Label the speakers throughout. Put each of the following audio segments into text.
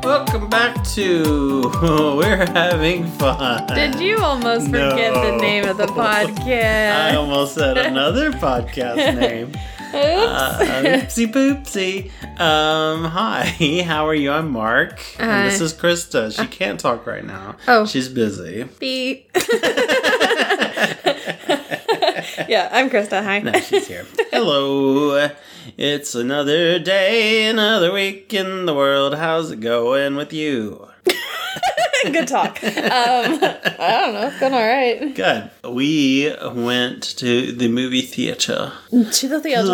Speaker 1: back to We're Having Fun.
Speaker 2: Did you almost
Speaker 1: No.
Speaker 2: forget the name of the
Speaker 1: I
Speaker 2: podcast?
Speaker 1: almost said another podcast name. Uh,
Speaker 2: Oops.
Speaker 1: oopsie poopsie. Um, hi, how are you? I'm Mark.
Speaker 2: Hi. Uh.
Speaker 1: And this is Krista. She can't talk right now.
Speaker 2: Oh.
Speaker 1: She's busy.
Speaker 2: Beep. yeah, I'm Krista. Hi.
Speaker 1: No, she's here. Hello. It's another day, another week in the world. How's it going with you?
Speaker 2: Good talk. Um, I don't know. It's going all right.
Speaker 1: Good. We went to the movie theater.
Speaker 2: To the theater.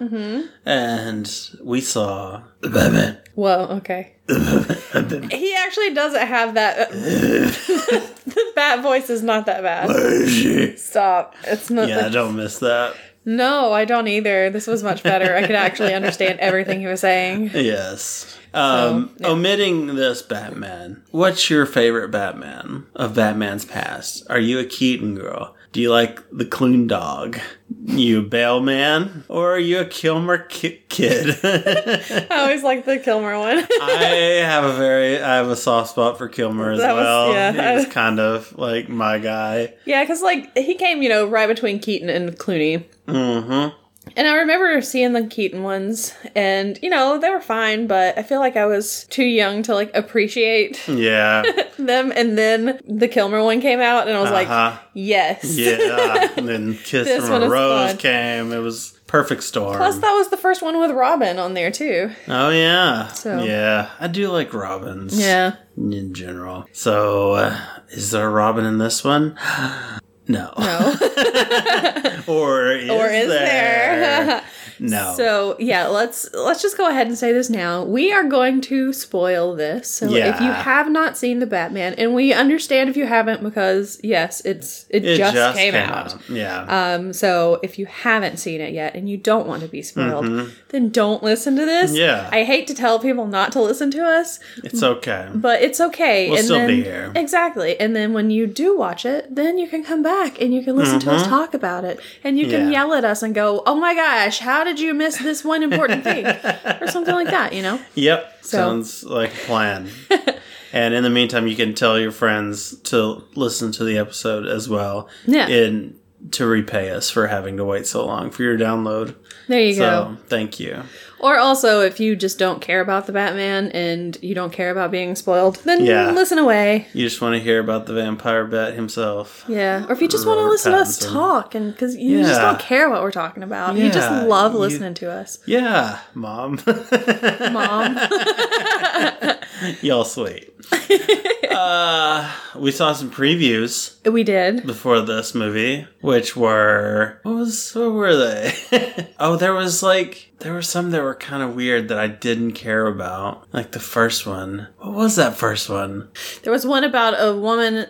Speaker 1: Mm-hmm. And we saw the Batman.
Speaker 2: Whoa. Okay. He actually doesn't have that. the bat voice is not that bad. Stop. It's not.
Speaker 1: yeah, I don't miss that.
Speaker 2: no, I don't either. This was much better. I could actually understand everything he was saying.
Speaker 1: Yes. Um, Omitting this Batman, what's your favorite Batman of Batman's past? Are you a Keaton girl? Do you like the Clune Dog? You a Bale man? Or are you a Kilmer ki- kid?
Speaker 2: I always like the Kilmer one.
Speaker 1: I have a very I have a soft spot for Kilmer as
Speaker 2: That was-
Speaker 1: well.
Speaker 2: yeah.
Speaker 1: He was kind of like my guy.
Speaker 2: Yeah, because like he came, you know, right between Keaton and Clooney.
Speaker 1: Mm-hmm.
Speaker 2: And I remember seeing the Keaton ones, and you know they were fine, but I feel like I was too young to like appreciate
Speaker 1: Yeah.
Speaker 2: them. And then the Kilmer one came out, and I was
Speaker 1: Uh-huh.
Speaker 2: like, yes,
Speaker 1: yeah. And then Kiss
Speaker 2: This
Speaker 1: from a
Speaker 2: one is
Speaker 1: Rose
Speaker 2: fun.
Speaker 1: came. It was perfect storm.
Speaker 2: Plus, that was the first one with Robin on there too.
Speaker 1: oh yeah.
Speaker 2: So-
Speaker 1: Yeah. I do like Robins.
Speaker 2: Yeah,
Speaker 1: In general. So uh, is there a Robin in this one? no.
Speaker 2: no,
Speaker 1: Or is,
Speaker 2: or is there?
Speaker 1: no.
Speaker 2: So yeah, let's let's just go ahead and say this now. We are going to spoil this. So
Speaker 1: Yeah.
Speaker 2: if you have not seen the Batman, and we understand if you haven't because yes, it's it,
Speaker 1: it
Speaker 2: just, came, out.
Speaker 1: Yeah.
Speaker 2: Um, so if you haven't seen it yet and you don't want to be spoiled, then don't listen to this.
Speaker 1: Yeah.
Speaker 2: I hate to tell people not to listen to us,
Speaker 1: it's okay.
Speaker 2: but it's okay.
Speaker 1: We'll
Speaker 2: and
Speaker 1: still
Speaker 2: then,
Speaker 1: be here.
Speaker 2: Exactly. And then when you do watch it, then you can come back and you can listen to us talk about it. And you can
Speaker 1: Mm-hmm. Yeah.
Speaker 2: yell at us and go, oh my gosh, how did you miss this one important thing? or something like that, you know?
Speaker 1: Yep.
Speaker 2: So-
Speaker 1: Sounds like a plan. and in the meantime, you can tell your friends to listen to the episode as well.
Speaker 2: Yeah.
Speaker 1: And to repay us for having to wait so long for your download.
Speaker 2: There you go.
Speaker 1: So thank you.
Speaker 2: Or also, if you just don't care about the Batman and you don't care about being spoiled, then
Speaker 1: Yeah.
Speaker 2: listen away.
Speaker 1: You just want to hear about the vampire bat himself.
Speaker 2: Yeah. Or if you just want to
Speaker 1: Robert
Speaker 2: listen to us
Speaker 1: Pattinson.
Speaker 2: talk and because you just
Speaker 1: Yeah.
Speaker 2: don't care what we're talking about. You just
Speaker 1: Yeah,
Speaker 2: love
Speaker 1: you-
Speaker 2: listening to us.
Speaker 1: Yeah, mom.
Speaker 2: Mom.
Speaker 1: Y'all sweet. uh, we saw some previews
Speaker 2: we did.
Speaker 1: before this movie, which were what was what were they? oh, there was like there were some that were kind of weird that I didn't care about. Like the first one. What was that first one?
Speaker 2: There was one about a woman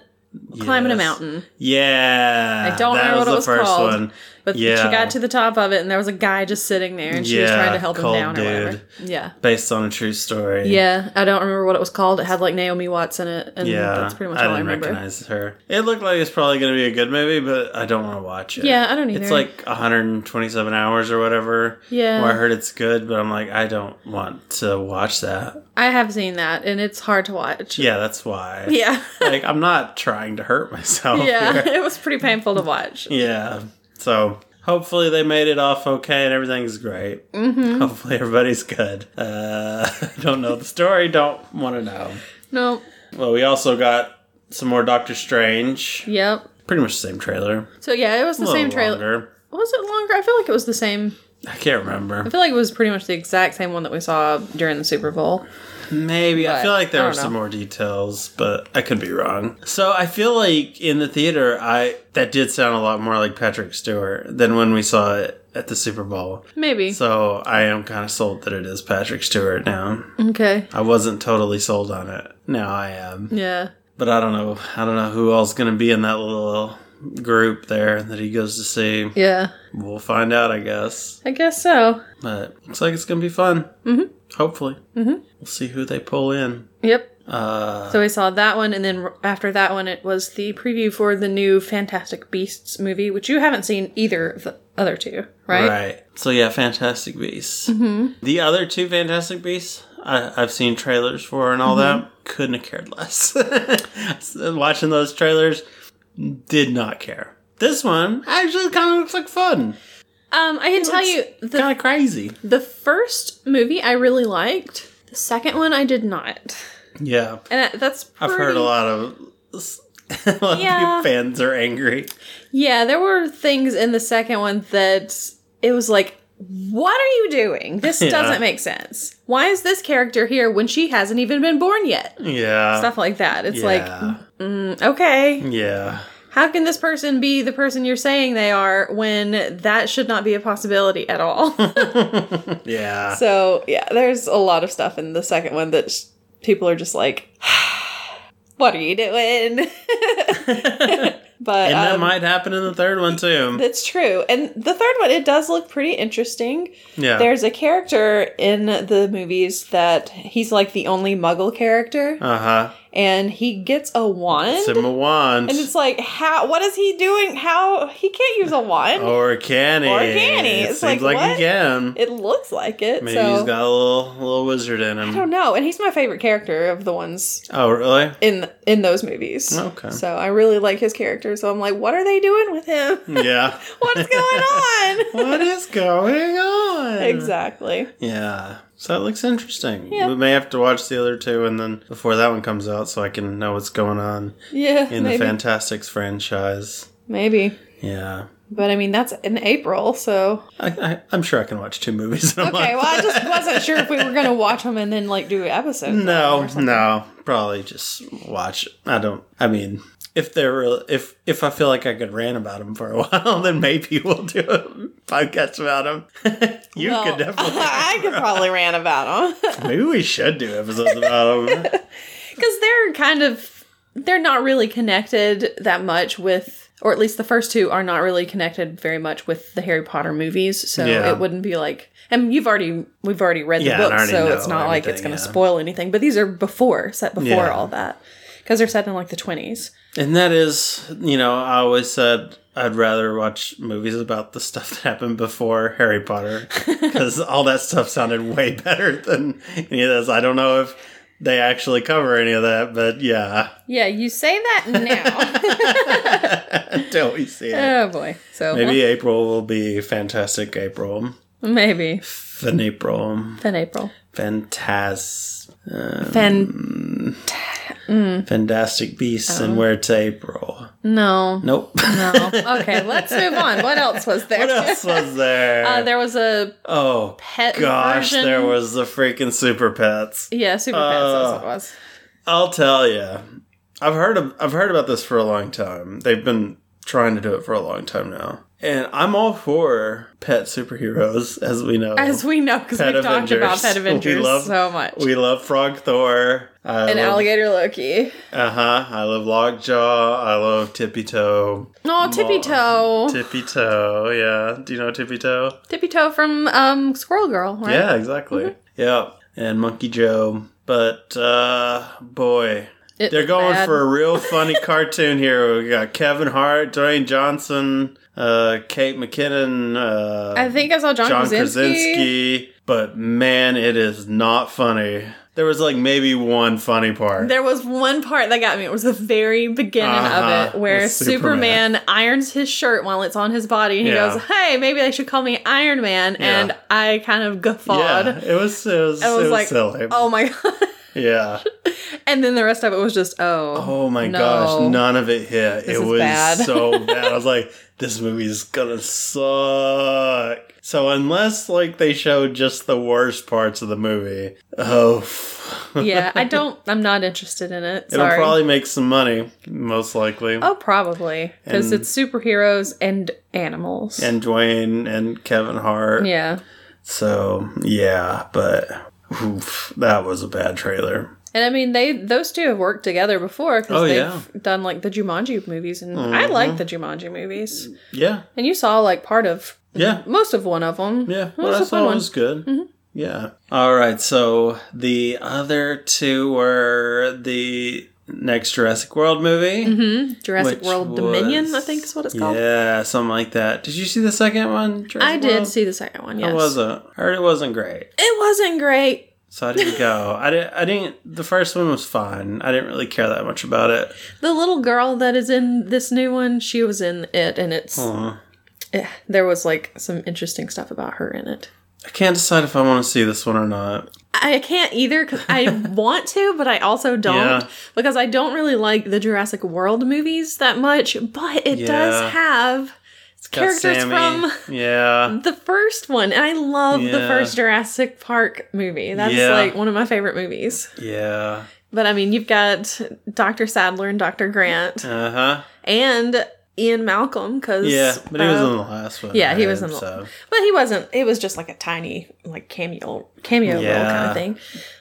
Speaker 2: climbing a
Speaker 1: Yes.
Speaker 2: mountain.
Speaker 1: Yeah,
Speaker 2: I don't
Speaker 1: that was
Speaker 2: remember what it
Speaker 1: the
Speaker 2: was
Speaker 1: first
Speaker 2: called,
Speaker 1: one.
Speaker 2: But
Speaker 1: Yeah.
Speaker 2: she got to the top of it, and there was a guy just sitting there, and she was
Speaker 1: Yeah,
Speaker 2: trying to help him
Speaker 1: cold
Speaker 2: down or
Speaker 1: dude.
Speaker 2: whatever. Yeah.
Speaker 1: Based on a true story.
Speaker 2: Yeah, I don't remember what it was called. It had like Naomi Watts in it, and
Speaker 1: Yeah,
Speaker 2: that's pretty much
Speaker 1: I
Speaker 2: all
Speaker 1: didn't
Speaker 2: I remember.
Speaker 1: recognize her. It looked like it's probably going to be a good movie, but I don't want to watch it.
Speaker 2: Yeah, I don't either.
Speaker 1: It's like 127 hours or whatever.
Speaker 2: Yeah.
Speaker 1: Well, I heard it's good, but I'm like, I don't want to watch that.
Speaker 2: I have seen that, and it's hard to watch.
Speaker 1: Yeah, that's why.
Speaker 2: yeah,
Speaker 1: like I'm not trying to hurt myself.
Speaker 2: yeah.
Speaker 1: here.
Speaker 2: It was pretty painful to watch.
Speaker 1: Yeah. So hopefully they made it off okay and everything's great. Mm-hmm. Hopefully everybody's good. Uh, don't know the story. Don't want to know.
Speaker 2: No.
Speaker 1: Well, we also got some more Doctor Strange.
Speaker 2: Yep.
Speaker 1: Pretty much the same trailer.
Speaker 2: So yeah, it was the
Speaker 1: A little
Speaker 2: same trailer.
Speaker 1: longer.
Speaker 2: Was it longer? I feel like it was the same.
Speaker 1: I can't
Speaker 2: I
Speaker 1: remember.
Speaker 2: feel like it was pretty much the exact same one that we saw during the Super Bowl.
Speaker 1: Maybe I
Speaker 2: But
Speaker 1: feel like
Speaker 2: I
Speaker 1: there were
Speaker 2: don't
Speaker 1: some
Speaker 2: know.
Speaker 1: more details, but I could be wrong. So I feel like in the theater, I that did sound a lot more like Patrick Stewart than when we saw it at the Super Bowl.
Speaker 2: Maybe.
Speaker 1: So I am kind of sold that it is Patrick Stewart now.
Speaker 2: okay.
Speaker 1: I wasn't totally sold on it. Now I am,
Speaker 2: Yeah.
Speaker 1: but I don't know. I don't know who else going to be in that little group there that he goes to see.
Speaker 2: Yeah.
Speaker 1: We'll find out, I guess.
Speaker 2: I guess so.
Speaker 1: But looks like it's going to be fun. Mm-hmm. Hopefully, mm-hmm. we'll see who they pull in.
Speaker 2: Yep.
Speaker 1: Uh,
Speaker 2: So we saw that one, and then r- after that one, it was the preview for the new Fantastic Beasts movie, which you haven't seen either of the other two, right?
Speaker 1: right. So yeah, Fantastic Beasts. Mm-hmm. The other two Fantastic Beasts I, I've seen trailers for her and all
Speaker 2: Mm-hmm.
Speaker 1: that. Couldn't have cared less. Watching those trailers, did not care. This one actually kind of looks like fun.
Speaker 2: Um, I can tell you the
Speaker 1: Kind of crazy.
Speaker 2: the first movie I really liked. The second one I did not,
Speaker 1: Yeah.
Speaker 2: and that, that's
Speaker 1: I've heard
Speaker 2: pretty-
Speaker 1: a lot of. A lot of
Speaker 2: Yeah.
Speaker 1: fans are angry.
Speaker 2: Yeah, there were things in the second one that it was like, what are you doing? This
Speaker 1: Yeah.
Speaker 2: doesn't make sense. Why is this character here when she hasn't even been born yet?
Speaker 1: Yeah.
Speaker 2: Stuff like that. It's
Speaker 1: yeah.
Speaker 2: like, okay,
Speaker 1: yeah.
Speaker 2: how can this person be the person you're saying they are when that should not be a possibility at all?
Speaker 1: Yeah.
Speaker 2: so, yeah, there's a lot of stuff in the second one that sh- people are just like, what are you doing? but
Speaker 1: and that
Speaker 2: um,
Speaker 1: might happen in the third one too.
Speaker 2: that's true. And the third one, it does look pretty interesting.
Speaker 1: yeah.
Speaker 2: There's a character in the movies that he's like the only muggle character
Speaker 1: Uh huh.
Speaker 2: and he gets a wand.
Speaker 1: Sima wand.
Speaker 2: and it's like how what is he doing? How he can't use a wand.
Speaker 1: Or can he?
Speaker 2: Or can he?
Speaker 1: It
Speaker 2: It's
Speaker 1: seems
Speaker 2: like,
Speaker 1: like,
Speaker 2: what?
Speaker 1: he can.
Speaker 2: It looks like it.
Speaker 1: Maybe
Speaker 2: so
Speaker 1: he's got a little, little wizard in
Speaker 2: I
Speaker 1: him.
Speaker 2: don't know. And he's my favorite character of the ones
Speaker 1: Oh, really?
Speaker 2: in in those movies.
Speaker 1: Okay.
Speaker 2: So I really like his character. So I'm like, what are they doing with him?
Speaker 1: Yeah.
Speaker 2: What's going on?
Speaker 1: what is going on?
Speaker 2: exactly.
Speaker 1: Yeah. So that looks interesting.
Speaker 2: Yeah.
Speaker 1: We may have to watch the other two and then before that one comes out so I can know what's going on
Speaker 2: Yeah.
Speaker 1: in
Speaker 2: maybe.
Speaker 1: the Fantastics franchise.
Speaker 2: maybe.
Speaker 1: Yeah.
Speaker 2: But I mean, that's in April, so
Speaker 1: I, I, I'm sure I can watch two movies in a
Speaker 2: okay. Well,
Speaker 1: month.
Speaker 2: I just wasn't sure if we were gonna watch them and then like do episodes.
Speaker 1: No, no, probably just watch. I don't. I mean, if there were, if if I feel like I could rant about them for a while, then maybe we'll do a podcast about them. you
Speaker 2: Well,
Speaker 1: could definitely.
Speaker 2: I could probably rant about them
Speaker 1: Maybe we should do episodes about them.
Speaker 2: because they're kind of they're not really connected that much with. Or at least the first two are not really connected very much with the Harry Potter movies, so
Speaker 1: Yeah.
Speaker 2: it wouldn't be like. And you've already we've already read
Speaker 1: Yeah, and
Speaker 2: the
Speaker 1: I
Speaker 2: book,
Speaker 1: already
Speaker 2: so
Speaker 1: know
Speaker 2: it's not like it's
Speaker 1: everything,
Speaker 2: going to
Speaker 1: yeah.
Speaker 2: spoil anything. But these are before set before
Speaker 1: Yeah.
Speaker 2: all that because they're set in like the twenties.
Speaker 1: and that is, you know, I always said I'd rather watch movies about the stuff that happened before Harry Potter because all that stuff sounded way better than any of this. I don't know if they actually cover any of that, but yeah,
Speaker 2: Yeah, you say that now.
Speaker 1: until we see it.
Speaker 2: oh boy. So
Speaker 1: Maybe April will be fantastic April.
Speaker 2: Maybe.
Speaker 1: Fan April.
Speaker 2: Fin April.
Speaker 1: Fantas- Um,
Speaker 2: Fin.
Speaker 1: fantastic beasts
Speaker 2: Oh.
Speaker 1: and where it's April.
Speaker 2: No.
Speaker 1: Nope.
Speaker 2: No. Okay, let's move on. What else was there?
Speaker 1: what else was there?
Speaker 2: Uh, there was a
Speaker 1: oh
Speaker 2: pet
Speaker 1: gosh,
Speaker 2: version.
Speaker 1: there was the freaking super pets.
Speaker 2: Yeah, Super Pets. That's what it was.
Speaker 1: I'll tell you. I've heard of, I've heard about this for a long time. They've been trying to do it for a long time now. And I'm all for pet superheroes, as we know.
Speaker 2: As we know, because
Speaker 1: Uh, Pet
Speaker 2: we've talked about
Speaker 1: Avengers.
Speaker 2: Pet
Speaker 1: We
Speaker 2: Avengers
Speaker 1: love-
Speaker 2: so much.
Speaker 1: we love Frog Thor. I
Speaker 2: and
Speaker 1: love
Speaker 2: Alligator Loki.
Speaker 1: Uh huh. I love Lockjaw. I love Tippy Toe.
Speaker 2: No, Tippy Toe.
Speaker 1: Tippy Toe. Yeah. Do you know Tippy Toe?
Speaker 2: Tippy Toe from um, Squirrel Girl, right? Mm-hmm.
Speaker 1: Yeah, exactly. Yeah. And Monkey Joe. But uh boy.
Speaker 2: It's
Speaker 1: They're going
Speaker 2: bad.
Speaker 1: for a real funny cartoon here. We got Kevin Hart, Dwayne Johnson, uh Kate McKinnon, uh
Speaker 2: I think I saw John,
Speaker 1: John
Speaker 2: Krasinski.
Speaker 1: Krasinski. But man, it is not funny. There was like maybe one funny part.
Speaker 2: There was one part that got me. It was the very beginning
Speaker 1: Uh-huh,
Speaker 2: of it where
Speaker 1: with
Speaker 2: Superman.
Speaker 1: Superman.
Speaker 2: irons his shirt while it's on his body and he
Speaker 1: Yeah.
Speaker 2: goes, Hey, maybe they should call me Iron Man. And
Speaker 1: Yeah.
Speaker 2: I kind of guffawed.
Speaker 1: yeah, it was it was,
Speaker 2: I
Speaker 1: it
Speaker 2: was
Speaker 1: was
Speaker 2: like,
Speaker 1: silly.
Speaker 2: Oh my God.
Speaker 1: Yeah.
Speaker 2: And then the rest of it was just, Oh.
Speaker 1: Oh my
Speaker 2: no.
Speaker 1: gosh, none of it hit.
Speaker 2: This
Speaker 1: it
Speaker 2: is
Speaker 1: was
Speaker 2: bad.
Speaker 1: so bad. I was like, this movie's gonna suck. So unless like they showed just the worst parts of the movie, oh, f-
Speaker 2: yeah, I don't, I'm not interested in it.
Speaker 1: it'll
Speaker 2: Sorry.
Speaker 1: probably make some money, most likely.
Speaker 2: oh, probably. Because
Speaker 1: And-
Speaker 2: it's superheroes and animals.
Speaker 1: And Dwayne and Kevin Hart.
Speaker 2: yeah.
Speaker 1: So yeah, but oof, that was a bad trailer.
Speaker 2: And I mean, they those two have worked together before because
Speaker 1: Oh,
Speaker 2: they've
Speaker 1: yeah. Mm-hmm.
Speaker 2: done like the Jumanji movies, and I like the Jumanji movies.
Speaker 1: Yeah,
Speaker 2: And you saw like part of
Speaker 1: yeah.
Speaker 2: most of one of them.
Speaker 1: Yeah,
Speaker 2: Well,
Speaker 1: well,
Speaker 2: that's
Speaker 1: that's
Speaker 2: a fun
Speaker 1: all
Speaker 2: one. Mm-hmm.
Speaker 1: was good. Yeah. All right. So the other two were the next Jurassic World movie.
Speaker 2: Mm-hmm. Jurassic
Speaker 1: which
Speaker 2: World
Speaker 1: was-
Speaker 2: Dominion, I think is what it's called.
Speaker 1: Yeah, something like that. Did you see the second one?
Speaker 2: I
Speaker 1: Jurassic
Speaker 2: did
Speaker 1: World?
Speaker 2: see the second one. Yes,
Speaker 1: It wasn't. I heard it wasn't great.
Speaker 2: It wasn't great.
Speaker 1: So I didn't go. I didn't. I didn't. The first one was fine. I didn't really care that much about it.
Speaker 2: The little girl that is in this new one, she was in it, and it's
Speaker 1: Aw.
Speaker 2: eh, there was like some interesting stuff about her in it.
Speaker 1: I can't decide if I want to see this one or not.
Speaker 2: I can't either because I want to, but I also don't
Speaker 1: Yeah.
Speaker 2: because I don't really like the Jurassic World movies that much. But it
Speaker 1: Yeah.
Speaker 2: does have
Speaker 1: Got
Speaker 2: characters
Speaker 1: Sammy.
Speaker 2: from
Speaker 1: Yeah.
Speaker 2: the first one, and I love the
Speaker 1: Yeah.
Speaker 2: first Jurassic Park movie. That's
Speaker 1: Yeah.
Speaker 2: like one of my favorite movies.
Speaker 1: Yeah.
Speaker 2: But I mean, you've got Dr. Sadler and Dr. Grant
Speaker 1: Uh huh.
Speaker 2: and Ian Malcolm because
Speaker 1: Yeah. But he was in the last one.
Speaker 2: uh, yeah, he
Speaker 1: right?
Speaker 2: was in the-
Speaker 1: So.
Speaker 2: But he wasn't. It was just like a tiny like cameo cameo role kind
Speaker 1: Yeah.
Speaker 2: of thing.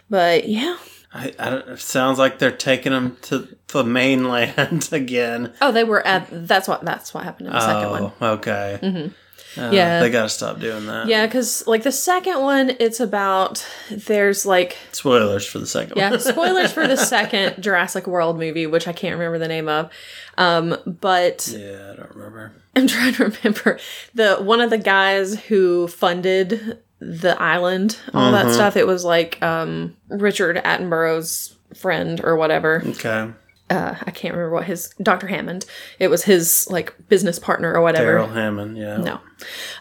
Speaker 2: But yeah.
Speaker 1: I, I don't, it sounds like they're taking him to the mainland again.
Speaker 2: Oh, they were at. That's what. That's what happened in the second one.
Speaker 1: Oh, okay. Mm-hmm.
Speaker 2: Yeah.
Speaker 1: They got to stop doing that.
Speaker 2: Yeah, because like the second one, it's about there's like
Speaker 1: Spoilers for the second
Speaker 2: yeah
Speaker 1: one.
Speaker 2: spoilers for the second Jurassic World movie, which I can't remember the name of, um, but
Speaker 1: yeah, I don't remember.
Speaker 2: I'm trying to remember the one of the guys who funded the island, all that stuff. It was like um, Richard Attenborough's friend or whatever.
Speaker 1: Okay.
Speaker 2: Uh, I can't remember what his Dr. Hammond. It was his like business partner or whatever.
Speaker 1: Daryl Hammond, yeah.
Speaker 2: No.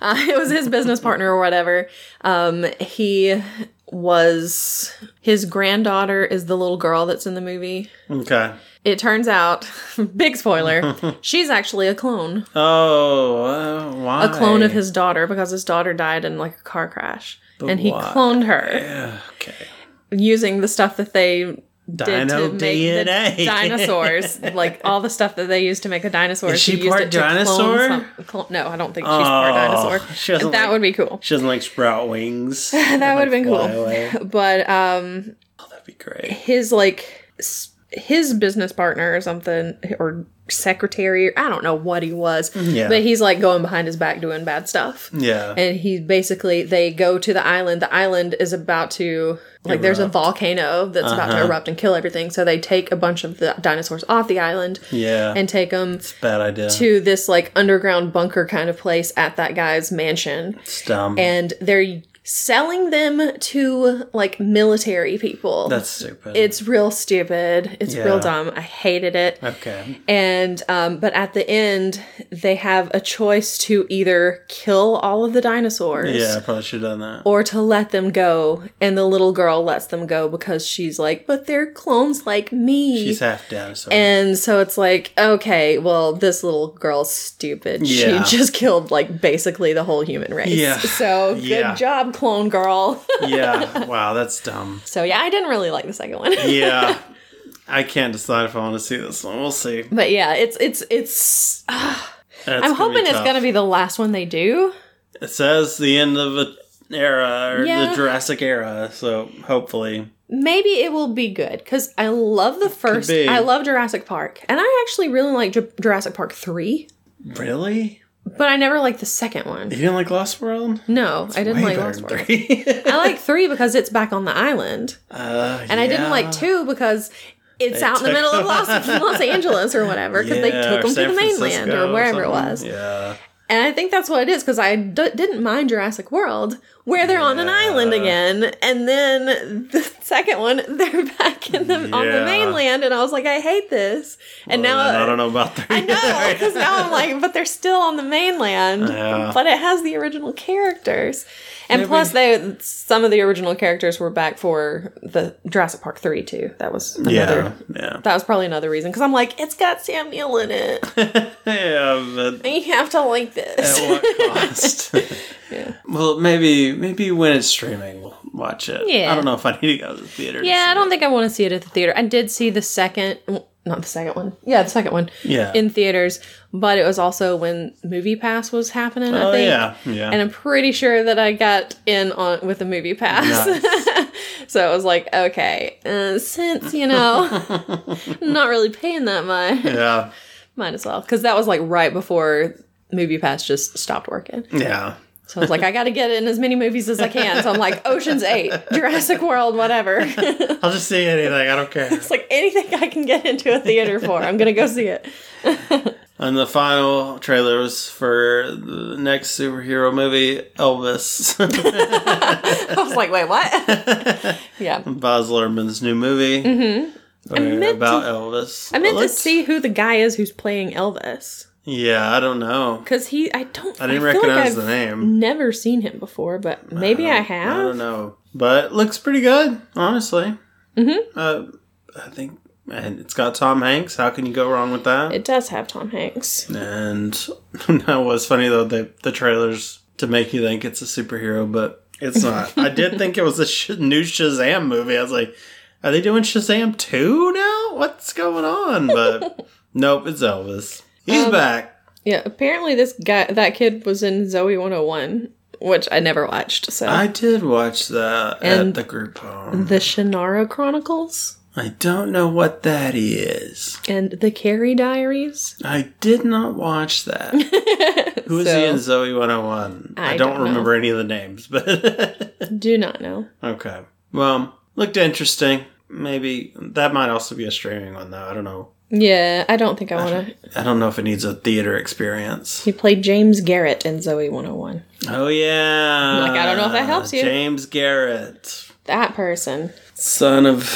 Speaker 2: Uh, it was his business partner or whatever. Um, he was his granddaughter is the little girl that's in the movie.
Speaker 1: Okay.
Speaker 2: It turns out, big spoiler, she's actually a clone,
Speaker 1: Oh, uh, why?
Speaker 2: a clone of his daughter because his daughter died in like a car crash, and he
Speaker 1: why?
Speaker 2: cloned her
Speaker 1: Yeah, okay.
Speaker 2: using the stuff that they. Did
Speaker 1: Dino
Speaker 2: to make
Speaker 1: DNA.
Speaker 2: the dinosaurs, like all the stuff that they used to make the dinosaurs.
Speaker 1: Is she
Speaker 2: he used
Speaker 1: part
Speaker 2: it to clone
Speaker 1: dinosaur?
Speaker 2: some- clone- no, I don't think she's
Speaker 1: Oh,
Speaker 2: part dinosaur.
Speaker 1: she doesn't
Speaker 2: But that
Speaker 1: like-
Speaker 2: would be cool.
Speaker 1: She doesn't like sprout wings.
Speaker 2: that would have been
Speaker 1: Fly away.
Speaker 2: cool. But um
Speaker 1: Oh, that'd be great.
Speaker 2: his like s- his business partner or something or secretary, I don't know what he was,
Speaker 1: Mm, Yeah.
Speaker 2: but he's like going behind his back doing bad stuff.
Speaker 1: Yeah.
Speaker 2: And he basically they go to the island. The island is about to like there's a volcano that's about
Speaker 1: Uh-huh.
Speaker 2: to erupt and kill everything. So they take a bunch of the dinosaurs off the island
Speaker 1: yeah.
Speaker 2: and take them
Speaker 1: Bad idea.
Speaker 2: to this like underground bunker kind of place at that guy's mansion
Speaker 1: It's dumb.
Speaker 2: and they're selling them to like military people.
Speaker 1: That's stupid.
Speaker 2: it's real stupid. It's
Speaker 1: Yeah.
Speaker 2: real dumb. I hated it.
Speaker 1: okay.
Speaker 2: And um, but at the end, they have a choice to either kill all of the dinosaurs
Speaker 1: Yeah, I probably should have done that.
Speaker 2: or to let them go. And the little girl lets them go because she's like, but they're clones like me.
Speaker 1: She's half dinosaur.
Speaker 2: and so it's like, okay, well, this little girl's stupid.
Speaker 1: Yeah.
Speaker 2: She just killed like basically the whole human race.
Speaker 1: Yeah.
Speaker 2: So good
Speaker 1: Yeah.
Speaker 2: job, clone girl.
Speaker 1: yeah. Wow, that's dumb.
Speaker 2: So yeah, I didn't really like the second one.
Speaker 1: Yeah. I can't decide if I want to see this one. We'll see.
Speaker 2: But yeah, it's it's it's.
Speaker 1: That's
Speaker 2: I'm
Speaker 1: gonna
Speaker 2: hoping
Speaker 1: be
Speaker 2: it's
Speaker 1: tough.
Speaker 2: gonna be the last one they do.
Speaker 1: It says the end of an era, or the
Speaker 2: Yeah.
Speaker 1: Jurassic era. So hopefully,
Speaker 2: Maybe it will be good because I love the first.
Speaker 1: be.
Speaker 2: I love Jurassic Park, and I actually really like Ju- Jurassic Park three,
Speaker 1: really,
Speaker 2: but I never liked the second one.
Speaker 1: you didn't like Lost World?
Speaker 2: No, I didn't
Speaker 1: Way
Speaker 2: like
Speaker 1: better
Speaker 2: Lost
Speaker 1: than
Speaker 2: World.
Speaker 1: three.
Speaker 2: I like three because it's back on the island,
Speaker 1: Uh,
Speaker 2: and I didn't
Speaker 1: yeah.
Speaker 2: like two because. It's out in the
Speaker 1: took
Speaker 2: middle of
Speaker 1: them.
Speaker 2: Los, Los Angeles or whatever because they
Speaker 1: Yeah,
Speaker 2: took
Speaker 1: or
Speaker 2: them
Speaker 1: San
Speaker 2: to the mainland
Speaker 1: Francisco
Speaker 2: or wherever it
Speaker 1: something.
Speaker 2: was.
Speaker 1: Yeah,
Speaker 2: And I think that's what it is because I d- didn't mind Jurassic World, where they're on an
Speaker 1: Yeah.
Speaker 2: island again, and then the second one they're back in the on
Speaker 1: Yeah.
Speaker 2: the mainland, and I was like, I hate this. And
Speaker 1: Well, then I
Speaker 2: now
Speaker 1: don't know about three.
Speaker 2: I know because now I'm like, but they're still on the mainland,
Speaker 1: Yeah.
Speaker 2: but it has the original characters, and
Speaker 1: Maybe-
Speaker 2: plus they some of the original characters were back for the Jurassic Park three too. That was another.
Speaker 1: yeah, yeah,
Speaker 2: That was probably another reason because I'm like, it's got Samuel in it.
Speaker 1: yeah, but
Speaker 2: You have to like this.
Speaker 1: at what cost?
Speaker 2: Yeah.
Speaker 1: Well, maybe maybe when it's streaming, we'll watch it.
Speaker 2: Yeah.
Speaker 1: I don't know if I need to go to the theater. to
Speaker 2: Yeah,
Speaker 1: see
Speaker 2: I don't think I want to see it at the theater. I did see the second, well, not the second one. Yeah, the second one
Speaker 1: it. Yeah.
Speaker 2: in theaters, but it was also when Movie Pass was happening. I
Speaker 1: oh
Speaker 2: think.
Speaker 1: yeah, yeah.
Speaker 2: And I'm pretty sure that I got in on with a movie pass. so I was like, okay, uh, since, you know, I'm not really paying that much,
Speaker 1: yeah,
Speaker 2: might as well. Because that was like right before movie pass just stopped working.
Speaker 1: yeah.
Speaker 2: So I was like, I got to get in as many movies as I can. So I'm like, Ocean's 8, Jurassic World, whatever.
Speaker 1: I'll just see anything. I don't care.
Speaker 2: It's like anything I can get into a theater for, I'm gonna go see it.
Speaker 1: And the final trailer was for the next superhero movie, Elvis.
Speaker 2: I was like, wait, what? yeah.
Speaker 1: Baz Luhrmann's new movie where-
Speaker 2: Mm-hmm. meant
Speaker 1: about
Speaker 2: to-
Speaker 1: Elvis.
Speaker 2: I
Speaker 1: It
Speaker 2: meant to
Speaker 1: looked-
Speaker 2: see who the guy is who's playing Elvis.
Speaker 1: Yeah, I don't know.
Speaker 2: Because he, I don't,
Speaker 1: I didn't
Speaker 2: feel like
Speaker 1: recognize
Speaker 2: I've
Speaker 1: the name.
Speaker 2: Never seen him before, but maybe I,
Speaker 1: I
Speaker 2: have.
Speaker 1: don't know, but it looks pretty good, honestly. Mm-hmm. Uh, I think, and it's got Tom Hanks. How can you go wrong with that?
Speaker 2: It does have Tom Hanks.
Speaker 1: And that was funny though. The the trailers to make you think it's a superhero, but it's not. I did think it was a sh- new Shazam movie. I was like, are they doing Shazam two now? What's going on? But nope, it's Elvis. He's
Speaker 2: Um,
Speaker 1: back.
Speaker 2: Yeah, apparently this guy, that kid was in Zoe 101, which I never watched. So
Speaker 1: I did watch that at
Speaker 2: And-
Speaker 1: the group home.
Speaker 2: the Shannara Chronicles
Speaker 1: I don't know what that is.
Speaker 2: and the Carrie Diaries.
Speaker 1: I did not watch that. Who is he
Speaker 2: So-
Speaker 1: in Zoe 101? I,
Speaker 2: I
Speaker 1: don't,
Speaker 2: don't know.
Speaker 1: remember any of the names, but
Speaker 2: Do not know.
Speaker 1: Okay. Well, looked interesting. Maybe that might also be a streaming one though. I don't know.
Speaker 2: Yeah, I don't think I want to.
Speaker 1: I don't know if it needs a theater experience.
Speaker 2: He played James Garrett in Zoe 101.
Speaker 1: Oh yeah.
Speaker 2: Like, I don't know if that helps you.
Speaker 1: James Garrett.
Speaker 2: That person.
Speaker 1: Son of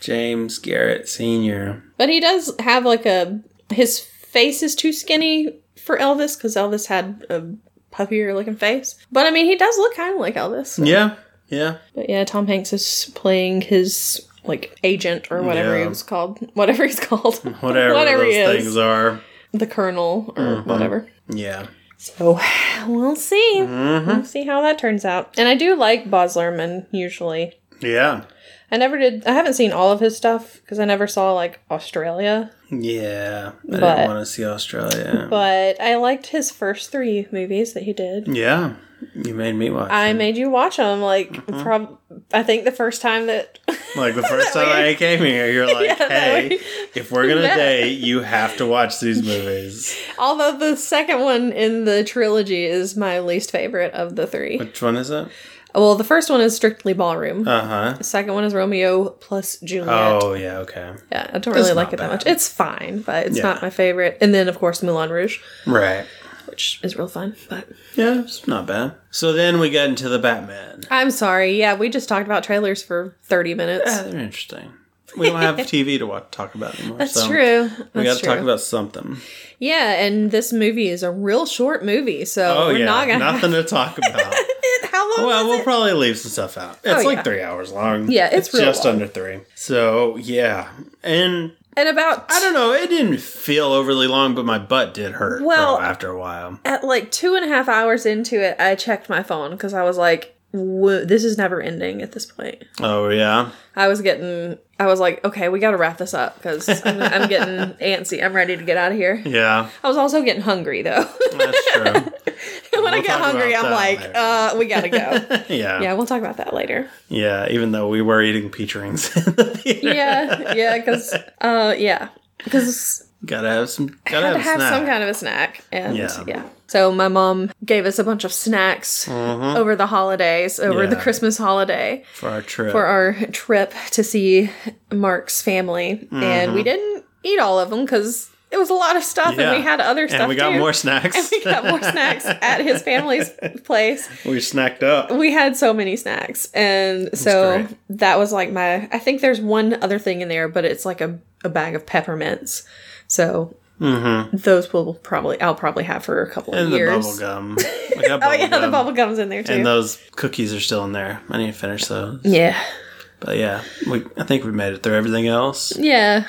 Speaker 1: James Garrett Sr.
Speaker 2: But he does have like a his face is too skinny for Elvis because Elvis had a puffier looking face. But I mean, he does look kind of like Elvis.
Speaker 1: Yeah. Yeah.
Speaker 2: But yeah, Tom Hanks is playing his like agent or whatever
Speaker 1: Yeah.
Speaker 2: he was called, whatever he's called,
Speaker 1: Whatever, those
Speaker 2: he is.
Speaker 1: things are. Mm-hmm.
Speaker 2: the Colonel or whatever.
Speaker 1: Yeah.
Speaker 2: So we'll see.
Speaker 1: Mm-hmm.
Speaker 2: We'll see how that turns out. And I do like Boz Luhrmann usually.
Speaker 1: Yeah.
Speaker 2: I never did. I haven't seen all of his stuff because I never saw like Australia
Speaker 1: Yeah. I didn't
Speaker 2: But-
Speaker 1: want to see Australia.
Speaker 2: But I liked his first three movies that he did.
Speaker 1: yeah. You made me watch.
Speaker 2: I
Speaker 1: it.
Speaker 2: made you watch them. Like,
Speaker 1: Mm-hmm.
Speaker 2: prob- I think the first time that
Speaker 1: Like the first time I came here, you're like,
Speaker 2: Yeah, that
Speaker 1: hey,
Speaker 2: way.
Speaker 1: if we're gonna
Speaker 2: Yeah.
Speaker 1: date, you have to watch these movies.
Speaker 2: although the second one in the trilogy is my least favorite of the three.
Speaker 1: Which one is it?
Speaker 2: Well, the first one is strictly ballroom.
Speaker 1: Uh huh.
Speaker 2: the second one is Romeo plus Juliet.
Speaker 1: Oh yeah, okay.
Speaker 2: Yeah, I don't really
Speaker 1: It's
Speaker 2: like
Speaker 1: not
Speaker 2: it that
Speaker 1: bad.
Speaker 2: much. It's fine, but it's
Speaker 1: Yeah.
Speaker 2: not my favorite. And then of course Moulin Rouge,
Speaker 1: Right.
Speaker 2: which is real fun. But
Speaker 1: Yeah, it's not bad. So then we get into the Batman.
Speaker 2: I'm sorry. Yeah, we just talked about trailers for 30 minutes.
Speaker 1: Yeah, Ah, they're interesting. We don't have TV to watch, talk about anymore.
Speaker 2: That's
Speaker 1: so
Speaker 2: true.
Speaker 1: We got
Speaker 2: That's
Speaker 1: to
Speaker 2: true.
Speaker 1: talk about something.
Speaker 2: Yeah, and this movie is a real short movie, so
Speaker 1: Oh
Speaker 2: we're
Speaker 1: yeah,
Speaker 2: not gonna.
Speaker 1: nothing to talk about.
Speaker 2: How long?
Speaker 1: well,
Speaker 2: was
Speaker 1: we'll
Speaker 2: it?
Speaker 1: probably leave some stuff out. It's
Speaker 2: Oh,
Speaker 1: like
Speaker 2: yeah.
Speaker 1: three hours long.
Speaker 2: Yeah, it's real
Speaker 1: just
Speaker 2: long.
Speaker 1: under three. So yeah, and
Speaker 2: and about
Speaker 1: I don't know. It didn't feel overly long, but my butt did hurt. Well,
Speaker 2: Well-
Speaker 1: after a while,
Speaker 2: at like two and a half hours into it, I checked my phone because I was like, "Whoa, "This is never ending." At this point,
Speaker 1: oh yeah,
Speaker 2: I was getting. I was like, "Okay, we got to wrap this up because I'm, I'm getting antsy. I'm ready to get out of here."
Speaker 1: yeah,
Speaker 2: I was also getting hungry though.
Speaker 1: that's true.
Speaker 2: when I
Speaker 1: We'll
Speaker 2: get
Speaker 1: talk
Speaker 2: hungry,
Speaker 1: about that
Speaker 2: I'm like,
Speaker 1: later.
Speaker 2: uh, "We gotta go."
Speaker 1: yeah.
Speaker 2: yeah,
Speaker 1: yeah,
Speaker 2: we'll talk about that later.
Speaker 1: Even though we were eating peach rings in the theater,
Speaker 2: Yeah, yeah, because uh, yeah, because
Speaker 1: gotta have some. Gotta
Speaker 2: had to
Speaker 1: have,
Speaker 2: have
Speaker 1: snack.
Speaker 2: some kind of a snack. And
Speaker 1: Yeah.
Speaker 2: yeah. So my mom gave us a bunch of snacks over the holidays, over the
Speaker 1: Mm-hmm. Yeah.
Speaker 2: Christmas holiday
Speaker 1: for our trip.
Speaker 2: for our trip to see Mark's family. And we didn't eat all of them because it was a lot of stuff
Speaker 1: Mm-hmm. Yeah.
Speaker 2: and we had other stuff.
Speaker 1: and we got
Speaker 2: too.
Speaker 1: more snacks.
Speaker 2: And we got more snacks at his family's place.
Speaker 1: we snacked up.
Speaker 2: We had so many snacks. And so
Speaker 1: great.
Speaker 2: that was like my I think there's one other thing in there, but it's like a, a bag of peppermints. So
Speaker 1: Mm-hmm.
Speaker 2: those will probably I'll probably have for a couple of
Speaker 1: And the
Speaker 2: years.
Speaker 1: bubble gum. We got
Speaker 2: oh yeah, the
Speaker 1: gum.
Speaker 2: bubble gum's in there too.
Speaker 1: And those cookies are still in there. I need to finish those.
Speaker 2: yeah,
Speaker 1: But yeah, we, I think we made it through everything else.
Speaker 2: yeah,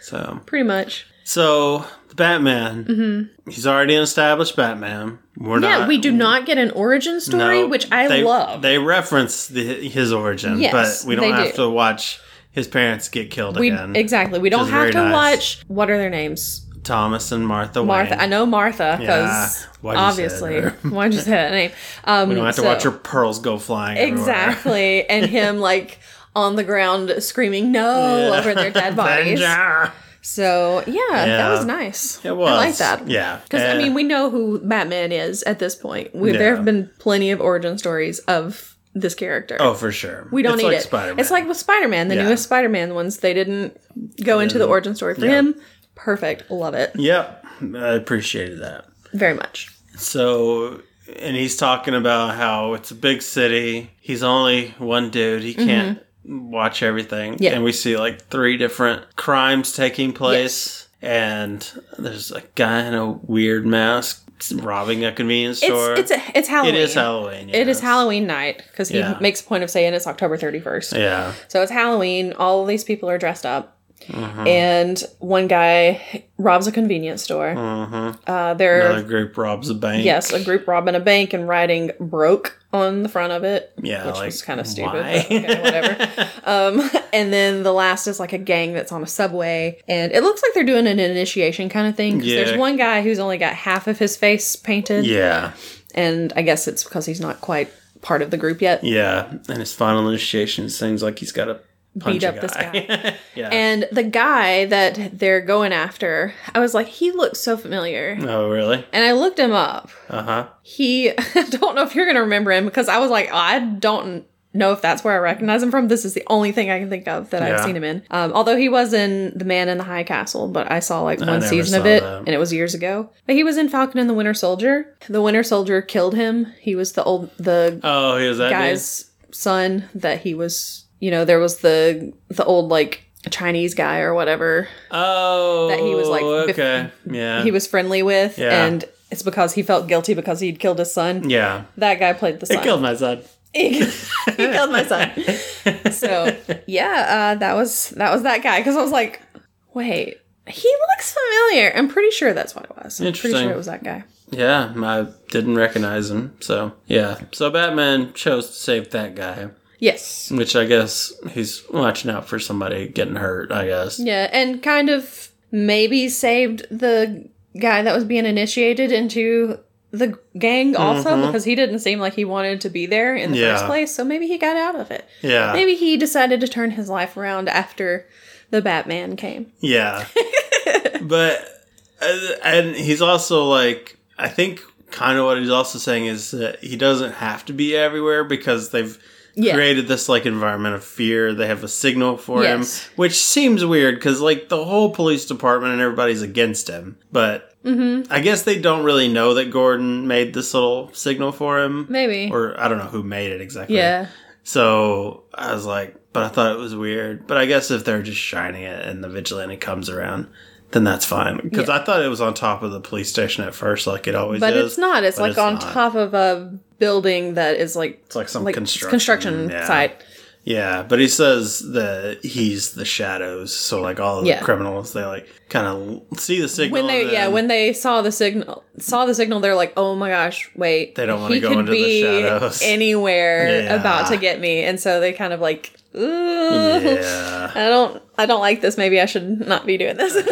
Speaker 1: So
Speaker 2: pretty much.
Speaker 1: So the Batman, he's already an established Batman. We're not.
Speaker 2: Mm-hmm. yeah, we do not get an origin story,
Speaker 1: no,
Speaker 2: which I
Speaker 1: they-
Speaker 2: love.
Speaker 1: They reference the, his origin,
Speaker 2: Yes,
Speaker 1: but we don't
Speaker 2: they
Speaker 1: have
Speaker 2: do.
Speaker 1: to watch his parents get killed
Speaker 2: we
Speaker 1: again.
Speaker 2: exactly. We
Speaker 1: is
Speaker 2: don't
Speaker 1: very
Speaker 2: have to
Speaker 1: nice.
Speaker 2: watch what are their names?
Speaker 1: Thomas and Martha.
Speaker 2: Martha.
Speaker 1: Wayne.
Speaker 2: I know Martha
Speaker 1: Yeah,
Speaker 2: because
Speaker 1: why'd you say
Speaker 2: obviously,
Speaker 1: her?
Speaker 2: why'd you say that name? Um,
Speaker 1: we don't have to
Speaker 2: so-
Speaker 1: watch her pearls go flying. everywhere.
Speaker 2: exactly, and him like on the ground screaming no
Speaker 1: Yeah.
Speaker 2: over their dead bodies.
Speaker 1: Avenger!
Speaker 2: So yeah, that
Speaker 1: Yeah.
Speaker 2: was nice.
Speaker 1: It was.
Speaker 2: I like that.
Speaker 1: Yeah.
Speaker 2: Because I
Speaker 1: And-
Speaker 2: mean, we know who Batman is at this point. We,
Speaker 1: Yeah.
Speaker 2: There have been plenty of origin stories of this character.
Speaker 1: Oh, for sure.
Speaker 2: we don't
Speaker 1: it's
Speaker 2: need
Speaker 1: like
Speaker 2: it.
Speaker 1: Spider-Man.
Speaker 2: It's like with Spider Man, the
Speaker 1: Yeah.
Speaker 2: newest Spider Man ones. They didn't go into the origin story for him. Perfect. Love it
Speaker 1: Yep. I appreciated that.
Speaker 2: very much.
Speaker 1: So, and he's talking about how it's a big city. He's only one dude. He can't watch everything.
Speaker 2: Mm-hmm. Yeah.
Speaker 1: And we see like three different crimes taking place. And there's a guy in a weird mask robbing a convenience store.
Speaker 2: It's it's a, it's Halloween.
Speaker 1: It is Halloween.
Speaker 2: It is
Speaker 1: yes.
Speaker 2: Halloween night because he
Speaker 1: Yeah.
Speaker 2: makes a point of saying it's October 31st.
Speaker 1: Yeah.
Speaker 2: So it's Halloween. All of these people are dressed up.
Speaker 1: Mm-hmm.
Speaker 2: And one guy robs a convenience store. Uh, they're
Speaker 1: Mm. Mm-hmm. Another group robs a bank.
Speaker 2: yes, a group robbing a bank and writing "broke" on the front of it.
Speaker 1: Yeah.
Speaker 2: which
Speaker 1: like,
Speaker 2: was kind of stupid.
Speaker 1: why?
Speaker 2: but okay, whatever. um, and then the last is like a gang that's on a subway, and it looks like they're doing an initiation kind of thing. 'cause
Speaker 1: Yeah.
Speaker 2: There's one guy who's only got half of his face painted,
Speaker 1: yeah.
Speaker 2: and I guess it's because he's not quite part of the group yet.
Speaker 1: Yeah. And his final initiation seems like he's got to punch
Speaker 2: Beat
Speaker 1: a
Speaker 2: up this
Speaker 1: guy. yeah.
Speaker 2: And the guy that they're going after, I was like, he looks so familiar.
Speaker 1: oh, really?
Speaker 2: And I looked him up.
Speaker 1: Uh huh.
Speaker 2: He, I don't know if you're going to remember him because I was like, I don't know if that's where I recognize him from. This is the only thing I can think of that I've
Speaker 1: Yeah.
Speaker 2: seen him in. Um, although he was in The Man in the High Castle, but I saw like one
Speaker 1: never
Speaker 2: season of
Speaker 1: saw
Speaker 2: it
Speaker 1: that.
Speaker 2: and it was years ago. But he was in Falcon and the Winter Soldier. The Winter Soldier killed him. He was the old, the
Speaker 1: Oh, he was that dude?
Speaker 2: guy's son that he was you know there was the the old like chinese guy or whatever
Speaker 1: Oh,
Speaker 2: that he was, like, bef-
Speaker 1: okay, yeah,
Speaker 2: he was friendly with
Speaker 1: Yeah.
Speaker 2: and it's because he felt guilty because he'd killed his son
Speaker 1: yeah.
Speaker 2: that guy played the son
Speaker 1: It killed my son.
Speaker 2: he killed my son so yeah uh, that was that was that guy because i was like wait he looks familiar i'm pretty sure that's what it was i'm pretty
Speaker 1: Interesting.
Speaker 2: sure it was that guy
Speaker 1: Yeah, I didn't recognize him. So yeah, so Batman chose to save that guy,
Speaker 2: yes
Speaker 1: which I guess he's watching out for somebody getting hurt. I guess.
Speaker 2: Yeah, and kind of maybe saved the guy that was being initiated into the gang also because he didn't seem like he wanted to be there in the
Speaker 1: Mm-hmm. Yeah.
Speaker 2: first place, so maybe he got out of it.
Speaker 1: Yeah,
Speaker 2: Maybe he decided to turn his life around after the Batman came.
Speaker 1: yeah. but uh, and he's also like, I think kind of what he's also saying is that he doesn't have to be everywhere because they've
Speaker 2: Yeah.
Speaker 1: created this like environment of fear. They have a signal for
Speaker 2: Yes.
Speaker 1: him, which seems weird because like the whole police department and everybody's against him. But
Speaker 2: Mm-hmm.
Speaker 1: I guess they don't really know that Gordon made this little signal for him,
Speaker 2: Maybe.
Speaker 1: or I don't know who made it exactly.
Speaker 2: yeah.
Speaker 1: So I was like, but I thought it was weird. But I guess if they're just shining it and the vigilante comes around. Then that's fine because I thought it was on top of the police station at first, like it always
Speaker 2: But
Speaker 1: is.
Speaker 2: it's not. It's
Speaker 1: but
Speaker 2: like
Speaker 1: it's
Speaker 2: on
Speaker 1: not.
Speaker 2: top of a building that is like
Speaker 1: It's like some
Speaker 2: like
Speaker 1: construction,
Speaker 2: construction,
Speaker 1: yeah.
Speaker 2: site.
Speaker 1: Yeah, but he says that he's the shadows. So like all the
Speaker 2: Yeah.
Speaker 1: criminals, they like kind of see the signal.
Speaker 2: when they
Speaker 1: and
Speaker 2: yeah
Speaker 1: then
Speaker 2: when they saw the signal saw the signal they're like oh my gosh wait
Speaker 1: They don't wanna
Speaker 2: he
Speaker 1: go
Speaker 2: could
Speaker 1: into the
Speaker 2: be
Speaker 1: shadows."
Speaker 2: anywhere
Speaker 1: Yeah.
Speaker 2: about to get me and so they kind of like ooh
Speaker 1: yeah,
Speaker 2: I don't I don't like this maybe I should not be doing this and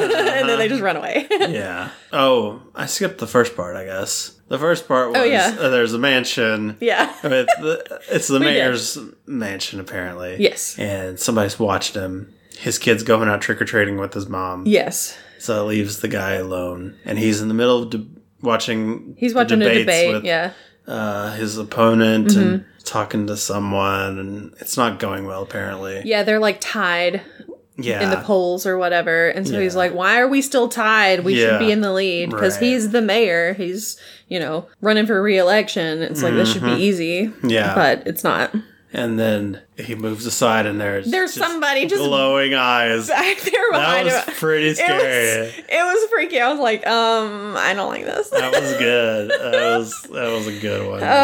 Speaker 2: then they just run away
Speaker 1: yeah. Oh, I skipped the first part. I guess the first part was
Speaker 2: Oh, yeah.
Speaker 1: uh, there's a mansion.
Speaker 2: yeah
Speaker 1: With the, it's the
Speaker 2: did.
Speaker 1: mayor's mansion apparently.
Speaker 2: Yes.
Speaker 1: and somebody's watched him. His kid's going out trick or treating with his mom.
Speaker 2: yes
Speaker 1: So it leaves the guy alone, and he's in the middle of de- watching.
Speaker 2: he's
Speaker 1: the
Speaker 2: watching a
Speaker 1: debates
Speaker 2: debate
Speaker 1: with
Speaker 2: yeah
Speaker 1: uh, his opponent and
Speaker 2: Mm-hmm.
Speaker 1: talking to someone, and it's not going well apparently.
Speaker 2: yeah they're like tied
Speaker 1: Yeah,
Speaker 2: in the polls or whatever and so he's
Speaker 1: Yeah.
Speaker 2: like why are we still tied we
Speaker 1: Yeah.
Speaker 2: should be in the lead because
Speaker 1: Right.
Speaker 2: he's the mayor he's you know running for reelection it's like this should be easy
Speaker 1: Mm-hmm. Yeah.
Speaker 2: but it's not
Speaker 1: and then he moves aside, and there's
Speaker 2: There's somebody just-
Speaker 1: glowing eyes.
Speaker 2: back there
Speaker 1: That
Speaker 2: behind
Speaker 1: was
Speaker 2: him.
Speaker 1: pretty
Speaker 2: It
Speaker 1: scary.
Speaker 2: was, it was freaky. I was like, um, I don't like this.
Speaker 1: that was good. That was that was a good one. yeah.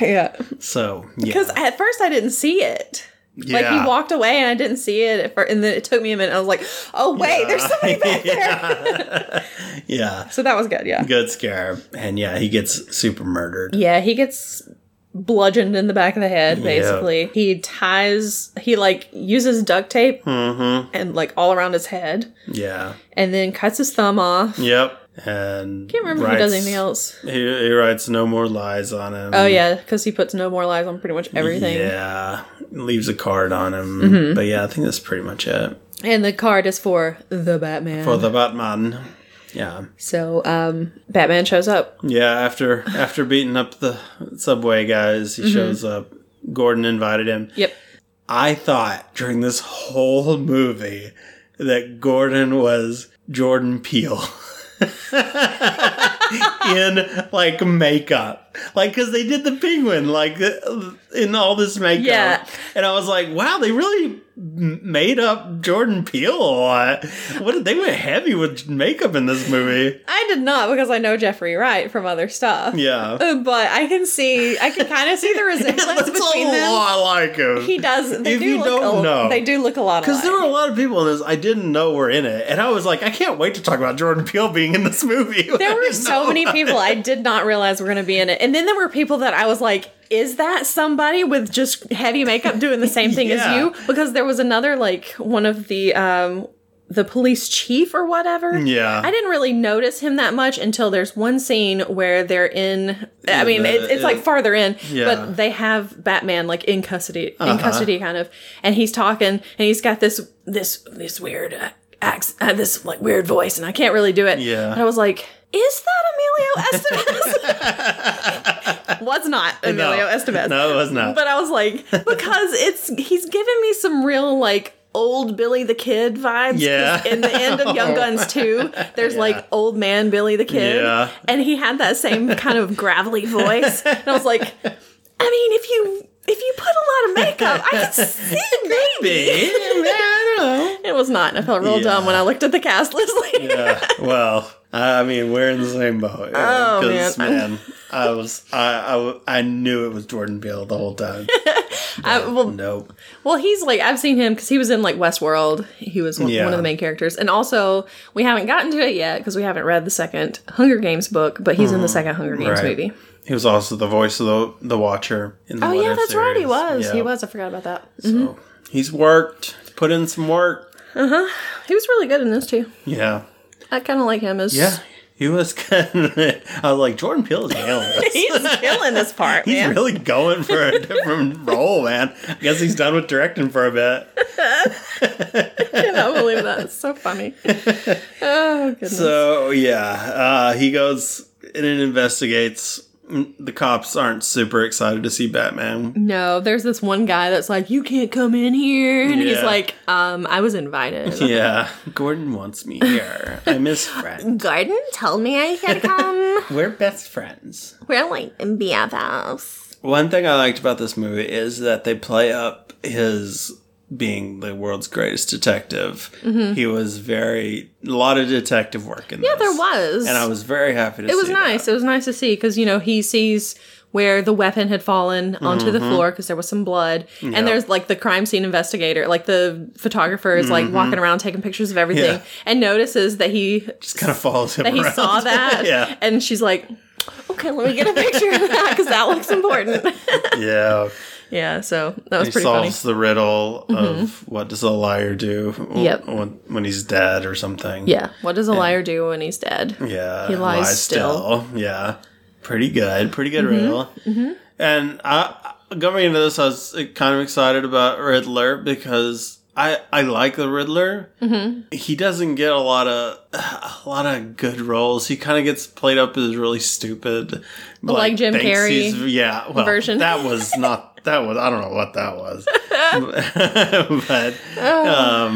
Speaker 2: Oh yeah,
Speaker 1: So yeah,
Speaker 2: because at first I didn't see it.
Speaker 1: yeah.
Speaker 2: Like he walked away and I didn't see it, at fir- and then it took me a minute. I was like, oh wait, there's somebody back there.
Speaker 1: yeah. yeah,
Speaker 2: So that was good. Yeah,
Speaker 1: good scare, and yeah, he gets super murdered.
Speaker 2: yeah, he gets bludgeoned in the back of the head. Basically, he ties. He like uses duct tape
Speaker 1: Mm-hmm.
Speaker 2: and like all around his head,
Speaker 1: Yeah.
Speaker 2: and then cuts his thumb off.
Speaker 1: Yep. And
Speaker 2: Can't remember if he does anything else.
Speaker 1: He, he writes no more lies on him.
Speaker 2: Oh yeah, because he puts no more lies on pretty much everything.
Speaker 1: Yeah, leaves a card on him. But yeah, I think that's pretty much it
Speaker 2: And the card is for the Batman.
Speaker 1: for the Batman. Yeah,
Speaker 2: so um, Batman shows up.
Speaker 1: yeah. After after beating up the subway guys, he shows up. Gordon invited him.
Speaker 2: Yep.
Speaker 1: I thought during this whole movie that Gordon was Jordan Peele in like makeup. Like, because they did the penguin, like in all this makeup.
Speaker 2: Yeah.
Speaker 1: And I was like, wow, they really m- made up Jordan Peele a lot. What did they went heavy with makeup in this movie?
Speaker 2: I did not because I know Jeffrey Wright from other stuff.
Speaker 1: Yeah.
Speaker 2: Uh, But I can see, I can kind of see the resemblance
Speaker 1: That's a
Speaker 2: between them.
Speaker 1: lot like him.
Speaker 2: He does. They
Speaker 1: If
Speaker 2: do
Speaker 1: you
Speaker 2: look
Speaker 1: don't
Speaker 2: a,
Speaker 1: know.
Speaker 2: they do look a lot
Speaker 1: Because there were
Speaker 2: alike.
Speaker 1: a lot of people in this I didn't know were in it, and I was like, I can't wait to talk about Jordan Peele being in this movie.
Speaker 2: There were so many people I did not realize were going to be in it, and then there were people that I was like, "Is that somebody with just heavy makeup doing the same thing
Speaker 1: Yeah.
Speaker 2: as you?" Because there was another like one of the um the police chief or whatever.
Speaker 1: Yeah.
Speaker 2: I didn't really notice him that much until there's one scene where they're in. I mean,
Speaker 1: the-
Speaker 2: it, it's like
Speaker 1: it-
Speaker 2: farther in,
Speaker 1: Yeah. Uh-huh.
Speaker 2: but they have Batman like in custody, in custody kind of, and he's talking, and he's got this this this weird uh, accent, uh, this like weird voice, and I can't really do it.
Speaker 1: Yeah.
Speaker 2: and I was like, is that Emilio Estevez? was not Emilio Estevez.
Speaker 1: No, it was not.
Speaker 2: But I was like, because it's he's giving me some real like old Billy the Kid vibes. 'cause
Speaker 1: Yeah.
Speaker 2: In the end of Young Guns 2, there's like old man Billy the Kid.
Speaker 1: Yeah.
Speaker 2: And he had that same kind of gravelly voice. And I was like, I mean, if you if you put a lot of makeup, I could see it
Speaker 1: Big,
Speaker 2: maybe.
Speaker 1: yeah, I don't
Speaker 2: It was not. and I felt real
Speaker 1: Yeah.
Speaker 2: dumb when I looked at the cast list later.
Speaker 1: know. Yeah, Uh, well, I mean, we're in the same boat.
Speaker 2: Oh, man.
Speaker 1: 'Cause, man, I was, I, I, I knew it was Jordan Peele the whole time.
Speaker 2: I, well,
Speaker 1: nope.
Speaker 2: Well, he's like I've seen him because he was in like Westworld. He was one,
Speaker 1: Yeah.
Speaker 2: one of the main characters, and also we haven't gotten to it yet because we haven't read the second Hunger Games book, but he's in the second Hunger Games
Speaker 1: Mm-hmm. Right.
Speaker 2: movie.
Speaker 1: He was also the voice of the the Watcher in the
Speaker 2: Oh yeah,
Speaker 1: What If
Speaker 2: that's right. He
Speaker 1: series.
Speaker 2: was. He
Speaker 1: Yeah.
Speaker 2: was. I forgot about that.
Speaker 1: So, he's worked, put in some work.
Speaker 2: He was really good in this too.
Speaker 1: Yeah,
Speaker 2: I kind of like him as
Speaker 1: Yeah, he was kind of. I was like, Jordan Peele is nailing this.
Speaker 2: he's killing this part,
Speaker 1: He's
Speaker 2: man.
Speaker 1: really going for a different role, man. I guess he's done with directing for a bit.
Speaker 2: I cannot believe that. It's so funny. Oh goodness.
Speaker 1: So yeah, uh, he goes in and investigates. The cops aren't super excited to see Batman.
Speaker 2: no, there's this one guy that's like, "You can't come in here," and he's
Speaker 1: Yeah.
Speaker 2: like, "Um, I was invited."
Speaker 1: Yeah, Gordon wants me here. I'm his friend.
Speaker 2: Garden told me I could come.
Speaker 1: We're best friends.
Speaker 2: We're like BFFs.
Speaker 1: One thing I liked about this movie is that they play up his being the world's greatest detective. He was very a lot of detective work in
Speaker 2: Mm-hmm. Yeah, there was.
Speaker 1: and I was very happy to.
Speaker 2: it was nice. It was nice to see because you know he sees where the weapon had fallen onto the
Speaker 1: Mm-hmm.
Speaker 2: floor because there was some blood, and there's like the crime scene investigator, like the photographer is like walking around taking pictures of everything,
Speaker 1: Mm-hmm. Yeah.
Speaker 2: and notices that he
Speaker 1: Just kind of follows him.
Speaker 2: that he
Speaker 1: around.
Speaker 2: saw that,
Speaker 1: yeah,
Speaker 2: and she's like. Okay, let me get a picture of that because that looks important.
Speaker 1: yeah.
Speaker 2: yeah, so that was
Speaker 1: He
Speaker 2: pretty Mm-hmm.
Speaker 1: solves the riddle of what does a liar do? w-
Speaker 2: Yep.
Speaker 1: When, when he's dead or something.
Speaker 2: funny. Yeah, what does a liar do when he's dead?
Speaker 1: Yeah.
Speaker 2: He lies Mm-hmm.
Speaker 1: Yeah. Pretty good. Pretty good riddle. And I, going into this, I was kind of excited about Riddler because I I like the Riddler. Mm-hmm. He doesn't get a lot of a lot of good roles. He kind of gets played up as really stupid,
Speaker 2: Like Jim
Speaker 1: thinks
Speaker 2: Carrey
Speaker 1: he's- Yeah, well,
Speaker 2: version.
Speaker 1: that was not that was I don't know what that was, but
Speaker 2: Oh.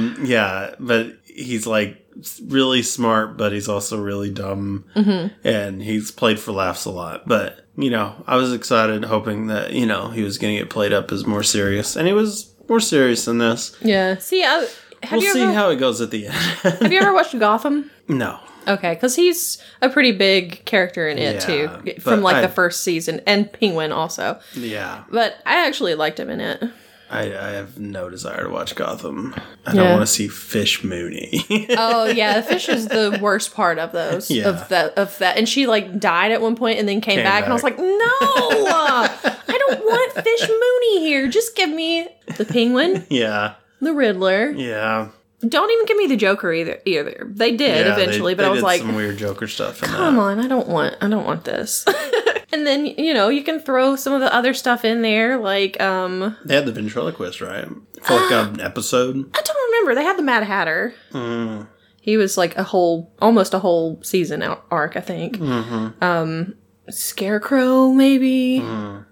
Speaker 1: um, yeah, but he's like really smart, but he's also really dumb,
Speaker 2: Mm-hmm.
Speaker 1: and he's played for laughs a lot. But you know, I was excited, hoping that you know he was going to get played up as more serious, and he was more serious than this.
Speaker 2: Yeah. See, I, have
Speaker 1: we'll
Speaker 2: you
Speaker 1: see
Speaker 2: ever
Speaker 1: how it goes at the end.
Speaker 2: have you ever watched Gotham?
Speaker 1: no,
Speaker 2: Okay, because he's a pretty big character in it
Speaker 1: Yeah,
Speaker 2: too,
Speaker 1: but
Speaker 2: from like
Speaker 1: I-
Speaker 2: the first season, and Penguin also.
Speaker 1: yeah,
Speaker 2: But I actually liked him in it.
Speaker 1: I, I have no desire to watch Gotham. I
Speaker 2: Yeah.
Speaker 1: don't want to see Fish Mooney.
Speaker 2: Oh yeah, the fish is the worst part of those
Speaker 1: Yeah.
Speaker 2: of that of that, and she like died at one point and then came,
Speaker 1: Came
Speaker 2: back, and I was
Speaker 1: back.
Speaker 2: like, no, I don't want Fish Mooney here. Just give me the Penguin,
Speaker 1: yeah,
Speaker 2: the Riddler.
Speaker 1: yeah.
Speaker 2: Don't even give me the Joker either. Either they did
Speaker 1: Yeah, they-
Speaker 2: eventually, but
Speaker 1: they
Speaker 2: I was
Speaker 1: did
Speaker 2: like,
Speaker 1: some weird Joker stuff. In
Speaker 2: come
Speaker 1: that.
Speaker 2: on i don't want i don't want this and then you know you can throw some of the other stuff in there like um
Speaker 1: They had the ventriloquist, right? For like an episode.
Speaker 2: i don't remember they had the mad hatter
Speaker 1: Hmm.
Speaker 2: he was like a whole almost a whole
Speaker 1: Mm-hmm.
Speaker 2: season out- arc i think um scarecrow maybe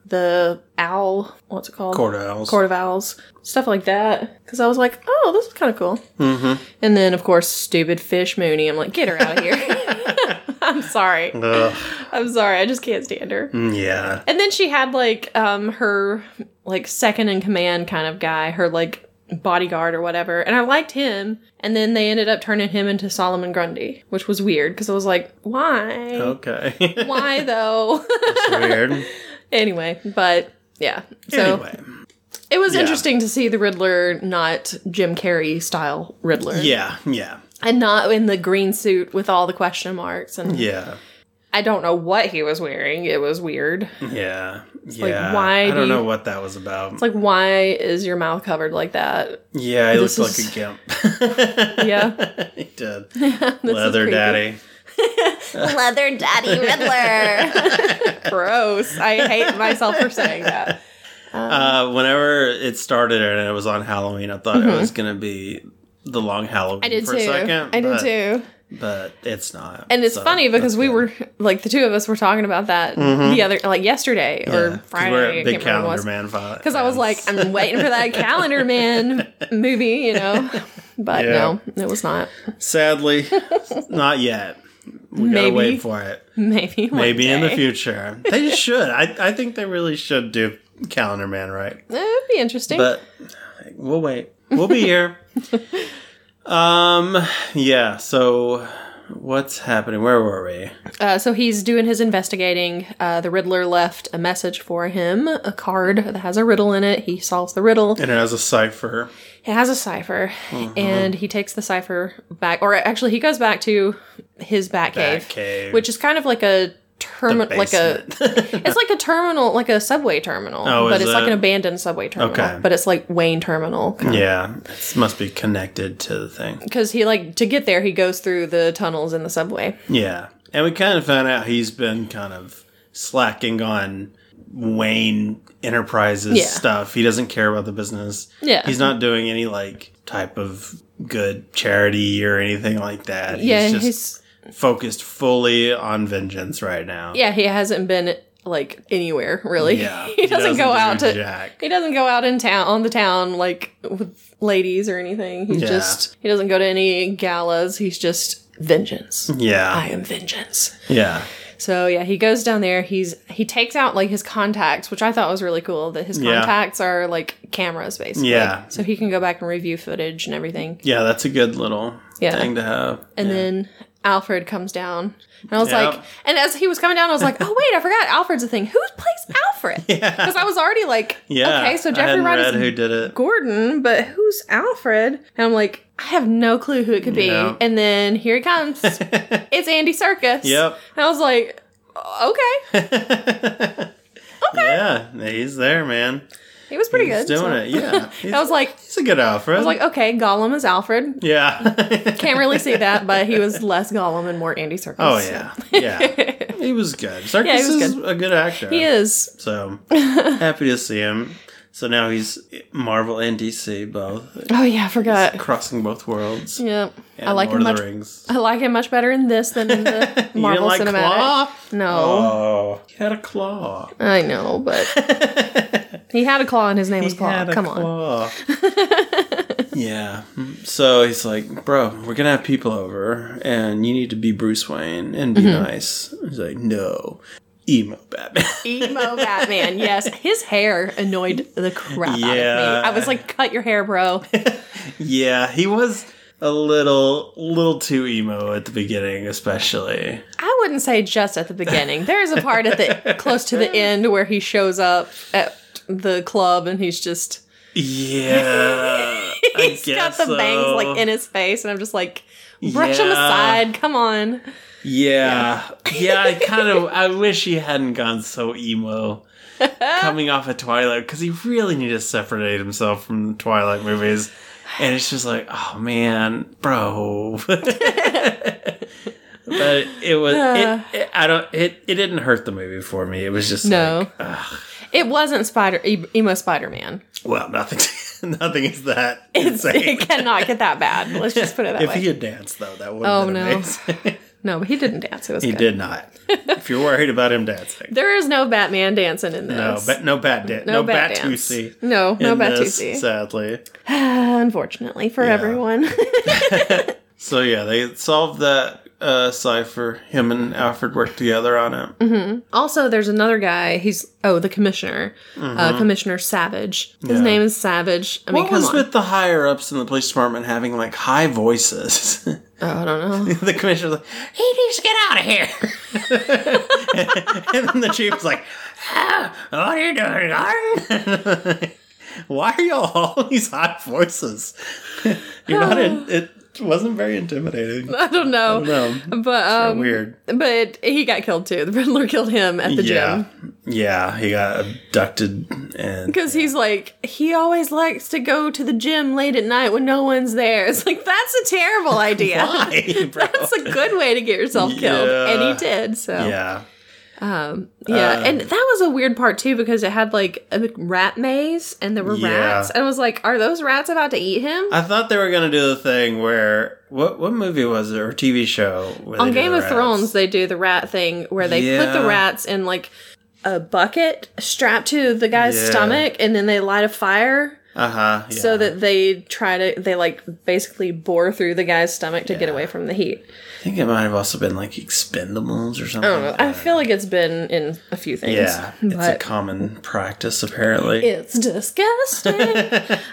Speaker 2: the owl. What's it called?
Speaker 1: Hmm. Court of Owls.
Speaker 2: Court of Owls. Stuff like that. Because I was like, oh, this is kind of cool.
Speaker 1: Mm-hmm.
Speaker 2: And then, of course, stupid fish Mooney. I'm like, get her out of here. I'm sorry.
Speaker 1: Ugh.
Speaker 2: I'm sorry. I just can't stand her.
Speaker 1: Mm, Yeah.
Speaker 2: And then she had like um her like second in command kind of guy, her like bodyguard or whatever. And I liked him. And then they ended up turning him into Solomon Grundy, which was weird because I was like, why?
Speaker 1: Oh. Okay.
Speaker 2: Why though?
Speaker 1: That's weird.
Speaker 2: anyway, but yeah. So
Speaker 1: anyway.
Speaker 2: it was
Speaker 1: yeah.
Speaker 2: interesting to see the Riddler not Jim Carrey style Riddler.
Speaker 1: Yeah. Yeah.
Speaker 2: And not in the green suit with all the question marks and
Speaker 1: Yeah.
Speaker 2: I don't know what he was wearing. It was weird.
Speaker 1: Yeah. Yeah.
Speaker 2: like, why
Speaker 1: I
Speaker 2: do
Speaker 1: don't know
Speaker 2: you-
Speaker 1: what that was about.
Speaker 2: It's like why is your mouth covered like that?
Speaker 1: yeah, he looked
Speaker 2: this
Speaker 1: like a
Speaker 2: is-
Speaker 1: gimp.
Speaker 2: Yeah.
Speaker 1: he did.
Speaker 2: This is
Speaker 1: Leather
Speaker 2: creepy.
Speaker 1: daddy.
Speaker 2: Leather Daddy Riddler. Gross. I hate myself for saying that. Um,
Speaker 1: Uh, whenever it started and it was on Halloween, I thought it was going to be the long Halloween
Speaker 2: Mm-hmm. I did
Speaker 1: for
Speaker 2: too.
Speaker 1: a second.
Speaker 2: I
Speaker 1: but,
Speaker 2: did too.
Speaker 1: But it's not.
Speaker 2: And it's
Speaker 1: so
Speaker 2: funny because
Speaker 1: that's
Speaker 2: we
Speaker 1: good. Mm-hmm.
Speaker 2: were like the two of us were talking about that the other like yesterday
Speaker 1: Yeah,
Speaker 2: or
Speaker 1: 'cause
Speaker 2: Friday.
Speaker 1: We're
Speaker 2: I
Speaker 1: at Big
Speaker 2: can't remember what it
Speaker 1: Calendar
Speaker 2: was.
Speaker 1: Man. fi-
Speaker 2: Because I was like,
Speaker 1: fans.
Speaker 2: I'm waiting for that Calendar Man movie, you know. But
Speaker 1: Yeah.
Speaker 2: no, it was not.
Speaker 1: sadly, not yet. We gotta
Speaker 2: Maybe.
Speaker 1: wait for it.
Speaker 2: Maybe one
Speaker 1: Maybe in the
Speaker 2: day.
Speaker 1: future. They should. I I think they really should do Calendar Man right.
Speaker 2: Eh, It'd be interesting.
Speaker 1: But we'll wait. We'll be here. um. Yeah. So, what's happening? Where were we?
Speaker 2: Uh, so he's doing his investigating. Uh, the Riddler left a message for him, a card that has a riddle in it. He solves the riddle.
Speaker 1: And it has a cipher.
Speaker 2: It has a cipher,
Speaker 1: Mm-hmm.
Speaker 2: and he takes the cipher back. Or actually, he goes back to his Batcave,
Speaker 1: Bat cave.
Speaker 2: which is kind of like a terminal, like a
Speaker 1: Basement.
Speaker 2: it's like a terminal, like a subway terminal,
Speaker 1: Oh,
Speaker 2: but
Speaker 1: is
Speaker 2: it's like
Speaker 1: it?
Speaker 2: an abandoned subway terminal.
Speaker 1: Okay.
Speaker 2: But it's like Wayne Terminal.
Speaker 1: yeah. It must be connected to the thing.
Speaker 2: Because he like to get there, he goes through the tunnels in the subway.
Speaker 1: Yeah. And we kind of found out he's been kind of slacking on Wayne Enterprises
Speaker 2: Yeah.
Speaker 1: stuff. He doesn't care about the business.
Speaker 2: Yeah.
Speaker 1: He's not doing any like type of good charity or anything like that.
Speaker 2: yeah,
Speaker 1: He's just
Speaker 2: he's
Speaker 1: focused fully on vengeance right now.
Speaker 2: Yeah, he hasn't been like anywhere really.
Speaker 1: Yeah.
Speaker 2: he, doesn't go
Speaker 1: do
Speaker 2: out to.
Speaker 1: Jack.
Speaker 2: He doesn't go out in town on the town like with ladies or anything. He's
Speaker 1: Yeah.
Speaker 2: just he doesn't go to any galas. He's just vengeance.
Speaker 1: Yeah.
Speaker 2: I am vengeance.
Speaker 1: yeah.
Speaker 2: So yeah, he goes down there. He's he takes out like his contacts, which I thought was really cool. That his
Speaker 1: Yeah.
Speaker 2: contacts are like cameras, basically.
Speaker 1: Yeah.
Speaker 2: So he can go back and review footage and everything.
Speaker 1: Yeah, that's a good little
Speaker 2: Yeah.
Speaker 1: thing to have.
Speaker 2: And
Speaker 1: Yeah.
Speaker 2: then Alfred comes down. And I was
Speaker 1: Yep.
Speaker 2: like, and as he was coming down, I was like, oh, wait, I forgot Alfred's a thing. Who plays Alfred? Because I was already like,
Speaker 1: yeah.
Speaker 2: okay, so
Speaker 1: I
Speaker 2: Jeffrey
Speaker 1: hadn't
Speaker 2: Wright
Speaker 1: read
Speaker 2: is
Speaker 1: who did it.
Speaker 2: Gordon, but who's Alfred? And I'm like, I have no clue who it could be.
Speaker 1: Yeah.
Speaker 2: And then here he comes. it's Andy Circus.
Speaker 1: Yep.
Speaker 2: And I was like, okay.
Speaker 1: Yeah, he's there, man.
Speaker 2: He was pretty
Speaker 1: He's
Speaker 2: good.
Speaker 1: doing
Speaker 2: so.
Speaker 1: it. Yeah, he's,
Speaker 2: I was like, I
Speaker 1: he's a good Alfred.
Speaker 2: was like, okay, Gollum is Alfred.
Speaker 1: yeah.
Speaker 2: Can't really see that, but he was less Gollum and more Andy Circus.
Speaker 1: oh yeah, yeah. he was good. Circus
Speaker 2: Yeah, he was
Speaker 1: is a good actor.
Speaker 2: He is.
Speaker 1: So happy to see him. So now he's Marvel and DC both
Speaker 2: Oh yeah, I forgot.
Speaker 1: crossing both worlds.
Speaker 2: Yeah,
Speaker 1: And
Speaker 2: I like
Speaker 1: Lord
Speaker 2: him
Speaker 1: of
Speaker 2: much.
Speaker 1: the Rings.
Speaker 2: I like him much better in this than in the
Speaker 1: You didn't
Speaker 2: Marvel
Speaker 1: like
Speaker 2: Cinematic.
Speaker 1: Claw?
Speaker 2: No,
Speaker 1: Oh, he had a claw.
Speaker 2: I know, but he had a claw and his name was
Speaker 1: He
Speaker 2: Claw.
Speaker 1: had a
Speaker 2: Come on.
Speaker 1: claw. yeah. So he's like, bro, we're gonna have people over, and you need to be Bruce Wayne and be
Speaker 2: Mm-hmm.
Speaker 1: nice. He's like, no, emo Batman.
Speaker 2: Emo Batman. Yes, his hair annoyed the crap out of me.
Speaker 1: Yeah.
Speaker 2: I was like, "Cut your hair, bro."
Speaker 1: yeah, he was a little, little too emo at the beginning, especially.
Speaker 2: I wouldn't say just at the beginning. There's a part at the close to the end where he shows up at the club and he's just
Speaker 1: Yeah,
Speaker 2: he's got the bangs like in his face, and I'm just like, brush him
Speaker 1: Yeah.
Speaker 2: aside. Come on.
Speaker 1: Yeah, yeah. I kind of, I wish he hadn't gone so emo. coming off of Twilight because he really needed to separate himself from the Twilight movies. And it's just like, oh man, bro. but it was, it, it- I don't, it, it didn't hurt the movie for me. It was just
Speaker 2: No.
Speaker 1: like, ugh,
Speaker 2: It wasn't Spider e- emo Spider Man.
Speaker 1: well, nothing, nothing is that
Speaker 2: It's,
Speaker 1: insane.
Speaker 2: it cannot get that bad. Let's just put it that
Speaker 1: if
Speaker 2: way.
Speaker 1: he had danced though, that would
Speaker 2: Oh,
Speaker 1: have been
Speaker 2: no.
Speaker 1: amazing.
Speaker 2: No, but he didn't dance. It was
Speaker 1: He
Speaker 2: good.
Speaker 1: did not. if you're worried about him dancing,
Speaker 2: There is no Batman dancing in
Speaker 1: no,
Speaker 2: this.
Speaker 1: but no bat da- no, bat
Speaker 2: dance.
Speaker 1: Batusi.
Speaker 2: No, no
Speaker 1: in this,
Speaker 2: Batusi.
Speaker 1: Sadly.
Speaker 2: Unfortunately for
Speaker 1: Yeah.
Speaker 2: everyone.
Speaker 1: So yeah, they solved that uh, cipher. Him and Alfred worked together on it.
Speaker 2: Mm-hmm. also, there's another guy. He's oh, the commissioner, uh, Commissioner Savage. His
Speaker 1: Mm-hmm. Yeah.
Speaker 2: name is Savage. I mean,
Speaker 1: What
Speaker 2: come
Speaker 1: was
Speaker 2: on.
Speaker 1: with the higher ups in the police department having like high voices?
Speaker 2: oh, I don't know.
Speaker 1: the commissioner's like, "He needs to get out of here," and then the chief's like, ah, "What are you doing, Gordon? Why are y'all all these high voices? You're not. In, it wasn't very intimidating.
Speaker 2: I don't know.
Speaker 1: No,
Speaker 2: But um,
Speaker 1: weird.
Speaker 2: but he got killed too. The Riddler killed him at the
Speaker 1: Yeah,
Speaker 2: gym
Speaker 1: yeah. He got abducted and
Speaker 2: because he's like he always likes to go to the gym late at night when no one's there. It's like that's a terrible idea.
Speaker 1: why, bro?
Speaker 2: That's a good way to get yourself killed, and
Speaker 1: Yeah.
Speaker 2: he did. So
Speaker 1: yeah.
Speaker 2: Yeah,
Speaker 1: Um,
Speaker 2: and that was a weird part too because it had like a big rat maze and there were
Speaker 1: Yeah.
Speaker 2: rats and I was like, are those rats about to eat him?
Speaker 1: I thought they were gonna do the thing where what what movie was it or TV show where
Speaker 2: On
Speaker 1: they do
Speaker 2: Game
Speaker 1: the
Speaker 2: of
Speaker 1: rats?
Speaker 2: Thrones, they do the rat thing where they put the
Speaker 1: Yeah.
Speaker 2: rats in like a bucket strapped to the guy's
Speaker 1: Yeah.
Speaker 2: stomach and then they light a fire
Speaker 1: Uh huh.
Speaker 2: so that they try to they like basically bore through the guy's stomach to get away from the heat.
Speaker 1: I think it might have also been like Expendables or something.
Speaker 2: I don't know. I feel like it's been in a few things.
Speaker 1: yeah, it's a
Speaker 2: Oh, but
Speaker 1: common practice apparently.
Speaker 2: it's disgusting.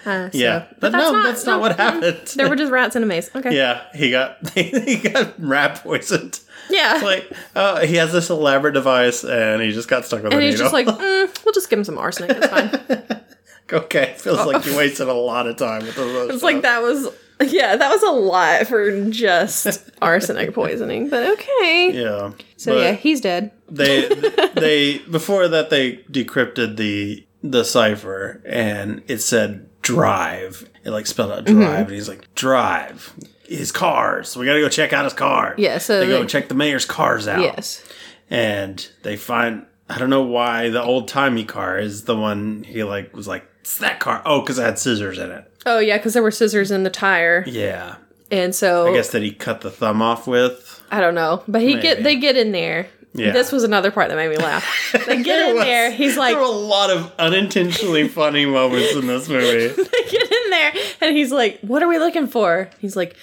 Speaker 2: Uh, so-
Speaker 1: yeah, but, no, that's not what
Speaker 2: no,
Speaker 1: happened.
Speaker 2: There were just rats in a maze. Okay.
Speaker 1: yeah, he got he got rat poisoned.
Speaker 2: Yeah.
Speaker 1: Like, oh, he has this elaborate device, and he just got stuck with a
Speaker 2: and
Speaker 1: needle.
Speaker 2: he's just like, mm, we'll just give him some arsenic. It's fine.
Speaker 1: okay, feels like you wasted a lot of time with this.
Speaker 2: oh. It's like that was, yeah, that was a lot for just arsenic poisoning. But okay.
Speaker 1: Yeah.
Speaker 2: so
Speaker 1: but- Oh.
Speaker 2: yeah, he's dead.
Speaker 1: they they before that they decrypted the the cipher and it said drive it like spelled out
Speaker 2: Mm-hmm.
Speaker 1: drive and he's like drive his cars we gotta go check out his car
Speaker 2: Yeah, so
Speaker 1: they go
Speaker 2: they-
Speaker 1: and check the mayor's cars out
Speaker 2: Yes.
Speaker 1: and they find i don't know why the old timey car is the one he like was like it's that car oh because it had scissors in it
Speaker 2: Oh yeah, because there were scissors in the tire,
Speaker 1: yeah
Speaker 2: and so
Speaker 1: i guess that he cut the thumb off with
Speaker 2: I don't know, but he
Speaker 1: Maybe.
Speaker 2: get they get in there.
Speaker 1: Yeah.
Speaker 2: This was another part that made me laugh. They get in there. He's like,
Speaker 1: there were a lot of unintentionally funny moments in this movie
Speaker 2: they get in there, and he's like, "What are we looking for?" He's like,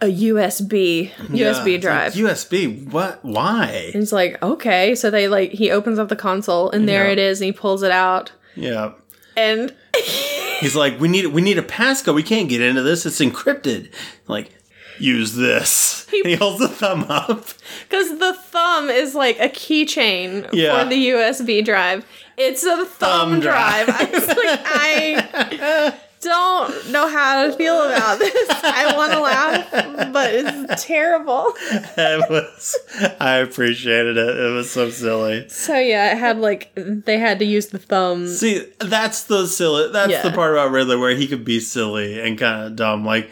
Speaker 2: "A USB
Speaker 1: Yeah,
Speaker 2: USB
Speaker 1: it's like,
Speaker 2: drive."
Speaker 1: USB. What? Why?
Speaker 2: And he's like, okay. So they like he opens up the console and there
Speaker 1: Yeah.
Speaker 2: it is, and he pulls it out.
Speaker 1: Yeah.
Speaker 2: And
Speaker 1: He's like, we need we need a passcode. We can't get into this. It's encrypted. Like, use this.
Speaker 2: He-
Speaker 1: And He, holds the thumb up.
Speaker 2: because the thumb is like a keychain
Speaker 1: Yeah.
Speaker 2: for the USB drive, it's a thumb,
Speaker 1: Thumb
Speaker 2: drive.
Speaker 1: drive.
Speaker 2: I was like, I don't know how to feel about this. I want to laugh, but it's terrible.
Speaker 1: That was. I appreciated it. It was so silly.
Speaker 2: So yeah, it had like they had to use the thumb.
Speaker 1: See, that's the silly. That's
Speaker 2: Yeah.
Speaker 1: the part about Riddler where he could be silly and kind of dumb. Like,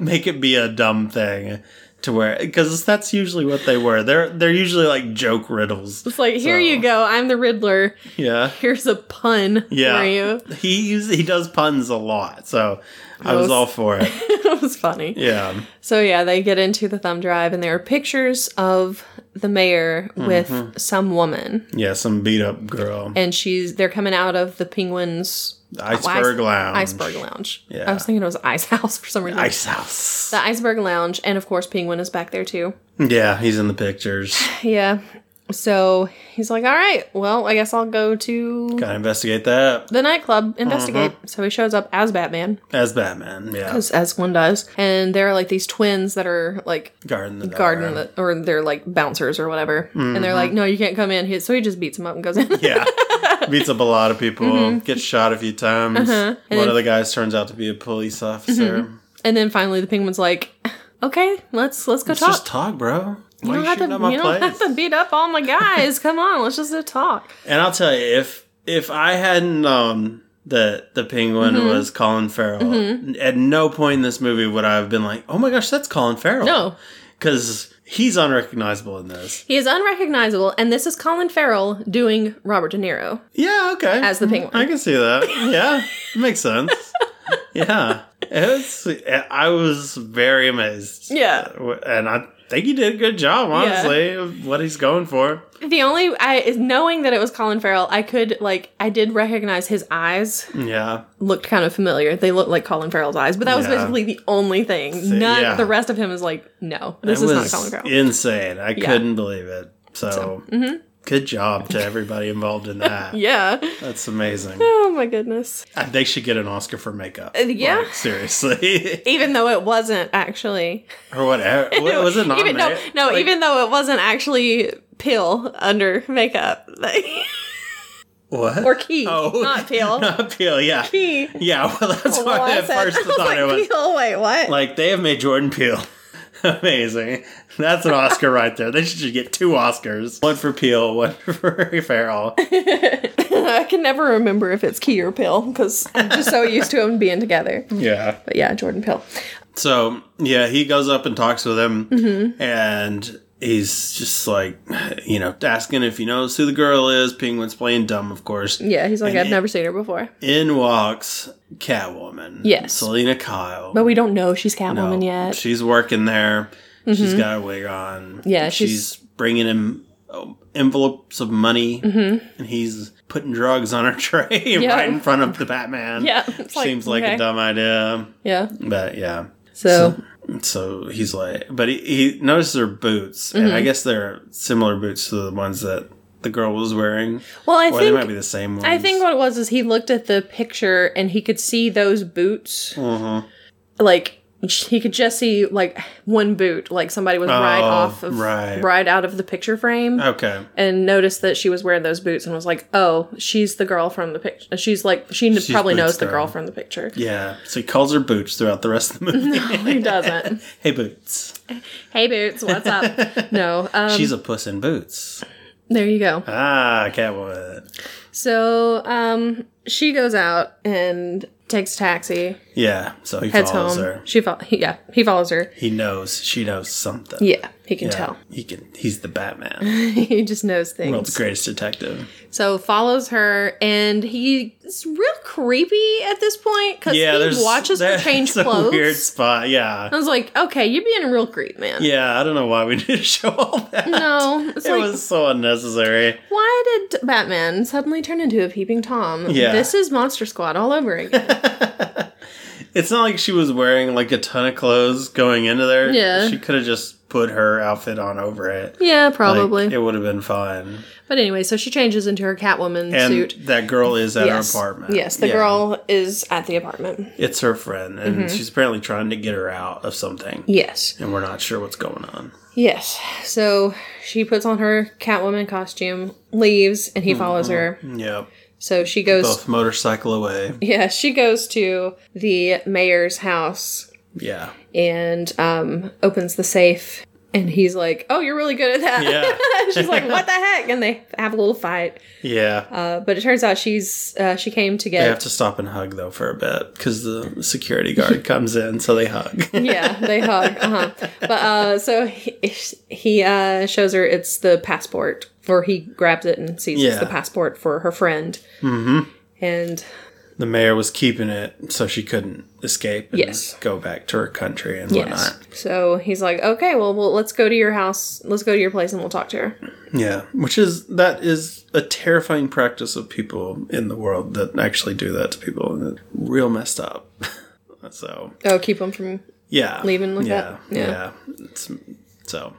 Speaker 1: make it be a dumb thing. To where, because that's usually what they were. They're they're usually like joke riddles.
Speaker 2: It's like here
Speaker 1: So,
Speaker 2: you go. I'm the Riddler.
Speaker 1: Yeah,
Speaker 2: Here's a pun
Speaker 1: Yeah,
Speaker 2: for you.
Speaker 1: he use- he does puns a lot, so I was
Speaker 2: Gross.
Speaker 1: all for it.
Speaker 2: it was funny.
Speaker 1: Yeah,
Speaker 2: So yeah, they get into the thumb drive, and there are pictures of the mayor
Speaker 1: Mm-hmm.
Speaker 2: with some woman,
Speaker 1: yeah, some beat up girl,
Speaker 2: and she's they're coming out of the penguins
Speaker 1: iceberg
Speaker 2: Oh, ice-
Speaker 1: lounge,
Speaker 2: iceberg lounge.
Speaker 1: Yeah.
Speaker 2: I was thinking it was ice house for some reason.
Speaker 1: ice house.
Speaker 2: The iceberg lounge, and of course, penguin is back there too.
Speaker 1: Yeah, he's in the pictures.
Speaker 2: Yeah. So he's like, "All right, well, I guess I'll go to
Speaker 1: Gotta investigate that
Speaker 2: the nightclub, investigate."
Speaker 1: Uh-huh.
Speaker 2: So he shows up as Batman,
Speaker 1: as Batman. Yeah,
Speaker 2: as, as one does, and there are like these twins that are like
Speaker 1: garden the
Speaker 2: garden
Speaker 1: door.
Speaker 2: that, or they're like bouncers or whatever and they're like no you can't come in He- so he just beats him up and goes in
Speaker 1: Mm-hmm. yeah. Beats up a lot of people. Gets shot a few times.
Speaker 2: Mm-hmm. Uh-huh. And Mm-hmm.
Speaker 1: One
Speaker 2: then-
Speaker 1: of the guys turns out to be a police officer.
Speaker 2: and then finally the penguin's like okay let's let's go
Speaker 1: Let's
Speaker 2: talk
Speaker 1: just talk, bro.
Speaker 2: you
Speaker 1: Why
Speaker 2: don't,
Speaker 1: you
Speaker 2: have to,
Speaker 1: shooting at my
Speaker 2: you don't
Speaker 1: place?
Speaker 2: have to beat up all my guys come on let's just go talk
Speaker 1: And I'll tell you, if if I hadn't known that the penguin
Speaker 2: Mm-hmm.
Speaker 1: was Colin Farrell, at no point in this movie would I have been like, "Oh my gosh, that's Colin Farrell."
Speaker 2: no
Speaker 1: because he's unrecognizable in this.
Speaker 2: he is unrecognizable and this is colin farrell doing robert de niro
Speaker 1: Yeah, okay.
Speaker 2: as the penguin
Speaker 1: I can see that. Yeah, makes sense. yeah, it was, I was very amazed.
Speaker 2: yeah
Speaker 1: and I think he did a good job, honestly, of what he's going for.
Speaker 2: The only I is knowing that it was Colin Farrell, I could like I did recognize his eyes
Speaker 1: Yeah.
Speaker 2: looked kind of familiar. They looked like Colin Farrell's eyes, but that was
Speaker 1: Yeah.
Speaker 2: basically the only thing. None
Speaker 1: yeah.
Speaker 2: the rest of him is like, no, this
Speaker 1: It
Speaker 2: is not
Speaker 1: was
Speaker 2: Colin Farrell.
Speaker 1: Insane. I
Speaker 2: Yeah. mm-hmm.
Speaker 1: couldn't believe it. So, good job to everybody involved in that.
Speaker 2: yeah.
Speaker 1: That's amazing.
Speaker 2: Oh my goodness.
Speaker 1: Uh, They should get an Oscar for makeup.
Speaker 2: Uh, yeah.
Speaker 1: Like, seriously.
Speaker 2: Even though it wasn't actually
Speaker 1: or whatever. What, was it not?
Speaker 2: even, no, no,
Speaker 1: Like,
Speaker 2: even though it wasn't actually peel under makeup. like-
Speaker 1: What?
Speaker 2: or key.
Speaker 1: Oh.
Speaker 2: Not peel.
Speaker 1: Not peel, yeah.
Speaker 2: Key.
Speaker 1: Yeah, well, that's
Speaker 2: Well,
Speaker 1: why
Speaker 2: I
Speaker 1: at
Speaker 2: said-
Speaker 1: first I
Speaker 2: I was
Speaker 1: thought it
Speaker 2: like,
Speaker 1: was.
Speaker 2: Peel, wait, what?
Speaker 1: Like, they have made Jordan Peele. Amazing. That's an Oscar right there. They should get two Oscars one for Peele, one for Farrell.
Speaker 2: I can never remember if it's key or pill because I'm just so used to them being together.
Speaker 1: Yeah.
Speaker 2: But yeah, Jordan Pill.
Speaker 1: So yeah, he goes up and talks with him,
Speaker 2: Mm-hmm.
Speaker 1: and he's just like, you know, asking if he knows who the girl is. Penguin's playing dumb, of course.
Speaker 2: Yeah, he's like,
Speaker 1: And
Speaker 2: I've
Speaker 1: it-
Speaker 2: never seen her before.
Speaker 1: In walks Catwoman.
Speaker 2: Yes.
Speaker 1: Selena Kyle.
Speaker 2: But we don't know she's Catwoman
Speaker 1: No,
Speaker 2: yet. Mm-hmm.
Speaker 1: She's working there. She's got a wig on.
Speaker 2: Yeah,
Speaker 1: she's,
Speaker 2: she's-
Speaker 1: bringing him oh, envelopes of money, and he's putting drugs on her tray
Speaker 2: Mm-hmm. Yeah.
Speaker 1: right in front of the Batman.
Speaker 2: Yeah, it's like,
Speaker 1: seems like
Speaker 2: okay.
Speaker 1: a dumb idea,
Speaker 2: yeah.
Speaker 1: but yeah.
Speaker 2: So,
Speaker 1: So he's like, but he, he notices her boots, and I
Speaker 2: Mm-hmm.
Speaker 1: guess they're similar boots to the ones that the girl was wearing,
Speaker 2: well, I
Speaker 1: or they might
Speaker 2: think
Speaker 1: be the same ones.
Speaker 2: I think what it was is he looked at the picture and he could see those boots.
Speaker 1: Mhm.
Speaker 2: Like he could just see like one boot, like somebody was right
Speaker 1: Oh,
Speaker 2: off of
Speaker 1: right. Oh,
Speaker 2: right out of the picture frame.
Speaker 1: Okay,
Speaker 2: and noticed that she was wearing those boots and was like, "Oh, she's the girl from the picture." She's like, she probably
Speaker 1: Boots
Speaker 2: knows the
Speaker 1: Girl.
Speaker 2: girl from the picture.
Speaker 1: yeah. So he calls her boots throughout the rest of the movie.
Speaker 2: Who doesn't?
Speaker 1: hey, boots.
Speaker 2: hey, boots, what's up? No, um,
Speaker 1: She's a puss in boots.
Speaker 2: there you go.
Speaker 1: Ah, Catwoman.
Speaker 2: So, um, she goes out and takes a taxi,
Speaker 1: Yeah. So he
Speaker 2: heads
Speaker 1: follows
Speaker 2: home.
Speaker 1: her.
Speaker 2: She fo- he, yeah, he follows her.
Speaker 1: He knows she knows something.
Speaker 2: Yeah, he can
Speaker 1: Yeah.
Speaker 2: tell.
Speaker 1: He can. He's the Batman,
Speaker 2: he just knows things.
Speaker 1: world's greatest detective.
Speaker 2: So follows her, and he's real creepy at this point because
Speaker 1: Yeah, there's
Speaker 2: he watches her
Speaker 1: that's
Speaker 2: change
Speaker 1: a
Speaker 2: clothes.
Speaker 1: Weird spot. Yeah.
Speaker 2: I was like, okay, you're being a real creep, man.
Speaker 1: Yeah, I don't know why we did to show all that.
Speaker 2: No, it's
Speaker 1: it
Speaker 2: like,
Speaker 1: was so unnecessary.
Speaker 2: why did Batman suddenly turn into a peeping Tom?
Speaker 1: Yeah.
Speaker 2: This is Monster Squad all over again.
Speaker 1: It's not like she was wearing like a ton of clothes going into there.
Speaker 2: Yeah.
Speaker 1: she could have just put her outfit on over it.
Speaker 2: yeah,
Speaker 1: Like,
Speaker 2: probably.
Speaker 1: it would have been fine.
Speaker 2: but anyway, so she changes into her Catwoman
Speaker 1: And
Speaker 2: suit.
Speaker 1: that girl is at
Speaker 2: Yes.
Speaker 1: her apartment.
Speaker 2: Yes, the
Speaker 1: Yeah.
Speaker 2: girl Mm-hmm. is at the apartment.
Speaker 1: It's her friend, and she's apparently trying to get her out of something,
Speaker 2: Yes.
Speaker 1: and we're not sure what's going on.
Speaker 2: Yes. So she puts on her Catwoman costume, leaves, and he follows her.
Speaker 1: Yep,
Speaker 2: So she goes
Speaker 1: Mm-hmm. both motorcycle away.
Speaker 2: Yeah, she goes to the mayor's house
Speaker 1: Yeah,
Speaker 2: and um, opens the safe. And he's like, "Oh, you're really good at that."
Speaker 1: Yeah.
Speaker 2: she's like, "What the heck?" And they have a little fight.
Speaker 1: yeah.
Speaker 2: Uh, but it turns out she's uh, she came to
Speaker 1: they have
Speaker 2: get
Speaker 1: to stop and hug though for a bit because the security guard comes in, so they hug.
Speaker 2: yeah they hug uh-huh. but uh, so he, he uh, shows her it's the passport or he grabs it and sees
Speaker 1: Yeah.
Speaker 2: it's the passport for her friend mm-hmm. and
Speaker 1: the mayor was keeping it so she couldn't escape and
Speaker 2: Yes.
Speaker 1: go back to her country and
Speaker 2: yes
Speaker 1: whatnot.
Speaker 2: so he's like okay well, well let's go to your house let's go to your place and we'll talk to her
Speaker 1: Yeah, which is that is a terrifying practice of people in the world that actually do that to people, and it's real messed up. so
Speaker 2: oh keep him from
Speaker 1: yeah,
Speaker 2: Leaving like
Speaker 1: yeah,
Speaker 2: that? Yeah.
Speaker 1: yeah. It's, so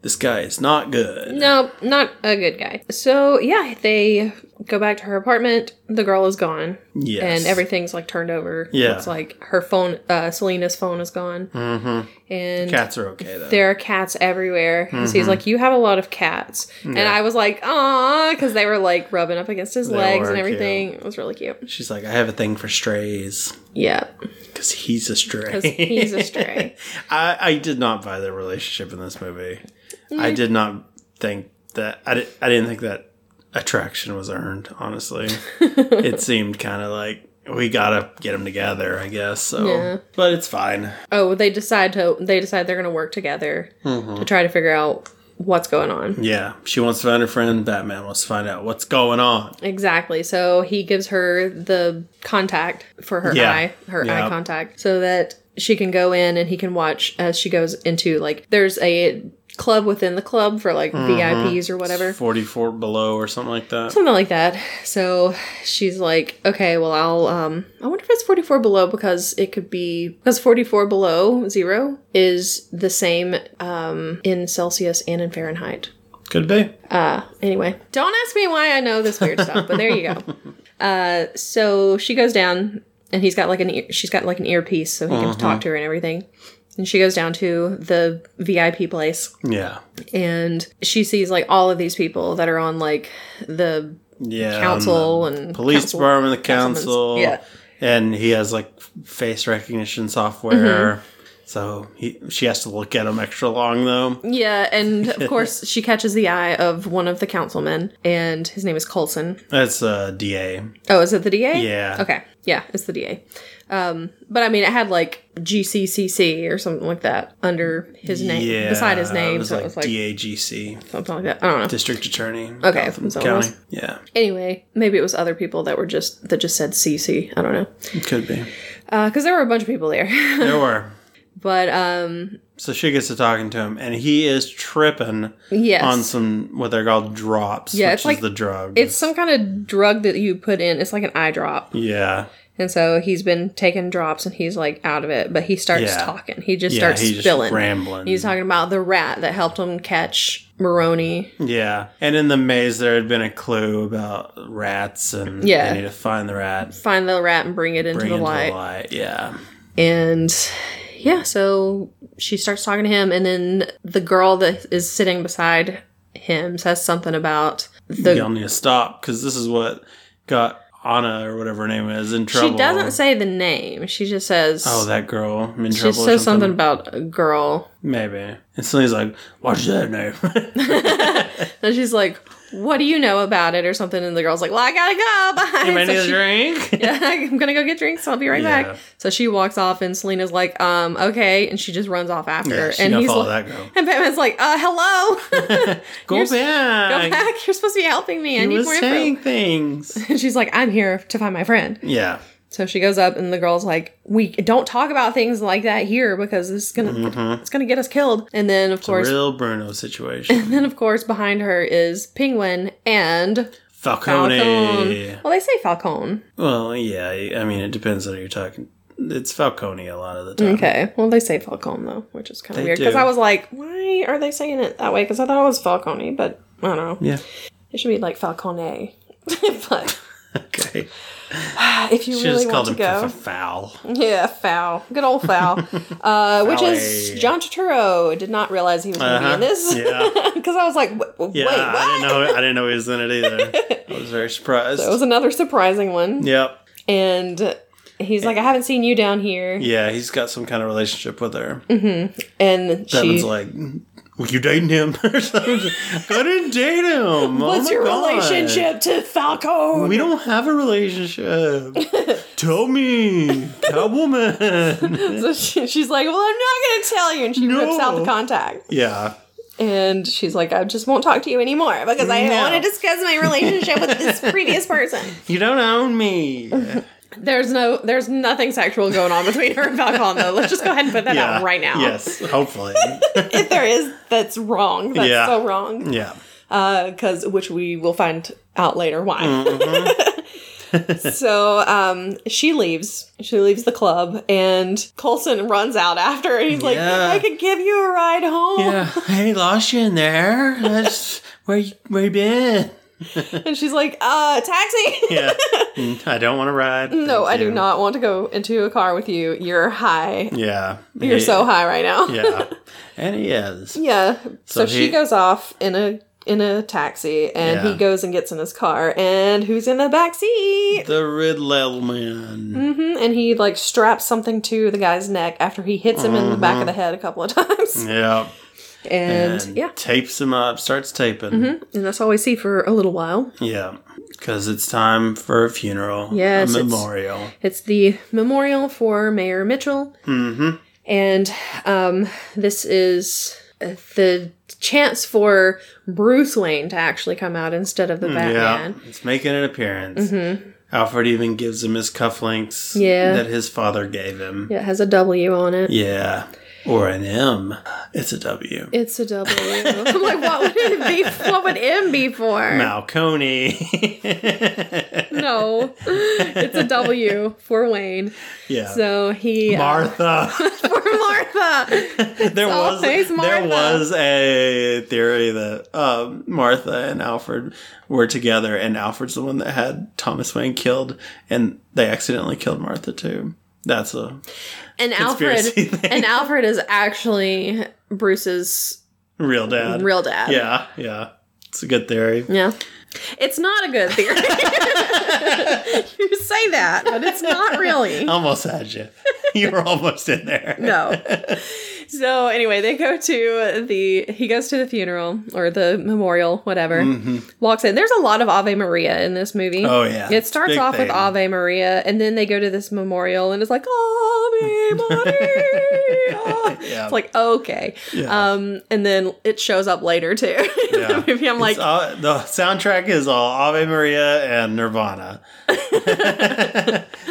Speaker 1: this guy is not good.
Speaker 2: No, not a good guy. So yeah, they go back to her apartment. The girl is gone,
Speaker 1: Yes,
Speaker 2: and everything's like turned over.
Speaker 1: Yeah.
Speaker 2: it's like her phone, uh, Selena's phone is gone, mm-hmm. and
Speaker 1: cats are okay though.
Speaker 2: there are cats everywhere. And so
Speaker 1: Mm-hmm.
Speaker 2: he's like, "You have a lot of cats," and I was like, "Aw," because they were like rubbing up against his legs
Speaker 1: were
Speaker 2: and everything. It was really cute.
Speaker 1: She's like, I have a thing for strays
Speaker 2: Yeah,
Speaker 1: because he's a stray.
Speaker 2: 'Cause he's a stray.
Speaker 1: I, I did not buy the relationship in this movie. I did not think that I, di- I didn't think that attraction was earned. Honestly, it seemed kind of like we gotta get them together. I guess so,
Speaker 2: Yeah.
Speaker 1: but it's fine.
Speaker 2: oh, they decide to they decide they're gonna work together
Speaker 1: Mm-hmm.
Speaker 2: to try to figure out what's going on.
Speaker 1: Yeah, she wants to find her friend. Batman wants to find out what's going on.
Speaker 2: Exactly. So he gives her the contact for her
Speaker 1: Yeah.
Speaker 2: eye, her
Speaker 1: Yeah.
Speaker 2: eye contact, so that she can go in and he can watch as she goes into like there's a club within the club for like
Speaker 1: Mm-hmm.
Speaker 2: VIPs or whatever.
Speaker 1: 44 below or something like that.
Speaker 2: Something like that. So she's like, okay, well, I'll, um, I wonder if it's 44 below because it could be, because 44 below zero is the same, um, in Celsius and in Fahrenheit.
Speaker 1: Could be.
Speaker 2: Uh, anyway, don't ask me why I know this weird stuff, but there you go. Uh, so she goes down, and he's got like an ear- she's got like an earpiece, so he
Speaker 1: Uh-huh.
Speaker 2: can talk to her and everything. And she goes down to the VIP place,
Speaker 1: Yeah.
Speaker 2: and she sees like all of these people that are on like the
Speaker 1: Yeah.
Speaker 2: council
Speaker 1: um,
Speaker 2: and
Speaker 1: police
Speaker 2: council-
Speaker 1: department, the
Speaker 2: councilman's-
Speaker 1: council.
Speaker 2: Yeah,
Speaker 1: And he has like f- face recognition
Speaker 2: Mm-hmm.
Speaker 1: software. So he, she has to look at him extra long though.
Speaker 2: yeah, and of course she catches the eye of one of the councilmen, and his name is Colson.
Speaker 1: That's uh, DA.
Speaker 2: Oh, is it the DA?
Speaker 1: Yeah.
Speaker 2: Okay. Yeah, it's the DA. Um, but I mean, it had like GCCC or something like that under his name,
Speaker 1: Yeah.
Speaker 2: beside his name.
Speaker 1: It was
Speaker 2: so
Speaker 1: like,
Speaker 2: it was like
Speaker 1: DAGC,
Speaker 2: something like that. I don't know.
Speaker 1: district attorney.
Speaker 2: Okay,
Speaker 1: Gotham
Speaker 2: so it
Speaker 1: County.
Speaker 2: was-
Speaker 1: Yeah.
Speaker 2: anyway, maybe it was other people that were just that just said CC. I don't know,
Speaker 1: It could be.
Speaker 2: because there were a bunch of people there.
Speaker 1: There were.
Speaker 2: but um,
Speaker 1: So she gets to talking to him, and he is tripping
Speaker 2: yes,
Speaker 1: on some what they're called drops,
Speaker 2: Yeah,
Speaker 1: which
Speaker 2: it's like-
Speaker 1: is the drug.
Speaker 2: it's some kind of drug that you put in. It's like an eye drop,
Speaker 1: yeah,
Speaker 2: and so he's been taking drops and he's like out of it. But he starts
Speaker 1: Yeah.
Speaker 2: talking. He just
Speaker 1: yeah.
Speaker 2: starts
Speaker 1: he's
Speaker 2: spilling.
Speaker 1: just rambling.
Speaker 2: He's talking about the rat that helped him catch Maroney.
Speaker 1: yeah, and in the maze there had been a clue about rats, and
Speaker 2: Yeah.
Speaker 1: they need to find the rat,
Speaker 2: Find the rat and bring it into,
Speaker 1: bring
Speaker 2: the,
Speaker 1: it to
Speaker 2: light.
Speaker 1: the light. Yeah,
Speaker 2: And yeah, so she starts talking to him, and then the girl that is sitting beside him says something about the.
Speaker 1: y'all need to stop because this is what got Anna or whatever her name is in trouble.
Speaker 2: She doesn't say the name. She just says.
Speaker 1: Oh, that girl I'm in
Speaker 2: she
Speaker 1: trouble. or
Speaker 2: says something about a girl.
Speaker 1: Maybe. And Selena's like, "What's that name?"
Speaker 2: And she's like, What do you know about it? or something. And the girl's like, Well, I gotta go. Bye.
Speaker 1: Anybody
Speaker 2: So
Speaker 1: need a
Speaker 2: she-
Speaker 1: drink?
Speaker 2: Yeah, I'm gonna go get drinks. I'll be right
Speaker 1: Yeah.
Speaker 2: back. So she walks off, and Selena's like, "Um, okay," and she just runs off after. her.
Speaker 1: Yeah, she
Speaker 2: and
Speaker 1: gotta
Speaker 2: he's
Speaker 1: follow
Speaker 2: like,
Speaker 1: that girl.
Speaker 2: and Batman's like, "Uh, hello,
Speaker 1: Go
Speaker 2: You're- go
Speaker 1: back.
Speaker 2: back. You're supposed to be helping me. I
Speaker 1: He
Speaker 2: need
Speaker 1: was
Speaker 2: more
Speaker 1: saying
Speaker 2: info."
Speaker 1: things.
Speaker 2: And she's like, "I'm here to find my friend."
Speaker 1: Yeah.
Speaker 2: So she goes up, and the girl's like, "We don't talk about things like that here because this is gonna it's gonna get us killed." And then of course,
Speaker 1: Mm-hmm. Real Bruno situation.
Speaker 2: and then of course, behind her is Penguin and
Speaker 1: Falcone.
Speaker 2: Falcone. Well, they say Falcone.
Speaker 1: Well, yeah. I mean, it depends on who you're talking. It's Falcone a lot of the time.
Speaker 2: Okay. Well, they say Falcone though, which is kind of
Speaker 1: They
Speaker 2: weird because
Speaker 1: do.
Speaker 2: I was like, why are they saying it that way? Because I thought it was Falcone, but I don't know.
Speaker 1: Yeah.
Speaker 2: It should be like Falcone. but
Speaker 1: Okay.
Speaker 2: if you
Speaker 1: She
Speaker 2: really
Speaker 1: just
Speaker 2: want
Speaker 1: called
Speaker 2: to
Speaker 1: him
Speaker 2: go,
Speaker 1: f- f- foul.
Speaker 2: yeah, foul, good old foul, uh, which is
Speaker 1: Foul-y.
Speaker 2: John Turturro. I Did not realize he was going to be in
Speaker 1: Uh-huh.
Speaker 2: this
Speaker 1: Yeah.
Speaker 2: because I was like, w- w-
Speaker 1: Yeah.
Speaker 2: wait,
Speaker 1: I
Speaker 2: what?
Speaker 1: didn't know. I didn't know he was in it either. I was very surprised.
Speaker 2: It was another surprising one,
Speaker 1: yep.
Speaker 2: and he's like, I haven't seen you down here,
Speaker 1: Yeah. He's got some kind of relationship with her.
Speaker 2: Mm-hmm. and she.
Speaker 1: Devin's like. Were you dating him or something? I didn't date him.
Speaker 2: What's
Speaker 1: oh my
Speaker 2: your
Speaker 1: God.
Speaker 2: relationship to Falcone?
Speaker 1: We don't have a relationship. Tell me, Catwoman.
Speaker 2: So she, she's like, "Well, I'm not gonna tell you," and she
Speaker 1: No.
Speaker 2: rips out the contact,
Speaker 1: yeah.
Speaker 2: and she's like, "I just won't talk to you anymore because I
Speaker 1: No.
Speaker 2: don't want to discuss my relationship with this previous person."
Speaker 1: You don't own me.
Speaker 2: There's no, there's nothing sexual going on between her and Falcon, though. Let's just go ahead and put that out right now.
Speaker 1: Yes, hopefully.
Speaker 2: If there is, that's wrong. That's
Speaker 1: Yeah.
Speaker 2: so wrong.
Speaker 1: yeah.
Speaker 2: Because which we will find out later why.
Speaker 1: Mm-hmm.
Speaker 2: so um, she leaves. She leaves the club, and Colson runs out after. her, And he's like,
Speaker 1: Yeah.
Speaker 2: "I could give you a ride home."
Speaker 1: Yeah. Hey, lost you in there. That's where you, where you been?
Speaker 2: And she's like, uh, taxi.
Speaker 1: Yeah. Mm, I don't want to ride.
Speaker 2: no,
Speaker 1: Thank
Speaker 2: I do
Speaker 1: you.
Speaker 2: not want to go into a car with you. You're high.
Speaker 1: Yeah.
Speaker 2: You're so high right now.
Speaker 1: Yeah. And he is.
Speaker 2: Yeah. So,
Speaker 1: So
Speaker 2: she
Speaker 1: he-
Speaker 2: goes off in a in a taxi and
Speaker 1: Yeah.
Speaker 2: he goes and gets in his car and who's in the back seat?
Speaker 1: The Riddler man.
Speaker 2: hmm And he like straps something to the guy's neck after he hits him in the back of the head a couple of times.
Speaker 1: Yeah.
Speaker 2: Mm-hmm. And, yeah. Mm-hmm.
Speaker 1: Tapes him up, starts taping.
Speaker 2: And that's all we see for a little while.
Speaker 1: Yeah. Because it's time for a funeral.
Speaker 2: Yes,
Speaker 1: A
Speaker 2: it's-
Speaker 1: memorial.
Speaker 2: It's the memorial for Mayor Mitchell. Mm-hmm. And um, this is uh, the chance for Bruce Wayne to actually come out instead of the Batman. Mm-hmm.
Speaker 1: Yeah. It's making an appearance. Alfred even gives him his cufflinks
Speaker 2: Yeah.
Speaker 1: that his father gave him.
Speaker 2: Yeah, it has a W on it.
Speaker 1: Yeah. Or an M. It's a W.
Speaker 2: It's a W. I'm like, what would it be? What would M be for?
Speaker 1: Malcony.
Speaker 2: No, it's a W for Wayne.
Speaker 1: yeah.
Speaker 2: So he uh,
Speaker 1: Martha.
Speaker 2: for Martha.
Speaker 1: there was
Speaker 2: always
Speaker 1: there
Speaker 2: Martha.
Speaker 1: was a theory that um, Martha and Alfred were together, and Alfred's the one that had Thomas Wayne killed, and they accidentally killed Martha too. That's a
Speaker 2: And
Speaker 1: Conspiracy
Speaker 2: Alfred.
Speaker 1: thing.
Speaker 2: And Alfred is actually Bruce's
Speaker 1: real dad.
Speaker 2: real dad.
Speaker 1: yeah, yeah. It's a good theory.
Speaker 2: Yeah. It's not a good theory. you say that, but it's not really.
Speaker 1: Almost had you. You were almost in there.
Speaker 2: No. So anyway, they go to the he goes to the funeral or the memorial, whatever. Walks in. There's a lot of Ave Maria in this movie.
Speaker 1: Mm-hmm. Oh yeah.
Speaker 2: It starts
Speaker 1: Big
Speaker 2: off with
Speaker 1: thing.
Speaker 2: Ave Maria, and then they go to this memorial, and it's like Ave Maria.
Speaker 1: Yeah.
Speaker 2: It's like okay,
Speaker 1: Yeah.
Speaker 2: um, and then it shows up later too. in
Speaker 1: Yeah.
Speaker 2: the movie. I'm like,
Speaker 1: It's all- the soundtrack is all Ave Maria and Nirvana.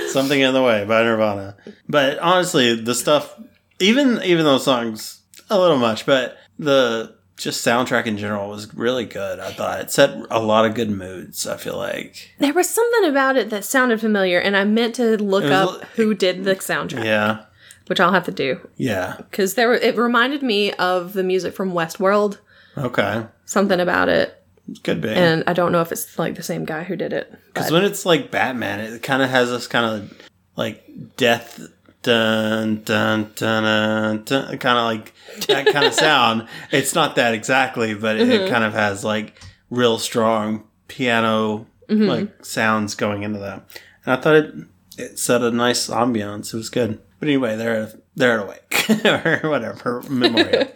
Speaker 1: Something in the way by Nirvana. But honestly, the stuff, even even those songs, a little much, but the just soundtrack in general was really good. I thought it set a lot of good moods. I feel like,
Speaker 2: there was something about it that sounded familiar, and I meant to look
Speaker 1: was
Speaker 2: up
Speaker 1: li-
Speaker 2: who did the soundtrack,
Speaker 1: yeah,
Speaker 2: which I'll have to do
Speaker 1: yeah,
Speaker 2: because there were, it reminded me of the music from Westworld.
Speaker 1: okay,
Speaker 2: Something about it,
Speaker 1: could be.
Speaker 2: and I don't know if it's like the same guy who did it.
Speaker 1: Because when it's like Batman, it kind of has this kind of like death, dun dun dun dun, dun kind of like that kind of sound. It's not that exactly, but it, it kind of has like real strong piano like sounds going into that. And I thought it it set a nice ambiance. It was good. But anyway, they're they're at a wake or whatever memorial.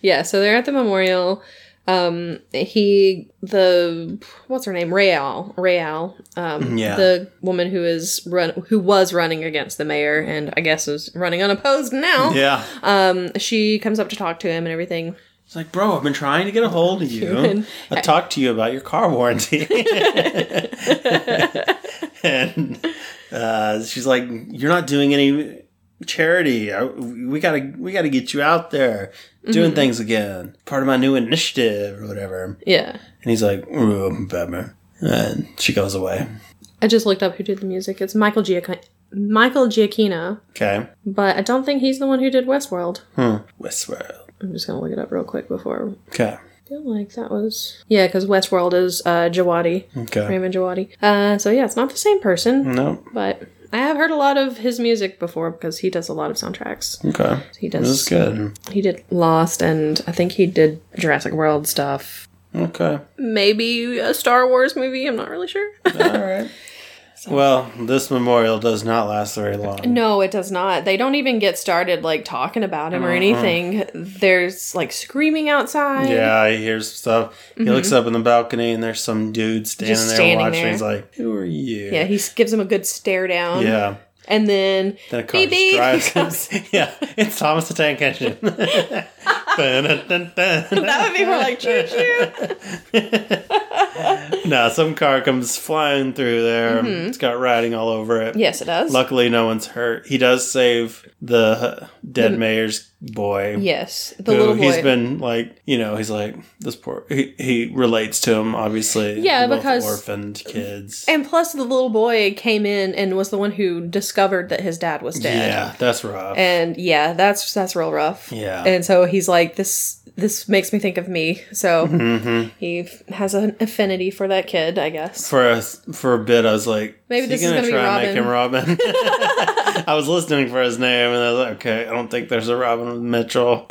Speaker 2: Yeah, so they're at the memorial. Um, he the what's her name? Real. Real. Um,
Speaker 1: Yeah.
Speaker 2: the woman who is run who was running against the mayor and I guess is running unopposed now.
Speaker 1: yeah,
Speaker 2: Um, she comes up to talk to him and everything.
Speaker 1: it's like, bro, I've been trying to get a hold of you.
Speaker 2: Human.
Speaker 1: I talked to you about your car warranty. and uh, she's like, "You're not doing any charity. I- We gotta, we gotta get you out there doing things again. Part of my new initiative or whatever."
Speaker 2: Yeah.
Speaker 1: And he's like, "Ooh, Batman," and she goes away.
Speaker 2: I just looked up who did the music. It's Michael Giacchino. Michael Giacchino,
Speaker 1: Okay,
Speaker 2: but I don't think he's the one who did Westworld.
Speaker 1: hmm. Westworld.
Speaker 2: I'm just gonna look it up real quick before.
Speaker 1: Okay,
Speaker 2: I feel like that was yeah, because Westworld is uh, Jawadi,
Speaker 1: okay.
Speaker 2: Raymond Jawadi. Uh, so yeah, it's not the same person.
Speaker 1: No,
Speaker 2: but I have heard a lot of his music before because he does a lot of soundtracks.
Speaker 1: okay.
Speaker 2: He
Speaker 1: This is
Speaker 2: does.
Speaker 1: good.
Speaker 2: He did Lost, and I think he did Jurassic World stuff.
Speaker 1: Okay.
Speaker 2: Maybe a Star Wars movie. I'm not really sure.
Speaker 1: All right. Well, this memorial does not last very long.
Speaker 2: no, it does not. They don't even get started like talking about
Speaker 1: Uh-huh.
Speaker 2: him or anything. There's like screaming outside.
Speaker 1: Yeah, he hears stuff. He looks up in the balcony and there's some dude standing
Speaker 2: Mm-hmm. Just
Speaker 1: there
Speaker 2: standing
Speaker 1: watching.
Speaker 2: there.
Speaker 1: He's like, Who are you?
Speaker 2: Yeah, he s- gives him a good stare down.
Speaker 1: Yeah.
Speaker 2: And then
Speaker 1: Then a car
Speaker 2: Beep, beep.
Speaker 1: just
Speaker 2: He
Speaker 1: drives. yeah, it's Thomas the Tank Engine. Dun, dun, dun, dun.
Speaker 2: that would be more like choo choo.
Speaker 1: no, some car comes flying through there.
Speaker 2: Mm-hmm.
Speaker 1: It's got writing all over it.
Speaker 2: Yes, it does.
Speaker 1: Luckily, no one's hurt. He does save the uh, dead mayor's boy.
Speaker 2: yes, the
Speaker 1: who
Speaker 2: little boy.
Speaker 1: he's been like, you know, he's like this poor. He, he relates to him, obviously.
Speaker 2: Yeah,
Speaker 1: Both
Speaker 2: because-
Speaker 1: orphaned kids.
Speaker 2: And plus, the little boy came in and was the one who discovered that his dad was dead.
Speaker 1: Yeah, that's rough.
Speaker 2: And yeah, that's that's real rough.
Speaker 1: yeah.
Speaker 2: And so he's like, this this makes me think of me. So
Speaker 1: Mm-hmm.
Speaker 2: he f- has an affinity for that kid, I guess.
Speaker 1: for a for a bit, I was like,
Speaker 2: Maybe
Speaker 1: "Is
Speaker 2: this
Speaker 1: he
Speaker 2: is
Speaker 1: gonna
Speaker 2: gonna be
Speaker 1: try and make him Robin." I was listening for his name, and I was like, "Okay, I don't think there's a Robin with Mitchell."
Speaker 2: but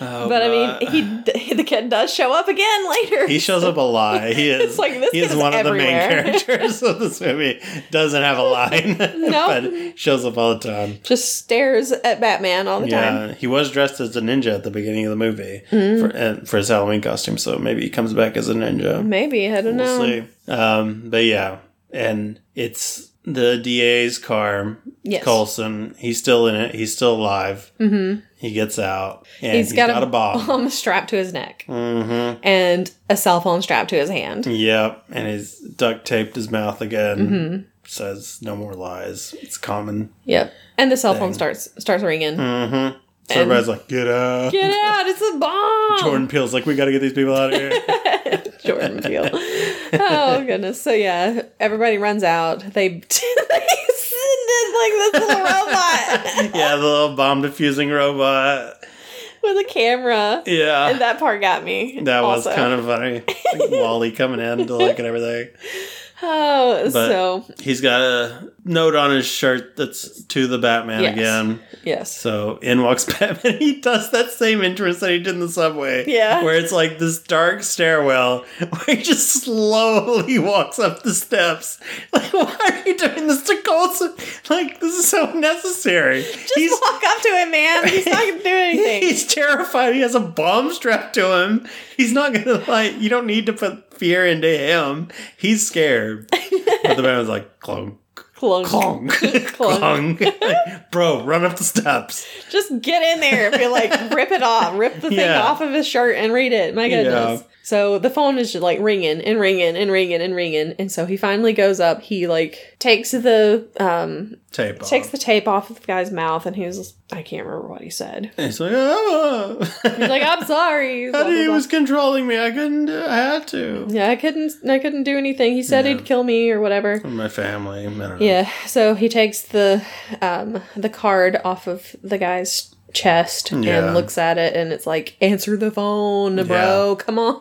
Speaker 2: I mean, he the kid does show up again later.
Speaker 1: uh, he shows up a lie. He is
Speaker 2: like, this
Speaker 1: he is
Speaker 2: kid is
Speaker 1: one of the main
Speaker 2: everywhere.
Speaker 1: characters of this movie. Doesn't have a line, but shows up all the time.
Speaker 2: just stares at Batman all the time.
Speaker 1: Yeah, he was dressed as a ninja at the beginning of the movie for, and for his Halloween costume, so maybe he comes back as a ninja.
Speaker 2: Maybe I don't know.
Speaker 1: We'll see. Um, but yeah, and it's the DA's car,
Speaker 2: Yes.
Speaker 1: Colson. He's still in it. He's still alive. Mm-hmm. He gets out, and he's got, a, Mm-hmm. bomb.
Speaker 2: bomb strapped to his neck and a cell phone strapped to his hand.
Speaker 1: Yep, and he's duct taped his mouth again. says no more lies. It's common.
Speaker 2: Yep. And the cell phone
Speaker 1: Dang.
Speaker 2: starts starts ringing.
Speaker 1: Mm-hmm. So
Speaker 2: And-
Speaker 1: everybody's like, get out.
Speaker 2: Get out! It's a bomb.
Speaker 1: Jordan Peele's like, we got to get these people out of here.
Speaker 2: Jordan Peele. Oh goodness. So yeah, everybody runs out. They they send in, like this little robot
Speaker 1: yeah, the little bomb defusing robot.
Speaker 2: with a camera.
Speaker 1: Yeah.
Speaker 2: And that part got me.
Speaker 1: That
Speaker 2: also.
Speaker 1: was kind of funny. Like, Wally coming in to look at everything.
Speaker 2: Oh, so
Speaker 1: He's got a note on his shirt that's to the Batman
Speaker 2: Yes.
Speaker 1: again.
Speaker 2: yes.
Speaker 1: So in walks Batman. He does that same entrance that he did in the subway.
Speaker 2: Yeah.
Speaker 1: Where it's like this dark stairwell where he just slowly walks up the steps. Like, why are you doing this to Colson? Like, this is so necessary.
Speaker 2: Just walk up to it, man. He's not gonna do anything.
Speaker 1: He's terrified. He has a bomb strapped to him. He's not gonna like. You don't need to put fear into him. He's scared. but the man was like, clunk,
Speaker 2: Clunk.
Speaker 1: clunk,
Speaker 2: Clunk.
Speaker 1: clunk. Like, Bro, run up the steps.
Speaker 2: Just get in there if you like rip it off, rip the thing
Speaker 1: Yeah.
Speaker 2: off of his shirt and read it. My goodness.
Speaker 1: Yeah.
Speaker 2: So the phone is just like ringing and ringing and ringing and ringing, and so he finally goes up. He like takes the um
Speaker 1: Tape off.
Speaker 2: takes the tape off of the guy's mouth, and he was I can't remember what he said.
Speaker 1: And he's like, oh.
Speaker 2: He's like, I'm sorry. blah,
Speaker 1: How
Speaker 2: blah,
Speaker 1: he
Speaker 2: blah.
Speaker 1: was controlling me. I couldn't. do- I had to.
Speaker 2: yeah, I couldn't. I couldn't do anything. He said
Speaker 1: Yeah.
Speaker 2: he'd kill me or whatever.
Speaker 1: My family. I don't know.
Speaker 2: Yeah. So he takes the um the card off of the guy's chest
Speaker 1: Yeah.
Speaker 2: and looks at it and it's like answer the phone, bro. Come on.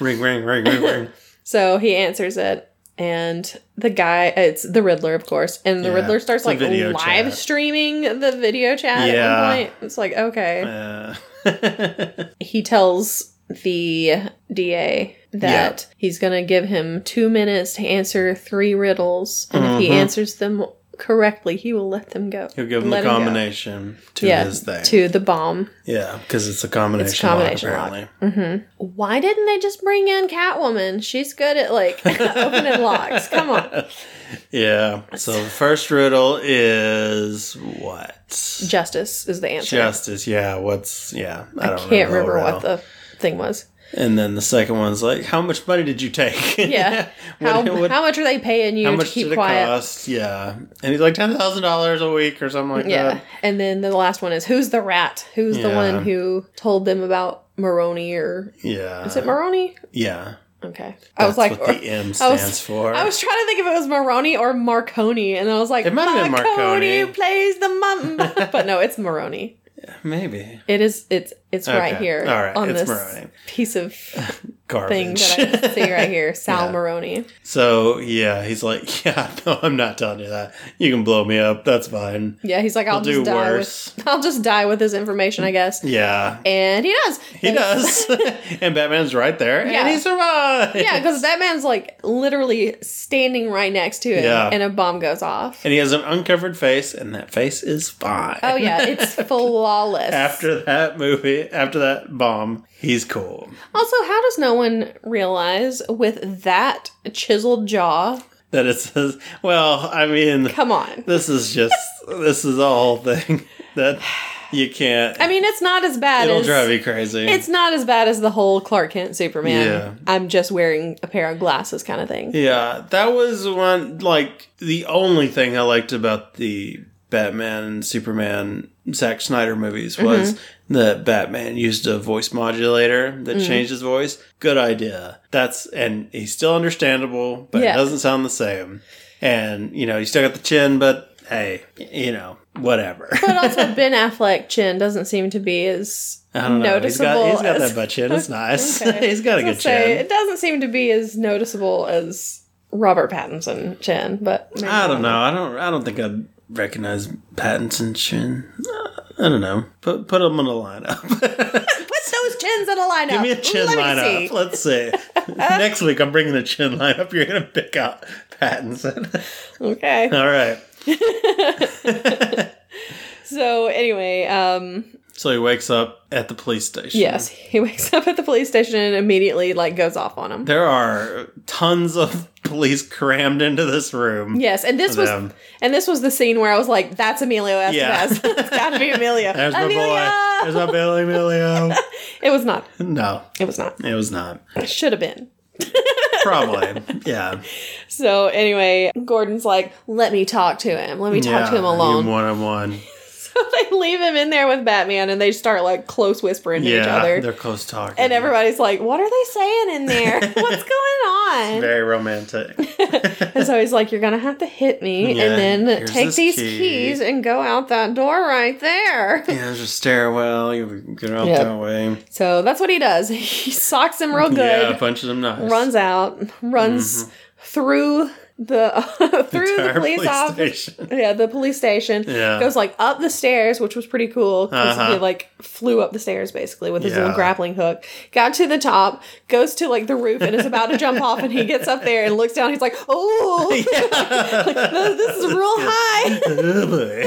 Speaker 1: Ring, ring, ring, ring, ring.
Speaker 2: so he answers it and the guy it's the Riddler of course and the
Speaker 1: Yeah,
Speaker 2: Riddler starts
Speaker 1: it's a
Speaker 2: like
Speaker 1: video
Speaker 2: live
Speaker 1: chat.
Speaker 2: streaming the video chat
Speaker 1: Yeah.
Speaker 2: at one point. It's like okay.
Speaker 1: Uh,
Speaker 2: he tells the DA that he's going to give him two minutes to answer three riddles, and if he
Speaker 1: Mhm.
Speaker 2: answers them correctly, he will let them go.
Speaker 1: he'll give him
Speaker 2: Let
Speaker 1: the
Speaker 2: him go.
Speaker 1: combination to his thing.
Speaker 2: to the bomb.
Speaker 1: yeah, because it's a combination.
Speaker 2: It's a combination
Speaker 1: lock,
Speaker 2: lock.
Speaker 1: apparently.
Speaker 2: hmm Why didn't they just bring in Catwoman? She's good at like opening locks. Come on,
Speaker 1: Yeah. So the first riddle is what?
Speaker 2: justice is the answer.
Speaker 1: Justice. Yeah. What's yeah?
Speaker 2: I,
Speaker 1: don't
Speaker 2: can't
Speaker 1: know the
Speaker 2: remember what
Speaker 1: riddle.
Speaker 2: the thing was.
Speaker 1: And then the second one's like, how much money did you take?
Speaker 2: Yeah.
Speaker 1: What-
Speaker 2: How,
Speaker 1: what-
Speaker 2: how much are they paying you
Speaker 1: how
Speaker 2: to
Speaker 1: much
Speaker 2: keep
Speaker 1: did it
Speaker 2: quiet?
Speaker 1: cost? Yeah. And he's like ten thousand dollars a week or something like
Speaker 2: Yeah.
Speaker 1: that.
Speaker 2: Uh, And then the last one is who's the rat? Who's the
Speaker 1: Yeah.
Speaker 2: one who told them about Maroni or
Speaker 1: Yeah.
Speaker 2: is it Maroni?
Speaker 1: Yeah.
Speaker 2: Okay. I
Speaker 1: Uh, That's
Speaker 2: was like
Speaker 1: what the M
Speaker 2: I was-
Speaker 1: stands for.
Speaker 2: I was trying to think if it was Maroni or Marconi and I was like
Speaker 1: It might have been Marconi.
Speaker 2: plays the mum but no, it's Maroni.
Speaker 1: Maybe
Speaker 2: It is it's it's right
Speaker 1: Okay.
Speaker 2: here
Speaker 1: All right,
Speaker 2: on
Speaker 1: it's
Speaker 2: this
Speaker 1: Maroni.
Speaker 2: piece of thing
Speaker 1: garbage.
Speaker 2: that I can see right here, Sal
Speaker 1: Yeah.
Speaker 2: Maroni.
Speaker 1: so yeah, he's like, yeah, no, I'm not telling you that. You can blow me up. That's fine.
Speaker 2: Yeah, he's like I'll
Speaker 1: We'll do
Speaker 2: just die
Speaker 1: worse.
Speaker 2: with I'll just die with this information, I guess.
Speaker 1: Yeah.
Speaker 2: And he does.
Speaker 1: He does. and Batman's right there.
Speaker 2: Yeah.
Speaker 1: And he survives.
Speaker 2: Yeah, because that man's like literally standing right next to it,
Speaker 1: Yeah.
Speaker 2: and a bomb goes off.
Speaker 1: And he has an uncovered face, and that face is fine.
Speaker 2: Oh yeah, it's flawless.
Speaker 1: after that movie, after that bomb, he's cool.
Speaker 2: also, how does no one realize with that chiseled jaw?
Speaker 1: That it says, well, I mean,
Speaker 2: Come on.
Speaker 1: this is just, this is the whole thing that you can't,
Speaker 2: I mean, it's not as bad
Speaker 1: it'll
Speaker 2: as
Speaker 1: drive you crazy.
Speaker 2: it's not as bad as the whole Clark Kent Superman.
Speaker 1: Yeah.
Speaker 2: I'm just wearing a pair of glasses kind of thing.
Speaker 1: yeah, that was one, like, the only thing I liked about the Batman and Superman Zack Snyder movies
Speaker 2: Mm-hmm.
Speaker 1: was that Batman used a voice modulator that
Speaker 2: Mm-hmm.
Speaker 1: changed his voice. Good idea. That's and he's still understandable, but
Speaker 2: Yeah.
Speaker 1: it doesn't sound the same. And you know, you still got the chin, but hey, you know, whatever.
Speaker 2: But also, Ben Affleck chin doesn't seem to be as
Speaker 1: I don't know. He's got
Speaker 2: noticeable.
Speaker 1: he's got
Speaker 2: as-
Speaker 1: that butt chin. It's nice.
Speaker 2: Okay.
Speaker 1: he's got a
Speaker 2: I was
Speaker 1: good
Speaker 2: gonna say,
Speaker 1: chin.
Speaker 2: It doesn't seem to be as noticeable as Robert Pattinson chin, but maybe
Speaker 1: I don't know. I don't. I don't think I'd recognize Pattinson chin. Uh, I don't know. Put put him on a lineup.
Speaker 2: Put those chins in a lineup.
Speaker 1: Give me a chin
Speaker 2: Let me
Speaker 1: lineup.
Speaker 2: see.
Speaker 1: Let's see. Next week, I'm bringing the chin lineup. You're going to pick out Pattinson.
Speaker 2: Okay.
Speaker 1: All right.
Speaker 2: So anyway, um,
Speaker 1: So he wakes up at the police station.
Speaker 2: yes, he wakes up at the police station and immediately like goes off on him.
Speaker 1: There are tons of police crammed into this room.
Speaker 2: Yes, and this was
Speaker 1: Them.
Speaker 2: and this was the scene where I was like, "That's Emilio
Speaker 1: Yeah.
Speaker 2: Estevez. it's gotta be Emilio.
Speaker 1: There's my boy.
Speaker 2: Emilio!"
Speaker 1: There's my Billy Emilio.
Speaker 2: It was not.
Speaker 1: no,
Speaker 2: It was not.
Speaker 1: it was not.
Speaker 2: It should have been.
Speaker 1: Probably. Yeah.
Speaker 2: So anyway, Gordon's like, let me talk to him. Let me talk to him alone.
Speaker 1: One on one.
Speaker 2: so they leave him in there with Batman and they start like close whispering to each
Speaker 1: Yeah.
Speaker 2: other.
Speaker 1: They're close talking.
Speaker 2: And everybody's like, what are they saying in there? What's going on?
Speaker 1: Very romantic.
Speaker 2: and so he's like, you're going to have to hit me
Speaker 1: Yeah,
Speaker 2: and then
Speaker 1: here's
Speaker 2: take
Speaker 1: this
Speaker 2: these
Speaker 1: key."
Speaker 2: keys and go out that door right there.
Speaker 1: yeah, there's a stairwell. You get out
Speaker 2: Yeah.
Speaker 1: that way.
Speaker 2: So that's what he does. He socks him real good.
Speaker 1: Yeah, punches him nice.
Speaker 2: runs out, runs through the through the
Speaker 1: Entire
Speaker 2: police office.
Speaker 1: station.
Speaker 2: Yeah, the police station.
Speaker 1: Yeah.
Speaker 2: Goes like up the stairs, which was pretty cool because
Speaker 1: Uh-huh.
Speaker 2: he like flew up the stairs basically with his
Speaker 1: Yeah.
Speaker 2: little grappling hook. Got to the top, goes to like the roof and is about to jump off, and he gets up there and looks down. He's like, "Oh,
Speaker 1: Yeah.
Speaker 2: this is real high."
Speaker 1: Oh, boy.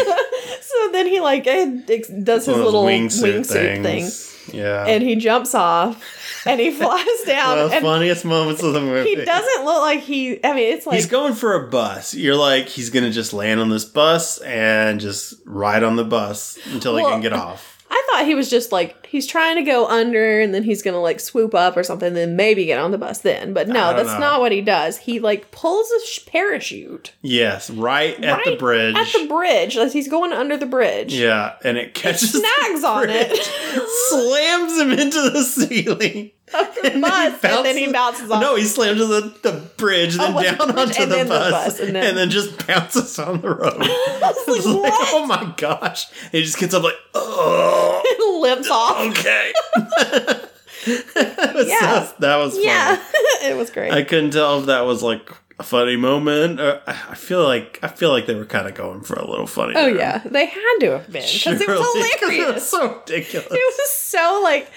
Speaker 2: so then he like it, it does his
Speaker 1: One of those
Speaker 2: little wingsuit, thing,
Speaker 1: Yeah.
Speaker 2: and he jumps off, and he flies down,
Speaker 1: One of the
Speaker 2: and
Speaker 1: funniest moments of the movie.
Speaker 2: he doesn't look like he. I mean, it's like
Speaker 1: he's going for a bus. You're like, he's gonna just land on this bus and just ride on the bus until he
Speaker 2: Well-
Speaker 1: can get off.
Speaker 2: I thought he was just like he's trying to go under and then he's gonna like swoop up or something, then maybe get on the bus then. But
Speaker 1: I
Speaker 2: no,
Speaker 1: don't
Speaker 2: that's
Speaker 1: know.
Speaker 2: not what he does. He like pulls a sh- parachute
Speaker 1: Yes, right at the
Speaker 2: Right
Speaker 1: bridge.
Speaker 2: at the bridge, like he's going under the bridge.
Speaker 1: yeah, and it catches the
Speaker 2: snags on it.
Speaker 1: bridge, slams him into the ceiling.
Speaker 2: Of the
Speaker 1: And
Speaker 2: bus,
Speaker 1: then he
Speaker 2: and then he bounces off.
Speaker 1: No, he slams into the, the bridge, then
Speaker 2: was it
Speaker 1: down
Speaker 2: Oh, the bridge
Speaker 1: onto
Speaker 2: and
Speaker 1: the
Speaker 2: then the
Speaker 1: bus,
Speaker 2: bus, and then-
Speaker 1: and then just bounces on the road.
Speaker 2: I was
Speaker 1: It's
Speaker 2: like,
Speaker 1: like,
Speaker 2: what?
Speaker 1: oh my gosh. He just gets up like, oh,
Speaker 2: It lips off.
Speaker 1: okay. That was-
Speaker 2: Yeah.
Speaker 1: that was funny.
Speaker 2: Yeah, it was great.
Speaker 1: Oh, I couldn't tell if that was like a funny moment. Or I I feel like I feel like they were kind of going for a little funny.
Speaker 2: oh
Speaker 1: there.
Speaker 2: yeah, they had to have been because it
Speaker 1: Surely, 'cause
Speaker 2: was
Speaker 1: it was
Speaker 2: hilarious.
Speaker 1: so ridiculous.
Speaker 2: It was so like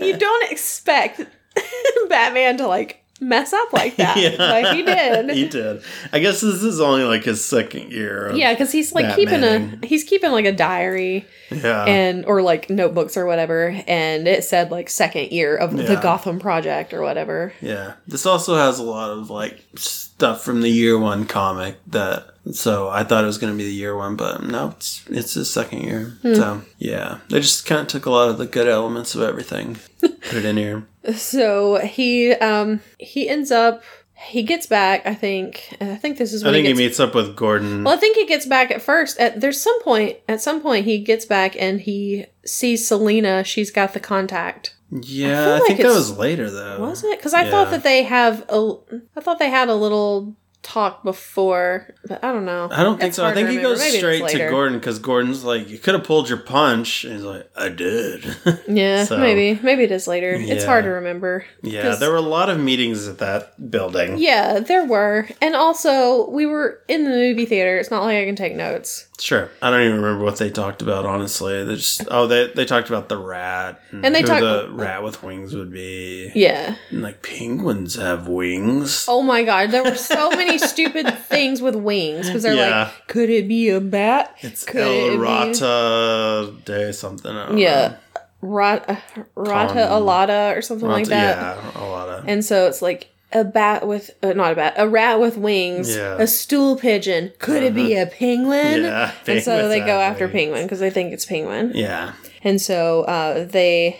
Speaker 2: you don't expect Batman to like mess up like that,
Speaker 1: Yeah.
Speaker 2: like he did.
Speaker 1: he did. I guess this is only like his second year. Of,
Speaker 2: Yeah, because he's like
Speaker 1: Batman. Uh.
Speaker 2: keeping a he's keeping like a diary
Speaker 1: yeah.
Speaker 2: and or like notebooks or whatever, and it said like second year of the
Speaker 1: Yeah.
Speaker 2: Gotham project or whatever.
Speaker 1: Yeah. This also has a lot of like stuff from the year one comic that so I thought it was gonna be the year one, but no, it's it's his second year.
Speaker 2: Hmm.
Speaker 1: So yeah. They just kinda took a lot of the good elements of everything. Put it in here.
Speaker 2: So he um he ends up he gets back. I think and I think this is
Speaker 1: I
Speaker 2: when
Speaker 1: think
Speaker 2: he
Speaker 1: he
Speaker 2: gets.
Speaker 1: meets up with Gordon.
Speaker 2: well, I think he gets back at first. At there's some point at some point he gets back and he sees Selena. She's got the contact. I
Speaker 1: yeah,
Speaker 2: feel
Speaker 1: I,
Speaker 2: like
Speaker 1: think that
Speaker 2: it's-
Speaker 1: was later though.
Speaker 2: Was it? Because I thought
Speaker 1: Uh, Yeah.
Speaker 2: that they have a. I thought they had a little talk before, but I don't know.
Speaker 1: I don't think
Speaker 2: It's
Speaker 1: so. I
Speaker 2: hard to
Speaker 1: think he
Speaker 2: remember.
Speaker 1: goes
Speaker 2: Maybe it's
Speaker 1: straight to
Speaker 2: later.
Speaker 1: Gordon because Gordon's like, "You could have pulled your punch," and he's like, "I did."
Speaker 2: Yeah,
Speaker 1: So-
Speaker 2: maybe. Maybe it is later. It's
Speaker 1: Yeah.
Speaker 2: hard to remember.
Speaker 1: yeah,
Speaker 2: 'Cause-
Speaker 1: there were a lot of meetings at that building.
Speaker 2: Yeah, there were. And also, we were in the movie theater. It's not like I can take notes.
Speaker 1: Sure. I don't even remember what they talked about, honestly. They just oh they they talked about the rat
Speaker 2: And they
Speaker 1: who
Speaker 2: talk-
Speaker 1: the rat with wings would be.
Speaker 2: Yeah.
Speaker 1: And like penguins have wings.
Speaker 2: Oh my god, there were so many stupid things with wings because they're
Speaker 1: Yeah.
Speaker 2: like, could it be a bat?
Speaker 1: it's
Speaker 2: could it
Speaker 1: El
Speaker 2: be-
Speaker 1: Rata Day something. I don't
Speaker 2: Yeah. Rata,
Speaker 1: Con-
Speaker 2: rata alata or something
Speaker 1: know. Rata,
Speaker 2: like that.
Speaker 1: Yeah, a lot of
Speaker 2: And so it's like a bat with uh, not a bat, a rat with wings,
Speaker 1: Yeah. Uh-huh.
Speaker 2: a stool pigeon. Could it be a penguin?
Speaker 1: Yeah,
Speaker 2: And so
Speaker 1: penguins
Speaker 2: they go
Speaker 1: have
Speaker 2: after
Speaker 1: wings.
Speaker 2: penguin because they think it's penguin.
Speaker 1: Yeah.
Speaker 2: And so uh, they,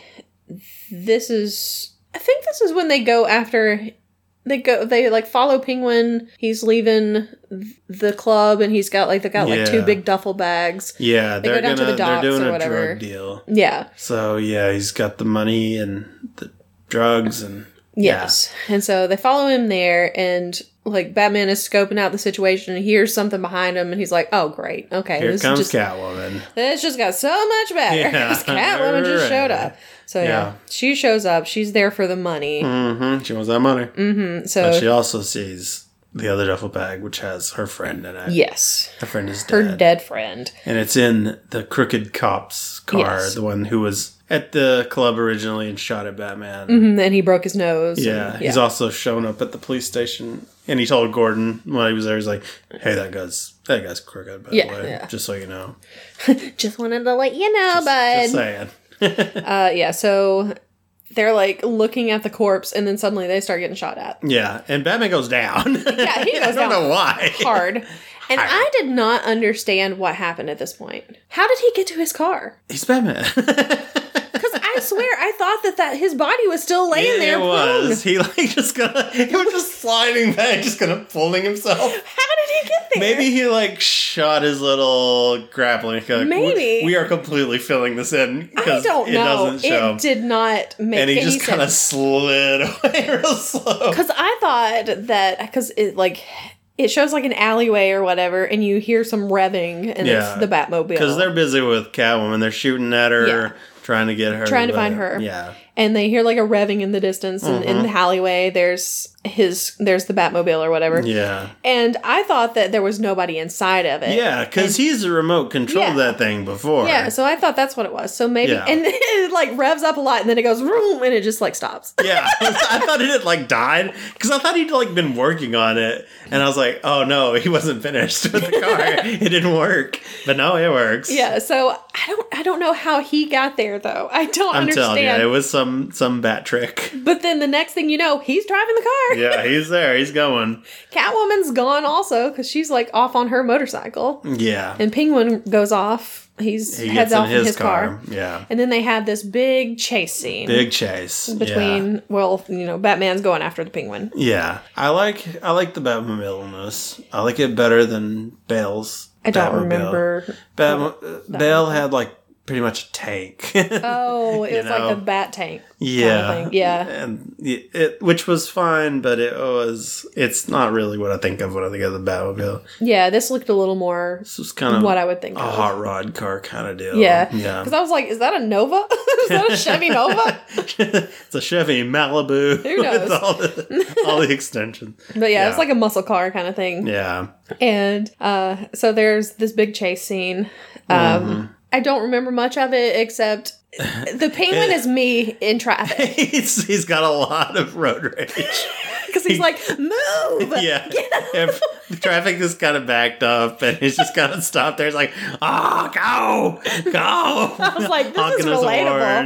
Speaker 2: this is, I think this is when they go after, they go, they like follow Penguin. He's leaving th- the club and he's got like, they got like two
Speaker 1: Yeah.
Speaker 2: big duffel bags.
Speaker 1: Yeah,
Speaker 2: They go
Speaker 1: they're gonna
Speaker 2: down to the
Speaker 1: they're
Speaker 2: docks
Speaker 1: doing
Speaker 2: or
Speaker 1: a
Speaker 2: whatever.
Speaker 1: drug deal.
Speaker 2: Yeah.
Speaker 1: So yeah, he's got the money and the drugs and
Speaker 2: Yes. And so they follow him there and like Batman is scoping out the situation and hears something behind him and he's like, oh, great. Okay.
Speaker 1: Here
Speaker 2: this
Speaker 1: comes
Speaker 2: just,
Speaker 1: Catwoman.
Speaker 2: This just got so much better.
Speaker 1: Yeah,
Speaker 2: This Catwoman just
Speaker 1: right.
Speaker 2: showed up. So yeah.
Speaker 1: Yeah.
Speaker 2: she shows up. She's there for the money.
Speaker 1: Mm-hmm. She wants that money.
Speaker 2: So
Speaker 1: But she also sees the other duffel bag, which has her friend in it.
Speaker 2: yes,
Speaker 1: Her friend is
Speaker 2: her
Speaker 1: dead.
Speaker 2: dead friend.
Speaker 1: and it's in the crooked cop's car,
Speaker 2: Yes.
Speaker 1: the one who was at the club originally and shot at Batman.
Speaker 2: Mhm, And he broke his nose. and-
Speaker 1: Yeah, he's also shown up at the police station, and he told Gordon while he was there, he's like, "Hey, that guy's that guy's crooked, by
Speaker 2: Yeah,
Speaker 1: the way,
Speaker 2: yeah.
Speaker 1: just so you know."
Speaker 2: just wanted to let you know, bud.
Speaker 1: Just saying.
Speaker 2: uh, yeah. So they're like looking at the corpse, and then suddenly they start getting shot at
Speaker 1: Yeah, and Batman goes down. Yeah,
Speaker 2: he
Speaker 1: I
Speaker 2: goes
Speaker 1: don't
Speaker 2: down
Speaker 1: know why.
Speaker 2: hard. And I did not understand what happened at this point. How did he get to his car?
Speaker 1: He's Batman.
Speaker 2: Because I swear I thought that that his body was still laying there.
Speaker 1: it
Speaker 2: prone.
Speaker 1: was. He like just gonna. He was just sliding back, just gonna pulling himself.
Speaker 2: How did he get there?
Speaker 1: Maybe he like shot his little grappling hook. We-
Speaker 2: Maybe.
Speaker 1: we are completely filling this in
Speaker 2: I
Speaker 1: because
Speaker 2: don't
Speaker 1: it
Speaker 2: know.
Speaker 1: doesn't show.
Speaker 2: It did not make
Speaker 1: and he
Speaker 2: any
Speaker 1: just kind of
Speaker 2: sense.
Speaker 1: slid away real slow.
Speaker 2: Because I thought that because it like it shows like an alleyway or whatever, and you hear some revving, and
Speaker 1: Yeah.
Speaker 2: it's the Batmobile.
Speaker 1: Because they're busy with Catwoman. They're shooting at her,
Speaker 2: Yeah.
Speaker 1: trying to get her,
Speaker 2: Trying to
Speaker 1: but-
Speaker 2: find her.
Speaker 1: Yeah,
Speaker 2: and they hear like a revving in the distance, and in the
Speaker 1: Mm-hmm.
Speaker 2: alleyway there's his there's the Batmobile or whatever.
Speaker 1: yeah,
Speaker 2: And I thought that there was nobody inside of it.
Speaker 1: yeah. Because he's remote controlled
Speaker 2: Yeah.
Speaker 1: that thing before.
Speaker 2: Yeah, so I thought that's what it was. So maybe,
Speaker 1: Yeah.
Speaker 2: and then it like revs up a lot, and then it goes vroom, and it just like stops.
Speaker 1: yeah, I thought it had like died because I thought he'd like been working on it, and I was like, oh no, he wasn't finished with the car. it didn't work, but now it works.
Speaker 2: Yeah, so I don't, I don't know how he got there though. I don't
Speaker 1: I'm
Speaker 2: understand.
Speaker 1: telling you, it was some some bat trick.
Speaker 2: but then the next thing you know, he's driving the car.
Speaker 1: Yeah, he's there. He's going.
Speaker 2: Catwoman's gone also because she's like off on her motorcycle,
Speaker 1: Yeah,
Speaker 2: and Penguin goes off. He's
Speaker 1: Hmm. he
Speaker 2: heads
Speaker 1: gets
Speaker 2: off
Speaker 1: in his, car. Yeah,
Speaker 2: and then they have this big chase scene
Speaker 1: big chase Yeah.
Speaker 2: between. Well, you know, Batman's going after the Penguin.
Speaker 1: Yeah, I like I like the Batmobile in this. I like it better than Bale's.
Speaker 2: I don't
Speaker 1: Batmobile.
Speaker 2: remember.
Speaker 1: Batmo- Bale had like pretty much a tank.
Speaker 2: Oh, it
Speaker 1: You
Speaker 2: was
Speaker 1: know.
Speaker 2: like the Bat Tank.
Speaker 1: yeah,
Speaker 2: thing, yeah.
Speaker 1: and it, it- which was fine, but it was it's not really what I think of when I think of the Batmobile.
Speaker 2: Yeah, this looked a little more
Speaker 1: This was kind of
Speaker 2: what I would think.
Speaker 1: a
Speaker 2: of.
Speaker 1: hot rod car kind of deal.
Speaker 2: Yeah,
Speaker 1: yeah.
Speaker 2: Because I was like, is that a Nova? is that a Chevy Nova?
Speaker 1: it's a Chevy Malibu
Speaker 2: knows?
Speaker 1: with all the, all the extensions.
Speaker 2: But yeah,
Speaker 1: Yeah.
Speaker 2: it's like a muscle car kind of thing.
Speaker 1: Yeah,
Speaker 2: And uh, so there's this big chase scene. Um,
Speaker 1: Mm-hmm.
Speaker 2: I don't remember much of it except the penguin is me in traffic
Speaker 1: he's he's got a lot of road rage.
Speaker 2: because he's like, move.
Speaker 1: yeah. If the traffic is kind of backed up and he's just kind of stopped there. It's like, oh, go, go. I
Speaker 2: was like,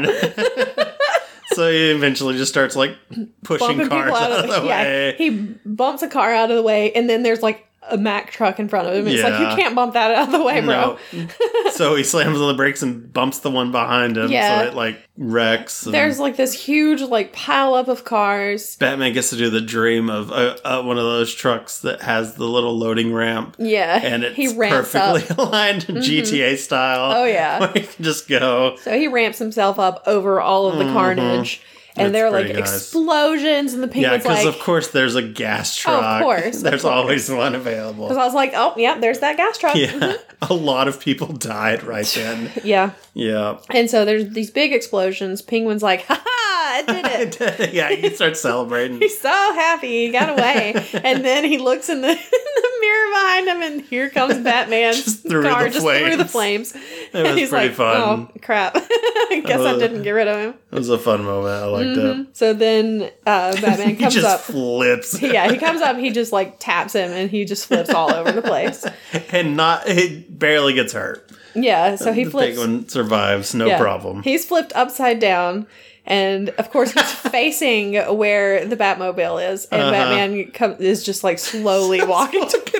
Speaker 2: this is
Speaker 1: so he eventually just starts like pushing
Speaker 2: Bumping
Speaker 1: cars
Speaker 2: people
Speaker 1: out of the
Speaker 2: yeah,
Speaker 1: way.
Speaker 2: He bumps a car out of the way, and then there's like a Mack truck in front of him. It's like
Speaker 1: Yeah.
Speaker 2: you can't bump that out of the way, bro.
Speaker 1: No. so he slams on the brakes and bumps the one behind him.
Speaker 2: Yeah.
Speaker 1: So it like wrecks. and-
Speaker 2: There's like this huge like pile up of cars.
Speaker 1: Batman gets to do the dream of uh, uh, one of those trucks that has the little loading ramp
Speaker 2: Yeah,
Speaker 1: and it's
Speaker 2: he ramps
Speaker 1: perfectly
Speaker 2: up. Mm-hmm.
Speaker 1: aligned GTA style.
Speaker 2: Oh, yeah.
Speaker 1: Where you can just go.
Speaker 2: So he ramps himself up over all of the carnage, and
Speaker 1: Mm-hmm. It's
Speaker 2: there are like
Speaker 1: pretty nice.
Speaker 2: explosions, and the
Speaker 1: Yeah,
Speaker 2: penguin's
Speaker 1: because
Speaker 2: like.
Speaker 1: of course there's a gas
Speaker 2: Oh,
Speaker 1: truck.
Speaker 2: of course, of
Speaker 1: there's
Speaker 2: course.
Speaker 1: always one
Speaker 2: Because
Speaker 1: available.
Speaker 2: I was like, oh, yeah, there's that gas truck. Mhm.
Speaker 1: Yeah, a lot of people died right then.
Speaker 2: Yeah.
Speaker 1: Yeah,
Speaker 2: And so there's these big explosions. Penguin's like, ha ha, I did it.
Speaker 1: yeah, you start celebrating.
Speaker 2: He's so happy. He got away. and then he looks in the, in the mirror behind him, and here comes Batman's
Speaker 1: Just through
Speaker 2: car
Speaker 1: the
Speaker 2: just through the flames. and
Speaker 1: was
Speaker 2: he's
Speaker 1: pretty
Speaker 2: like,
Speaker 1: fun.
Speaker 2: oh, crap. I guess I
Speaker 1: Uh,
Speaker 2: didn't get rid of him.
Speaker 1: It was a fun moment. I liked it.
Speaker 2: So then uh, Batman
Speaker 1: He
Speaker 2: Mm-hmm. comes
Speaker 1: just
Speaker 2: up.
Speaker 1: flips,
Speaker 2: yeah, he comes up, he just like taps him, and he just flips all over the place.
Speaker 1: and not it barely gets hurt.
Speaker 2: Yeah, so he
Speaker 1: the
Speaker 2: flips.
Speaker 1: penguin survives, no
Speaker 2: Yeah.
Speaker 1: problem.
Speaker 2: He's flipped upside down, and of course he's facing where the Batmobile is,
Speaker 1: Uh-huh.
Speaker 2: and Batman com- is just like slowly walking. toward it.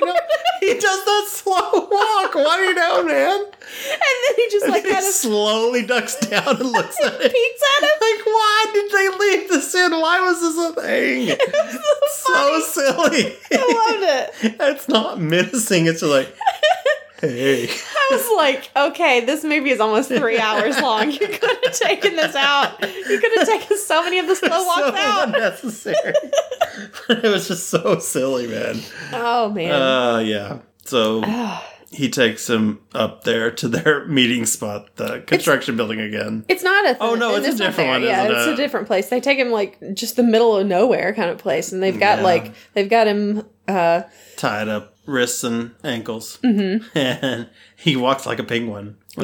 Speaker 1: He does that slow walk. Why do you know, man?
Speaker 2: and then he just like
Speaker 1: he
Speaker 2: kind of
Speaker 1: slowly ducks down and looks at it.
Speaker 2: peeks at him.
Speaker 1: Like, why did they leave this in? Why was this a thing? so silly.
Speaker 2: I loved it.
Speaker 1: it's not menacing. It's just like, hey.
Speaker 2: I was like, okay, this movie is almost three hours long. You could have taken this out. You could have taken so many of the slow
Speaker 1: so
Speaker 2: walks out.
Speaker 1: unnecessary. it was just so silly, man.
Speaker 2: Oh man. Oh.
Speaker 1: Uh, yeah.
Speaker 2: Uh,
Speaker 1: So he takes him up there to their meeting spot, the construction building again.
Speaker 2: It's not a.
Speaker 1: Oh, no,
Speaker 2: and
Speaker 1: it's a
Speaker 2: not
Speaker 1: different
Speaker 2: there.
Speaker 1: one,
Speaker 2: Yeah,
Speaker 1: isn't
Speaker 2: it's
Speaker 1: it?
Speaker 2: a different place. They take him like just the middle of nowhere kind of place, and they've got
Speaker 1: Yeah.
Speaker 2: like they've got him. uh
Speaker 1: tied up wrists and ankles. And he walks like a penguin.
Speaker 2: Mm-hmm.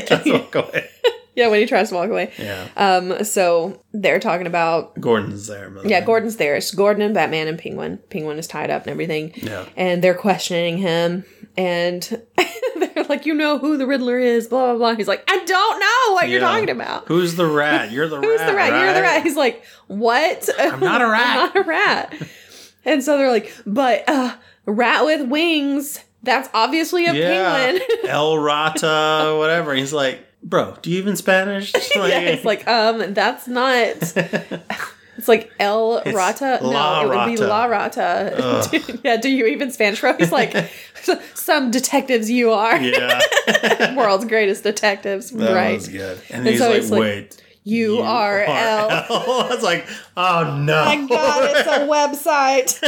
Speaker 1: Just walk away.
Speaker 2: yeah. When he tries to walk away,
Speaker 1: Yeah.
Speaker 2: um. So they're talking about
Speaker 1: Gordon's there. by the
Speaker 2: yeah.
Speaker 1: way.
Speaker 2: Gordon's there. It's Gordon and Batman and Penguin. Penguin is tied up and everything.
Speaker 1: Yeah.
Speaker 2: And they're questioning him, and they're like, "You know who the Riddler is?" Blah blah blah. He's like, "I don't know what you're
Speaker 1: Yeah.
Speaker 2: talking about."
Speaker 1: Who's the rat? You're the
Speaker 2: Who's
Speaker 1: rat.
Speaker 2: the rat? You're the rat. He's like, what? I'm
Speaker 1: not a rat.
Speaker 2: not a rat. And so they're like, but uh, rat with wings. That's obviously a
Speaker 1: Yeah.
Speaker 2: penguin.
Speaker 1: El Rata, whatever. He's like, bro, do you even Spanish? Just
Speaker 2: yeah, it's like um, that's not. It's like El
Speaker 1: It's
Speaker 2: Rata. No,
Speaker 1: La
Speaker 2: it would be
Speaker 1: Rata.
Speaker 2: La Rata.
Speaker 1: Ugh.
Speaker 2: yeah, do you even Spanish? Bro? He's like, some detectives you are.
Speaker 1: yeah,
Speaker 2: World's greatest detectives,
Speaker 1: that
Speaker 2: right?
Speaker 1: was good. And,
Speaker 2: And
Speaker 1: he's
Speaker 2: so
Speaker 1: like,
Speaker 2: he's like,
Speaker 1: wait,
Speaker 2: U R L.
Speaker 1: I was like, oh no.
Speaker 2: My God, it's a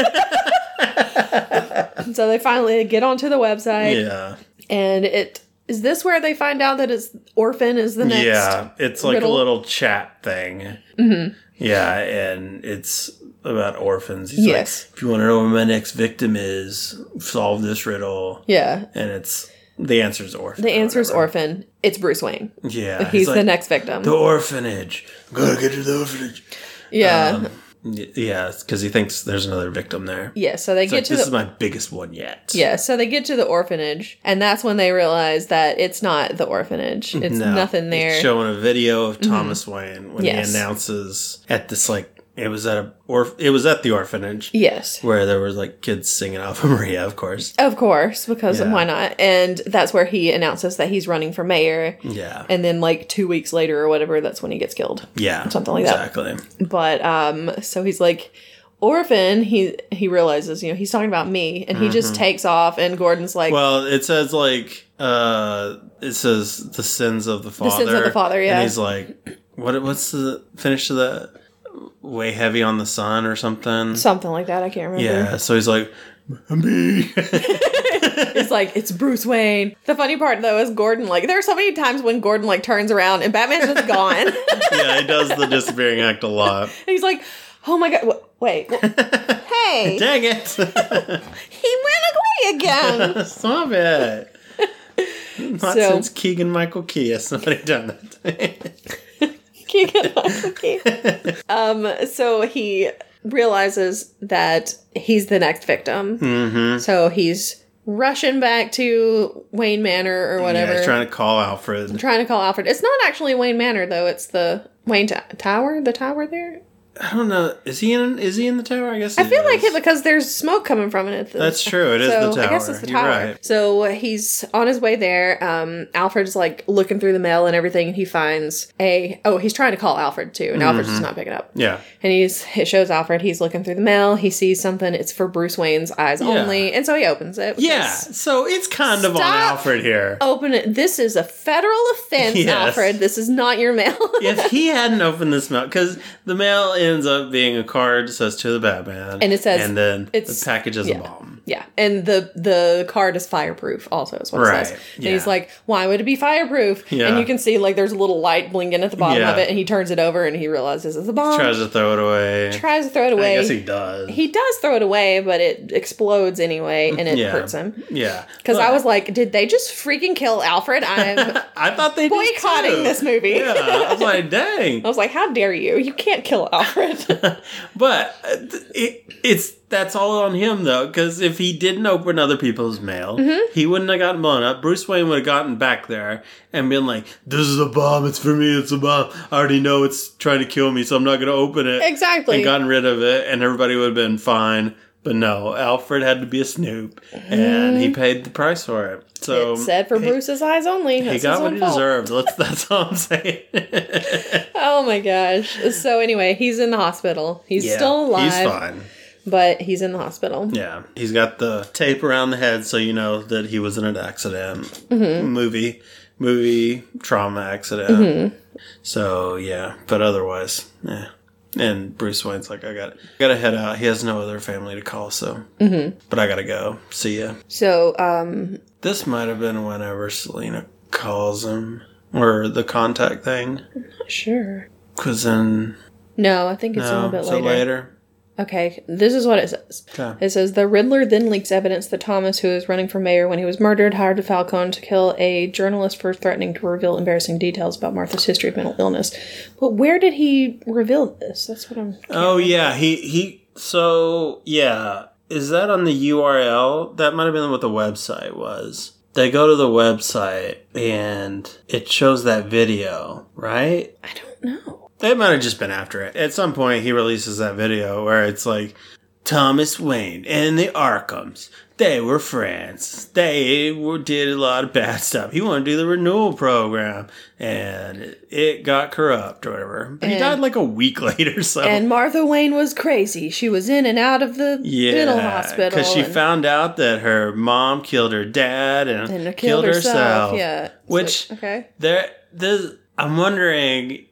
Speaker 2: website. so they finally get onto the website,
Speaker 1: yeah,
Speaker 2: and it is this where they find out that it's orphan is the next.
Speaker 1: yeah. It's like a
Speaker 2: riddle.
Speaker 1: little chat thing. Mm-hmm. Yeah, and it's about orphans. He's
Speaker 2: Yes.
Speaker 1: Like, if you want to know where my next victim is, solve this riddle.
Speaker 2: Yeah.
Speaker 1: And it's the answer is orphan.
Speaker 2: The
Speaker 1: or
Speaker 2: answer is
Speaker 1: whatever.
Speaker 2: orphan. It's Bruce Wayne.
Speaker 1: Yeah,
Speaker 2: He's, the
Speaker 1: like,
Speaker 2: next victim.
Speaker 1: The orphanage. I'm gonna get to the orphanage.
Speaker 2: yeah.
Speaker 1: Um, y- yeah, because he thinks there's another victim there.
Speaker 2: yeah. So they
Speaker 1: It's
Speaker 2: get
Speaker 1: like,
Speaker 2: to
Speaker 1: this
Speaker 2: the
Speaker 1: is my biggest one yet.
Speaker 2: Yeah, so they get to the orphanage, and that's when they realize that it's not the orphanage. It's
Speaker 1: No,
Speaker 2: nothing
Speaker 1: it's
Speaker 2: there. Mm-hmm.
Speaker 1: showing a video of Thomas Wayne when
Speaker 2: Yes.
Speaker 1: he announces at this like it was at a or it was at the orphanage
Speaker 2: yes.
Speaker 1: where there was like kids singing Ave Maria, of course.
Speaker 2: Of course, because
Speaker 1: Yeah.
Speaker 2: why not? And that's where he announces that he's running for mayor.
Speaker 1: Yeah,
Speaker 2: And then, like, two weeks later or whatever, that's when he gets killed.
Speaker 1: yeah,
Speaker 2: something like that.
Speaker 1: exactly. that. Exactly.
Speaker 2: But, um, so he's like, orphan, he he realizes, you know, he's talking about me. And he just takes off, and Gordon's
Speaker 1: Mm-hmm.
Speaker 2: like,
Speaker 1: Well, it says like uh it says the sins of the father.
Speaker 2: sins of the father, yeah.
Speaker 1: And he's like, what? What's the finish of that? Way heavy on the sun or something.
Speaker 2: something like that. I can't remember.
Speaker 1: Yeah, so he's like, me.
Speaker 2: It's like it's Bruce Wayne. The funny part though is Gordon. Like there are so many times when Gordon like turns around and Batman's just gone.
Speaker 1: yeah, he does the disappearing act a lot.
Speaker 2: And he's like, "Oh my god, w- wait, w- hey,
Speaker 1: Dang it!
Speaker 2: he went away again."
Speaker 1: Stop it! Not
Speaker 2: So-
Speaker 1: since Keegan Michael Key has somebody done that.
Speaker 2: Keegan-Michael Key. um, so he realizes that he's the next victim.
Speaker 1: mm-hmm.
Speaker 2: So he's rushing back to Wayne Manor or whatever,
Speaker 1: Yeah, he's
Speaker 2: trying-,
Speaker 1: trying to call Alfred.
Speaker 2: to call Alfred. It's not actually Wayne Manor though; it's the Wayne T- Tower, the tower there.
Speaker 1: I don't know. Is he in? Is he in the tower? I guess.
Speaker 2: I feel like it because there's smoke coming from it. At the,
Speaker 1: That's true. It is
Speaker 2: so
Speaker 1: the tower.
Speaker 2: I guess it's the
Speaker 1: You're
Speaker 2: tower.
Speaker 1: right.
Speaker 2: So he's on his way there. Um, Alfred's like looking through the mail and everything, and he finds a. Oh, he's trying to call Alfred too, and Alfred's
Speaker 1: Mm-hmm.
Speaker 2: just not picking up.
Speaker 1: Yeah.
Speaker 2: And he's it shows Alfred. He's looking through the mail. He sees something. It's for Bruce Wayne's eyes only, and so he opens it. which
Speaker 1: Yeah.
Speaker 2: is-
Speaker 1: So it's kind of on
Speaker 2: Stop. Oh.
Speaker 1: Alfred here.
Speaker 2: Open it. This is a federal offense,
Speaker 1: Yes.
Speaker 2: Alfred. This is not your mail.
Speaker 1: If he hadn't opened this mail, because the mail ends up being a card that says to the Batman,
Speaker 2: And it says-
Speaker 1: and then
Speaker 2: it's-
Speaker 1: the package is
Speaker 2: yeah.
Speaker 1: a bomb.
Speaker 2: Yeah, and the the card is fireproof. Also, is what
Speaker 1: Right,
Speaker 2: it says. And
Speaker 1: yeah.
Speaker 2: he's like, "Why would it be fireproof?"
Speaker 1: Yeah.
Speaker 2: And you can see like there's a little light blinking at the bottom
Speaker 1: Yeah.
Speaker 2: of it, and he turns it over and he realizes it's a bomb.
Speaker 1: Tries to throw it away.
Speaker 2: tries to throw it away.
Speaker 1: I guess he does.
Speaker 2: He does throw it away, but it explodes anyway, and it
Speaker 1: Yeah.
Speaker 2: hurts him.
Speaker 1: yeah.
Speaker 2: Because
Speaker 1: But-
Speaker 2: I was like, "Did they just freaking kill Alfred?" I'm
Speaker 1: I thought they did
Speaker 2: boycotting
Speaker 1: too.
Speaker 2: this movie.
Speaker 1: Yeah, I was like, dang.
Speaker 2: I was like, "How dare you? You can't kill Alfred."
Speaker 1: But uh, th- it, it's that's all on him though, because if he didn't open other people's mail,
Speaker 2: Mm-hmm.
Speaker 1: he wouldn't have gotten blown up. Bruce Wayne would have gotten back there and been like, "This is a bomb. It's for me. It's a bomb. I already know it's trying to kill me, so I'm not going to open it."
Speaker 2: exactly.
Speaker 1: And gotten rid of it, and everybody would have been fine. But no, Alfred had to be a snoop, and he paid the price for it. So
Speaker 2: it Mm-hmm. said for
Speaker 1: um, he-
Speaker 2: Bruce's eyes only.
Speaker 1: He
Speaker 2: That's his
Speaker 1: got what
Speaker 2: own
Speaker 1: he
Speaker 2: fault.
Speaker 1: deserved. That's, that's all I'm saying.
Speaker 2: Oh my gosh. So anyway, he's in the hospital. He's still alive,
Speaker 1: He's fine.
Speaker 2: but he's in the hospital.
Speaker 1: Yeah. He's got the tape around the head so you know that he was in an accident.
Speaker 2: Mm-hmm.
Speaker 1: Movie. Movie trauma accident.
Speaker 2: Mm-hmm.
Speaker 1: So yeah. But otherwise, yeah. And Bruce Wayne's like, I got gotta head out. He has no other family to call, so
Speaker 2: Mm-hmm.
Speaker 1: but I gotta go. See ya.
Speaker 2: So, um,
Speaker 1: This might have been whenever Selena calls him. Or the contact thing.
Speaker 2: sure.
Speaker 1: Cause then
Speaker 2: No, I think it's a
Speaker 1: no,
Speaker 2: little bit
Speaker 1: so
Speaker 2: later.
Speaker 1: later.
Speaker 2: Okay, this is what it says.
Speaker 1: Okay.
Speaker 2: It says the Riddler then leaks evidence that Thomas, who was running for mayor when he was murdered, hired Falcone to kill a journalist for threatening to reveal embarrassing details about Martha's history of mental illness. But where did he reveal this? That's what I'm.
Speaker 1: Oh yeah, he he. So yeah, is that on the URL? That might have been what the website was. They go to the website and it shows that video, right?
Speaker 2: I don't know.
Speaker 1: It might have just been after it. At some point, he releases that video where it's like, Thomas Wayne and the Arkhams. They were friends. They were, did a lot of bad stuff. He wanted to do the renewal program, and it got corrupt or whatever. But he
Speaker 2: And-
Speaker 1: died like a week later, so
Speaker 2: And Martha Wayne was crazy. She was in and out of the mental hospital.
Speaker 1: because she
Speaker 2: and,
Speaker 1: found out that her mom killed her dad and,
Speaker 2: and
Speaker 1: killed,
Speaker 2: killed,
Speaker 1: herself.
Speaker 2: Yeah.
Speaker 1: Which-
Speaker 2: So- okay.
Speaker 1: There, this I'm wondering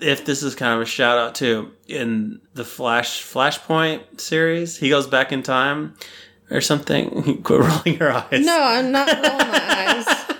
Speaker 1: if this is kind of a shout out to in the Flash Flashpoint series. He goes back in time or something. Quit rolling your eyes.
Speaker 2: No, I'm not rolling my eyes.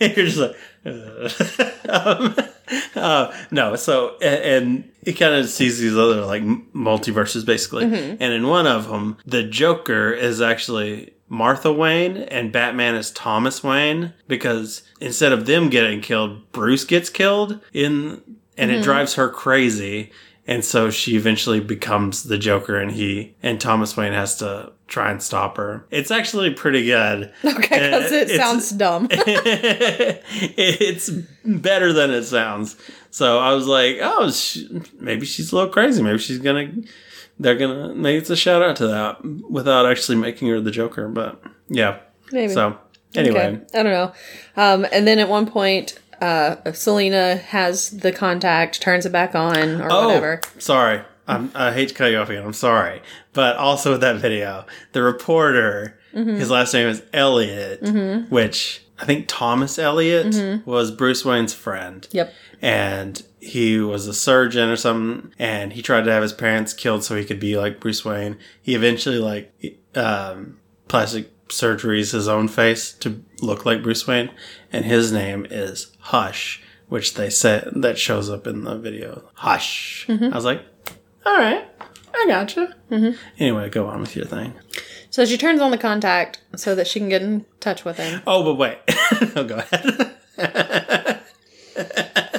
Speaker 1: You're just like. uh. um, uh, no, so a- and he kind of sees these other like m- multiverses basically, and in one of them, the Joker is actually Martha Wayne and Batman is Thomas Wayne because instead of them getting killed, Bruce gets killed in, and it drives her crazy, and so she eventually becomes the Joker, and he and Thomas Wayne has to try and stop her. It's actually pretty good.
Speaker 2: Okay, because
Speaker 1: Uh,
Speaker 2: it
Speaker 1: it's-
Speaker 2: sounds dumb.
Speaker 1: it's better than it sounds. So I was like, oh, sh maybe she's a little crazy. Maybe she's gonna, they're gonna, maybe it's a shout out to that without actually making her the Joker. But yeah,
Speaker 2: Maybe.
Speaker 1: so anyway,
Speaker 2: Okay. I don't know. Um, and then at one point, uh, Selena has the contact, turns it back on, or
Speaker 1: oh,
Speaker 2: whatever.
Speaker 1: sorry. I'm, I hate to cut you off again. I'm sorry, but also with that video, the reporter,
Speaker 2: Mm-hmm.
Speaker 1: his last name is Elliot, which I think Thomas Elliot
Speaker 2: Mm-hmm.
Speaker 1: was Bruce Wayne's friend.
Speaker 2: Yep.
Speaker 1: and he was a surgeon or something and he tried to have his parents killed so he could be like bruce wayne he eventually like um, plastic surgeries his own face to look like bruce wayne and his name is hush which they said that shows up in the video hush i was like all right i gotcha mm-hmm. anyway go on with your thing
Speaker 2: So she turns on the contact so that she can get in touch with him.
Speaker 1: oh but wait no go ahead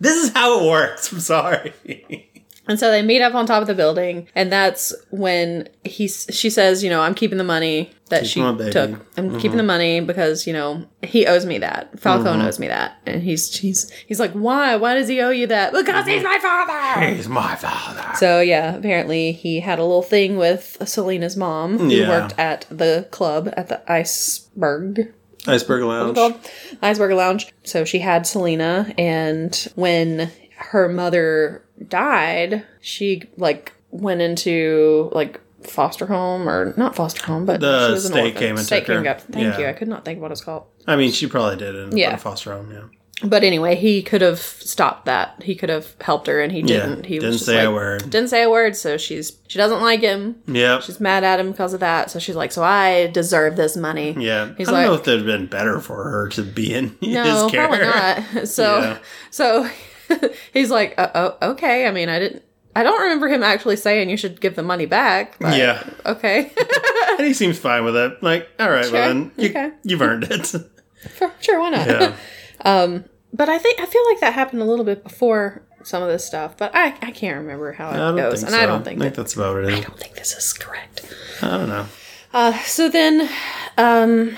Speaker 1: this is how it works i'm sorry
Speaker 2: And so they meet up on top of the building, and that's when he s- she says, you know, I'm keeping the money that she
Speaker 1: my baby. Mm-hmm.
Speaker 2: took. I'm keeping the money because you know he owes me that. Falcone
Speaker 1: Mm-hmm.
Speaker 2: owes me that, and he's he's he's like, why? Why does he owe you that? Because he's my father.
Speaker 1: He's my father.
Speaker 2: So yeah, apparently he had a little thing with Selena's mom, who
Speaker 1: Yeah.
Speaker 2: worked at the club at the iceberg
Speaker 1: Iceberg Lounge.
Speaker 2: called Iceberg Lounge. So she had Selena, and when her mother died, she like went into like foster home or not foster home, but
Speaker 1: The
Speaker 2: she was an
Speaker 1: state
Speaker 2: orphan.
Speaker 1: came and
Speaker 2: state
Speaker 1: took
Speaker 2: came
Speaker 1: her.
Speaker 2: Up. Thank
Speaker 1: Yeah.
Speaker 2: you. I could not think of what it's called.
Speaker 1: I mean, she probably did in
Speaker 2: Yeah.
Speaker 1: yeah. foster home. Yeah,
Speaker 2: But anyway, he could have stopped that. He could have helped her, and he didn't.
Speaker 1: yeah.
Speaker 2: He was
Speaker 1: didn't
Speaker 2: just
Speaker 1: say a
Speaker 2: like-
Speaker 1: word.
Speaker 2: Didn't say a word. So she's she doesn't like him.
Speaker 1: Yep.
Speaker 2: She's mad at him because of that. So she's like, so I deserve this money.
Speaker 1: yeah.
Speaker 2: He's
Speaker 1: I don't know
Speaker 2: like-
Speaker 1: if it'd been better for her to be in
Speaker 2: No,
Speaker 1: his care.
Speaker 2: probably not. So,
Speaker 1: Yeah.
Speaker 2: so he's like, uh, oh, okay. I mean, I didn't. I don't remember him actually saying you should give the money back. But
Speaker 1: Yeah,
Speaker 2: Okay.
Speaker 1: and he seems fine with it. Like, all right,
Speaker 2: Sure.
Speaker 1: well then you,
Speaker 2: Okay.
Speaker 1: you've earned it.
Speaker 2: sure. Why not?
Speaker 1: Yeah,
Speaker 2: But I think I feel like that happened a little bit before some of this stuff. But I I can't remember how it
Speaker 1: I don't
Speaker 2: goes,
Speaker 1: think
Speaker 2: and
Speaker 1: so.
Speaker 2: I don't think
Speaker 1: I think
Speaker 2: that,
Speaker 1: that's about
Speaker 2: I
Speaker 1: it.
Speaker 2: don't think this is correct.
Speaker 1: I don't know.
Speaker 2: Uh, so then, um,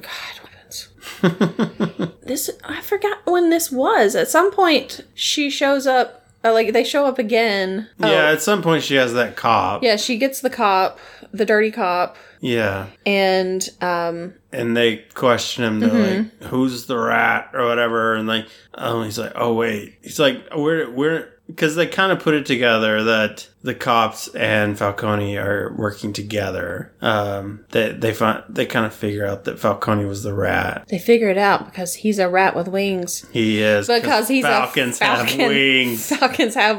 Speaker 2: God, what happens? this I forgot when this was. At some point, she shows up. Uh, like they show up again. Oh,
Speaker 1: Yeah, at some point she has that cop.
Speaker 2: Yeah, she gets the cop, the dirty cop,
Speaker 1: yeah.
Speaker 2: and um
Speaker 1: and they question him. They're
Speaker 2: Mm-hmm.
Speaker 1: like, "Who's the rat?" or whatever, and like, oh, he's like, "Oh wait," he's like, "We're we're." Because they kind of put it together that the cops and Falcone are working together. Um, they they find they kind of figure out that Falcone was the rat.
Speaker 2: they figure it out because he's a rat with wings.
Speaker 1: He is
Speaker 2: Because he's
Speaker 1: Falcons
Speaker 2: a falcon.
Speaker 1: have wings.
Speaker 2: Falcons have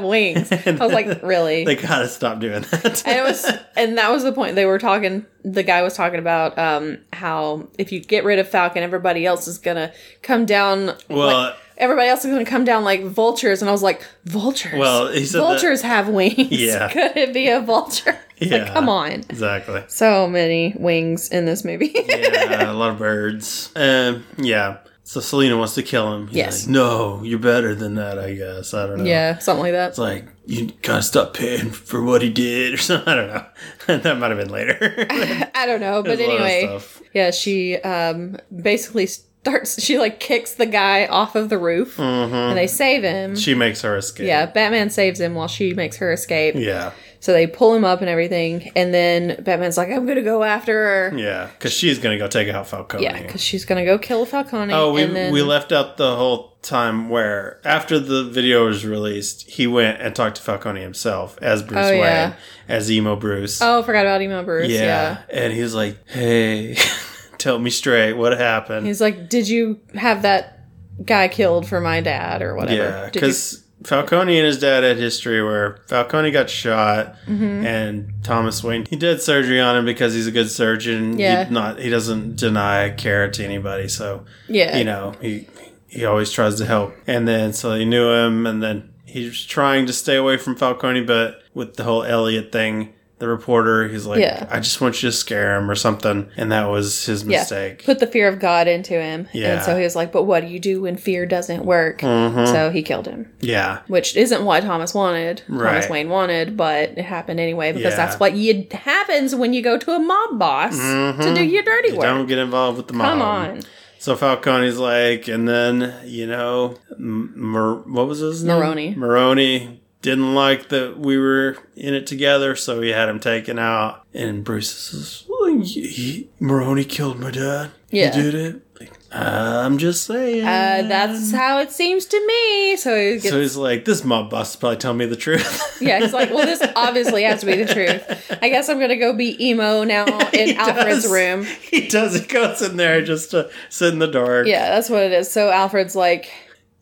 Speaker 2: wings. I was like, really?
Speaker 1: They gotta stop doing that.
Speaker 2: and it was and that was the point they were talking the guy was talking about um how if you get rid of Falcon everybody else is gonna come down
Speaker 1: well.
Speaker 2: like, everybody else is gonna come down like vultures and I was like, Vultures
Speaker 1: Well, he said that-
Speaker 2: Vultures have wings.
Speaker 1: Yeah.
Speaker 2: Could it be a vulture? Like,
Speaker 1: Yeah.
Speaker 2: come on.
Speaker 1: Exactly.
Speaker 2: So many wings in this movie.
Speaker 1: yeah, a lot of birds. Um, yeah. So Selena wants to kill him. He's
Speaker 2: Yes.
Speaker 1: like, no, you're better than that, I guess. I don't know.
Speaker 2: yeah, something like that.
Speaker 1: It's like, you gotta stop paying for what he did or something. I don't know. that might have been later.
Speaker 2: I don't know, but
Speaker 1: There's a lot of
Speaker 2: anyway,
Speaker 1: stuff.
Speaker 2: yeah, she um basically starts. She like kicks the guy off of the roof,
Speaker 1: Mm-hmm.
Speaker 2: and they save him.
Speaker 1: She makes her escape.
Speaker 2: yeah, Batman saves him while she makes her escape.
Speaker 1: Yeah.
Speaker 2: So they pull him up and everything, and then Batman's like, "I'm gonna go after her."
Speaker 1: Yeah, because she's gonna go take out Falcone.
Speaker 2: Yeah, because she's gonna go kill Falcone.
Speaker 1: Oh, we
Speaker 2: and then,
Speaker 1: we left up the whole time where after the video was released, he went and talked to Falcone himself as Bruce
Speaker 2: Oh,
Speaker 1: Wayne,
Speaker 2: yeah.
Speaker 1: as emo Bruce.
Speaker 2: Oh, I forgot about emo Bruce.
Speaker 1: yeah.
Speaker 2: Yeah.
Speaker 1: and he was like, "Hey, tell me straight, what happened?"
Speaker 2: He's like, "Did you have that guy killed for my dad or whatever?"
Speaker 1: yeah,
Speaker 2: Did you-
Speaker 1: because Falcone and his dad had history where Falcone got shot,
Speaker 2: Mm-hmm.
Speaker 1: and Thomas Wayne he did surgery on him because he's a good surgeon. He
Speaker 2: Yeah.
Speaker 1: not he doesn't deny care to anybody, so
Speaker 2: yeah,
Speaker 1: you know he he always tries to help and then so they knew him and then he was trying to stay away from falcone but with the whole elliot thing the reporter he's like
Speaker 2: Yeah.
Speaker 1: i just want you to scare him or something and that was his
Speaker 2: yeah.
Speaker 1: mistake
Speaker 2: Put the fear of God into him.
Speaker 1: Yeah.
Speaker 2: And so he was like, "But what do you do when fear doesn't work?"
Speaker 1: Mhm.
Speaker 2: So he killed him.
Speaker 1: yeah
Speaker 2: which isn't what Thomas wanted. Thomas
Speaker 1: Right.
Speaker 2: Wayne wanted, but it happened anyway because
Speaker 1: Yeah.
Speaker 2: that's what you, happens when you go to a mob boss to
Speaker 1: Mhm.
Speaker 2: do your dirty
Speaker 1: You
Speaker 2: work.
Speaker 1: don't get involved with the mob
Speaker 2: Come on,
Speaker 1: so falcone's like and then you know M- Mar- what was his name
Speaker 2: Maroni.
Speaker 1: maroni didn't like that we were in it together, so he had him taken out. And Bruce says, well, he, he- Maroni killed my dad.
Speaker 2: Yeah.
Speaker 1: He did it. Like, I'm just saying.
Speaker 2: uh, that's how it seems to me. So he gets,
Speaker 1: so he's like, this mob boss is probably telling me the truth.
Speaker 2: yeah, he's like, well, this obviously has to be the truth. I guess I'm gonna go be emo now
Speaker 1: He
Speaker 2: in Alfred's
Speaker 1: does.
Speaker 2: room.
Speaker 1: He does. He goes in there just to sit in the dark.
Speaker 2: Yeah, that's what it is. So Alfred's like,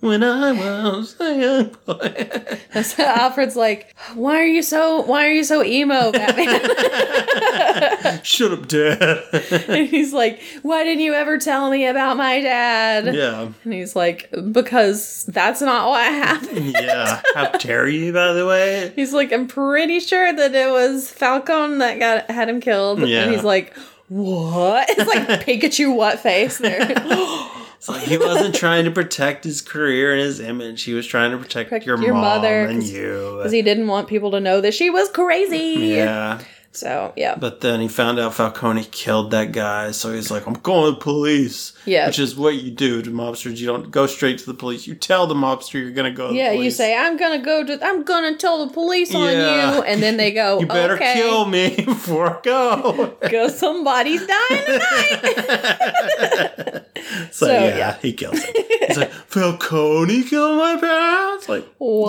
Speaker 1: When I was a young boy.
Speaker 2: that's Alfred's like, why are you so, why are you so emo, Batman?
Speaker 1: Shut up, Dad.
Speaker 2: and he's like, why didn't you ever tell me about my dad?
Speaker 1: yeah.
Speaker 2: And he's like, because that's not what happened.
Speaker 1: Yeah. How dare you, by the way?
Speaker 2: He's like, I'm pretty sure that it was Falcon that got had him killed.
Speaker 1: Yeah.
Speaker 2: And he's like, what? It's like Pikachu what face there.
Speaker 1: It's like he wasn't trying to protect his career and his image. He was trying to protect,
Speaker 2: Protect
Speaker 1: your,
Speaker 2: your
Speaker 1: mom
Speaker 2: mother,
Speaker 1: and
Speaker 2: 'cause-
Speaker 1: you.
Speaker 2: Because he didn't want people to know that she was crazy.
Speaker 1: yeah.
Speaker 2: So yeah.
Speaker 1: But then he found out Falcone killed that guy, so he's like, I'm calling the police.
Speaker 2: Yeah.
Speaker 1: Which is what you do to mobsters. You don't go straight to the police. You tell the mobster you're going to go to
Speaker 2: yeah,
Speaker 1: the police.
Speaker 2: you say, I'm gonna go to I'm gonna tell the police on
Speaker 1: Yeah.
Speaker 2: you and then they go,
Speaker 1: You better
Speaker 2: "Oh, okay,
Speaker 1: kill me before I go.
Speaker 2: go somebody's dying tonight.
Speaker 1: so,
Speaker 2: So,
Speaker 1: yeah,
Speaker 2: yeah.
Speaker 1: he kills him. He's like, Falcone killed my parents? Like,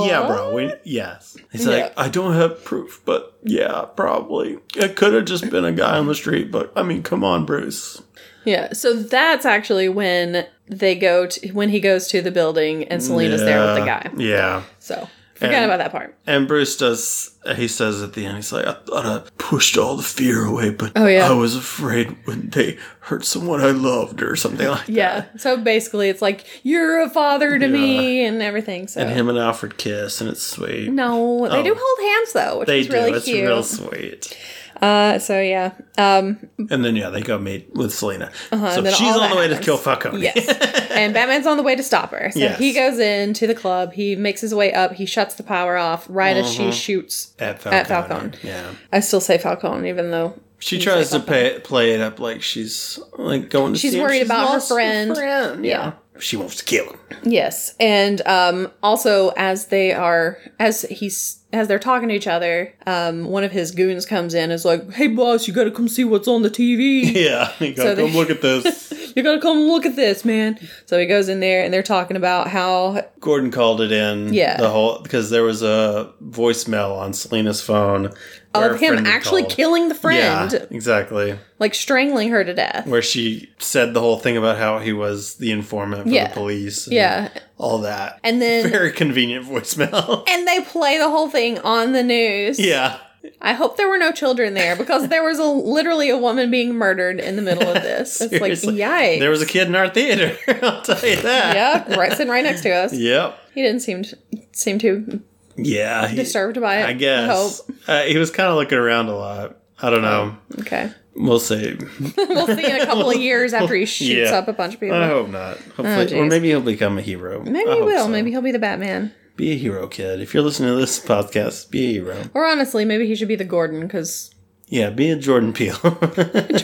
Speaker 1: yeah, bro.
Speaker 2: What?
Speaker 1: We, yes. He's
Speaker 2: Yeah.
Speaker 1: like, I don't have proof, but yeah, probably. It could have just been a guy on the street, but I mean, come on, Bruce.
Speaker 2: Yeah, so that's actually when they go to when he goes to the building and Selena's there with the
Speaker 1: Yeah,
Speaker 2: guy.
Speaker 1: Yeah.
Speaker 2: So forget
Speaker 1: And-
Speaker 2: about that part.
Speaker 1: And Bruce does, he says at the end, he's like, I thought I pushed all the fear away, but
Speaker 2: Oh, yeah.
Speaker 1: I was afraid when they hurt someone I loved or something like that.
Speaker 2: Yeah. So basically, it's like you're a father to me and everything. So
Speaker 1: And him and Alfred kiss, and it's sweet.
Speaker 2: no, they do
Speaker 1: Oh.
Speaker 2: hold hands though, which
Speaker 1: they
Speaker 2: is
Speaker 1: do.
Speaker 2: really
Speaker 1: it's
Speaker 2: cute.
Speaker 1: real sweet.
Speaker 2: Uh, so yeah, um,
Speaker 1: And then yeah, they go meet with Selena. so
Speaker 2: Uh-huh, and then
Speaker 1: she's
Speaker 2: all
Speaker 1: on the
Speaker 2: that
Speaker 1: way to
Speaker 2: happens.
Speaker 1: kill Falcone.
Speaker 2: yes. and Batman's on the way to stop her. So
Speaker 1: Yes.
Speaker 2: he goes into the club. He makes his way up. He shuts the power off right as
Speaker 1: Mm-hmm.
Speaker 2: she shoots.
Speaker 1: At Falcone.
Speaker 2: At Falcone.
Speaker 1: Yeah.
Speaker 2: I still say Falcon, even though
Speaker 1: She
Speaker 2: You
Speaker 1: tries
Speaker 2: say
Speaker 1: to pay, play it up like she's like going to
Speaker 2: She's
Speaker 1: see him.
Speaker 2: worried about her
Speaker 1: lost
Speaker 2: friend.
Speaker 1: friend. Yeah. She wants to kill him.
Speaker 2: Yes, and um, also as they are as he's as they're talking to each other, um, one of his goons comes in and is like, "Hey, boss, you gotta come see what's on the TV.
Speaker 1: Yeah. You gotta
Speaker 2: So they-
Speaker 1: come look at this.
Speaker 2: You gotta come look at this, man." So he goes in there and they're talking about how
Speaker 1: Gordon called it in.
Speaker 2: Yeah.
Speaker 1: The whole because there was a voicemail on Selena's phone where a
Speaker 2: of him
Speaker 1: friend had
Speaker 2: actually
Speaker 1: called.
Speaker 2: killing the friend,
Speaker 1: Yeah, exactly.
Speaker 2: like strangling her to death.
Speaker 1: Where she said the whole thing about how he was the informant for
Speaker 2: Yeah.
Speaker 1: the police. and
Speaker 2: Yeah,
Speaker 1: All that.
Speaker 2: and then
Speaker 1: Very convenient voicemail.
Speaker 2: and they play the whole thing on the news.
Speaker 1: yeah.
Speaker 2: I hope there were no children there because there was a literally a woman being murdered in the middle of this. It's like
Speaker 1: Seriously.
Speaker 2: yikes.
Speaker 1: There was a kid in our theater. I'll tell you that.
Speaker 2: yeah, right sitting right next to us.
Speaker 1: Yep.
Speaker 2: He didn't seem to, seem too
Speaker 1: Yeah. He,
Speaker 2: disturbed by it.
Speaker 1: I guess. Uh, he was kind of looking around a lot. I don't know.
Speaker 2: Okay.
Speaker 1: We'll see.
Speaker 2: We'll see in a couple of years after he shoots
Speaker 1: Yeah.
Speaker 2: up a bunch of people.
Speaker 1: I hope not. Hopefully, or
Speaker 2: Oh, geez.
Speaker 1: maybe he'll become a hero.
Speaker 2: Maybe
Speaker 1: I
Speaker 2: he
Speaker 1: hope
Speaker 2: will.
Speaker 1: so.
Speaker 2: Maybe he'll be the Batman.
Speaker 1: be a hero, kid. If you're listening to this podcast, be a hero.
Speaker 2: Or honestly, maybe he should be the Gordon because.
Speaker 1: Yeah, be a Jordan Peele. Just peel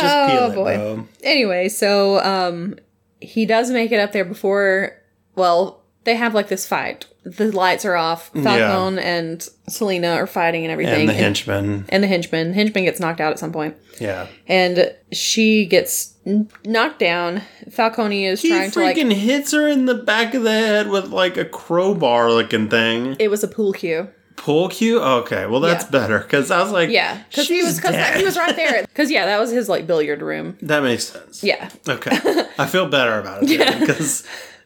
Speaker 2: Oh,
Speaker 1: it,
Speaker 2: boy.
Speaker 1: bro.
Speaker 2: Anyway, so um, he does make it up there before. Well, they have like this fight. The lights are off. Falcon and Selena are fighting and everything.
Speaker 1: and the henchman.
Speaker 2: and the henchman. Henchman gets knocked out at some point,
Speaker 1: Yeah.
Speaker 2: and she gets n- knocked down. Falcone is
Speaker 1: He
Speaker 2: trying to like.
Speaker 1: freaking hits her in the back of the head with like a crowbar looking thing.
Speaker 2: It was a pool cue.
Speaker 1: Pull cue? Okay, well that's
Speaker 2: Yeah.
Speaker 1: better because I was like,
Speaker 2: Yeah, because he
Speaker 1: she's
Speaker 2: was because
Speaker 1: dead.
Speaker 2: he was right there. Because yeah, that was his like billiard room.
Speaker 1: That makes sense.
Speaker 2: Yeah,
Speaker 1: Okay, I feel better about it because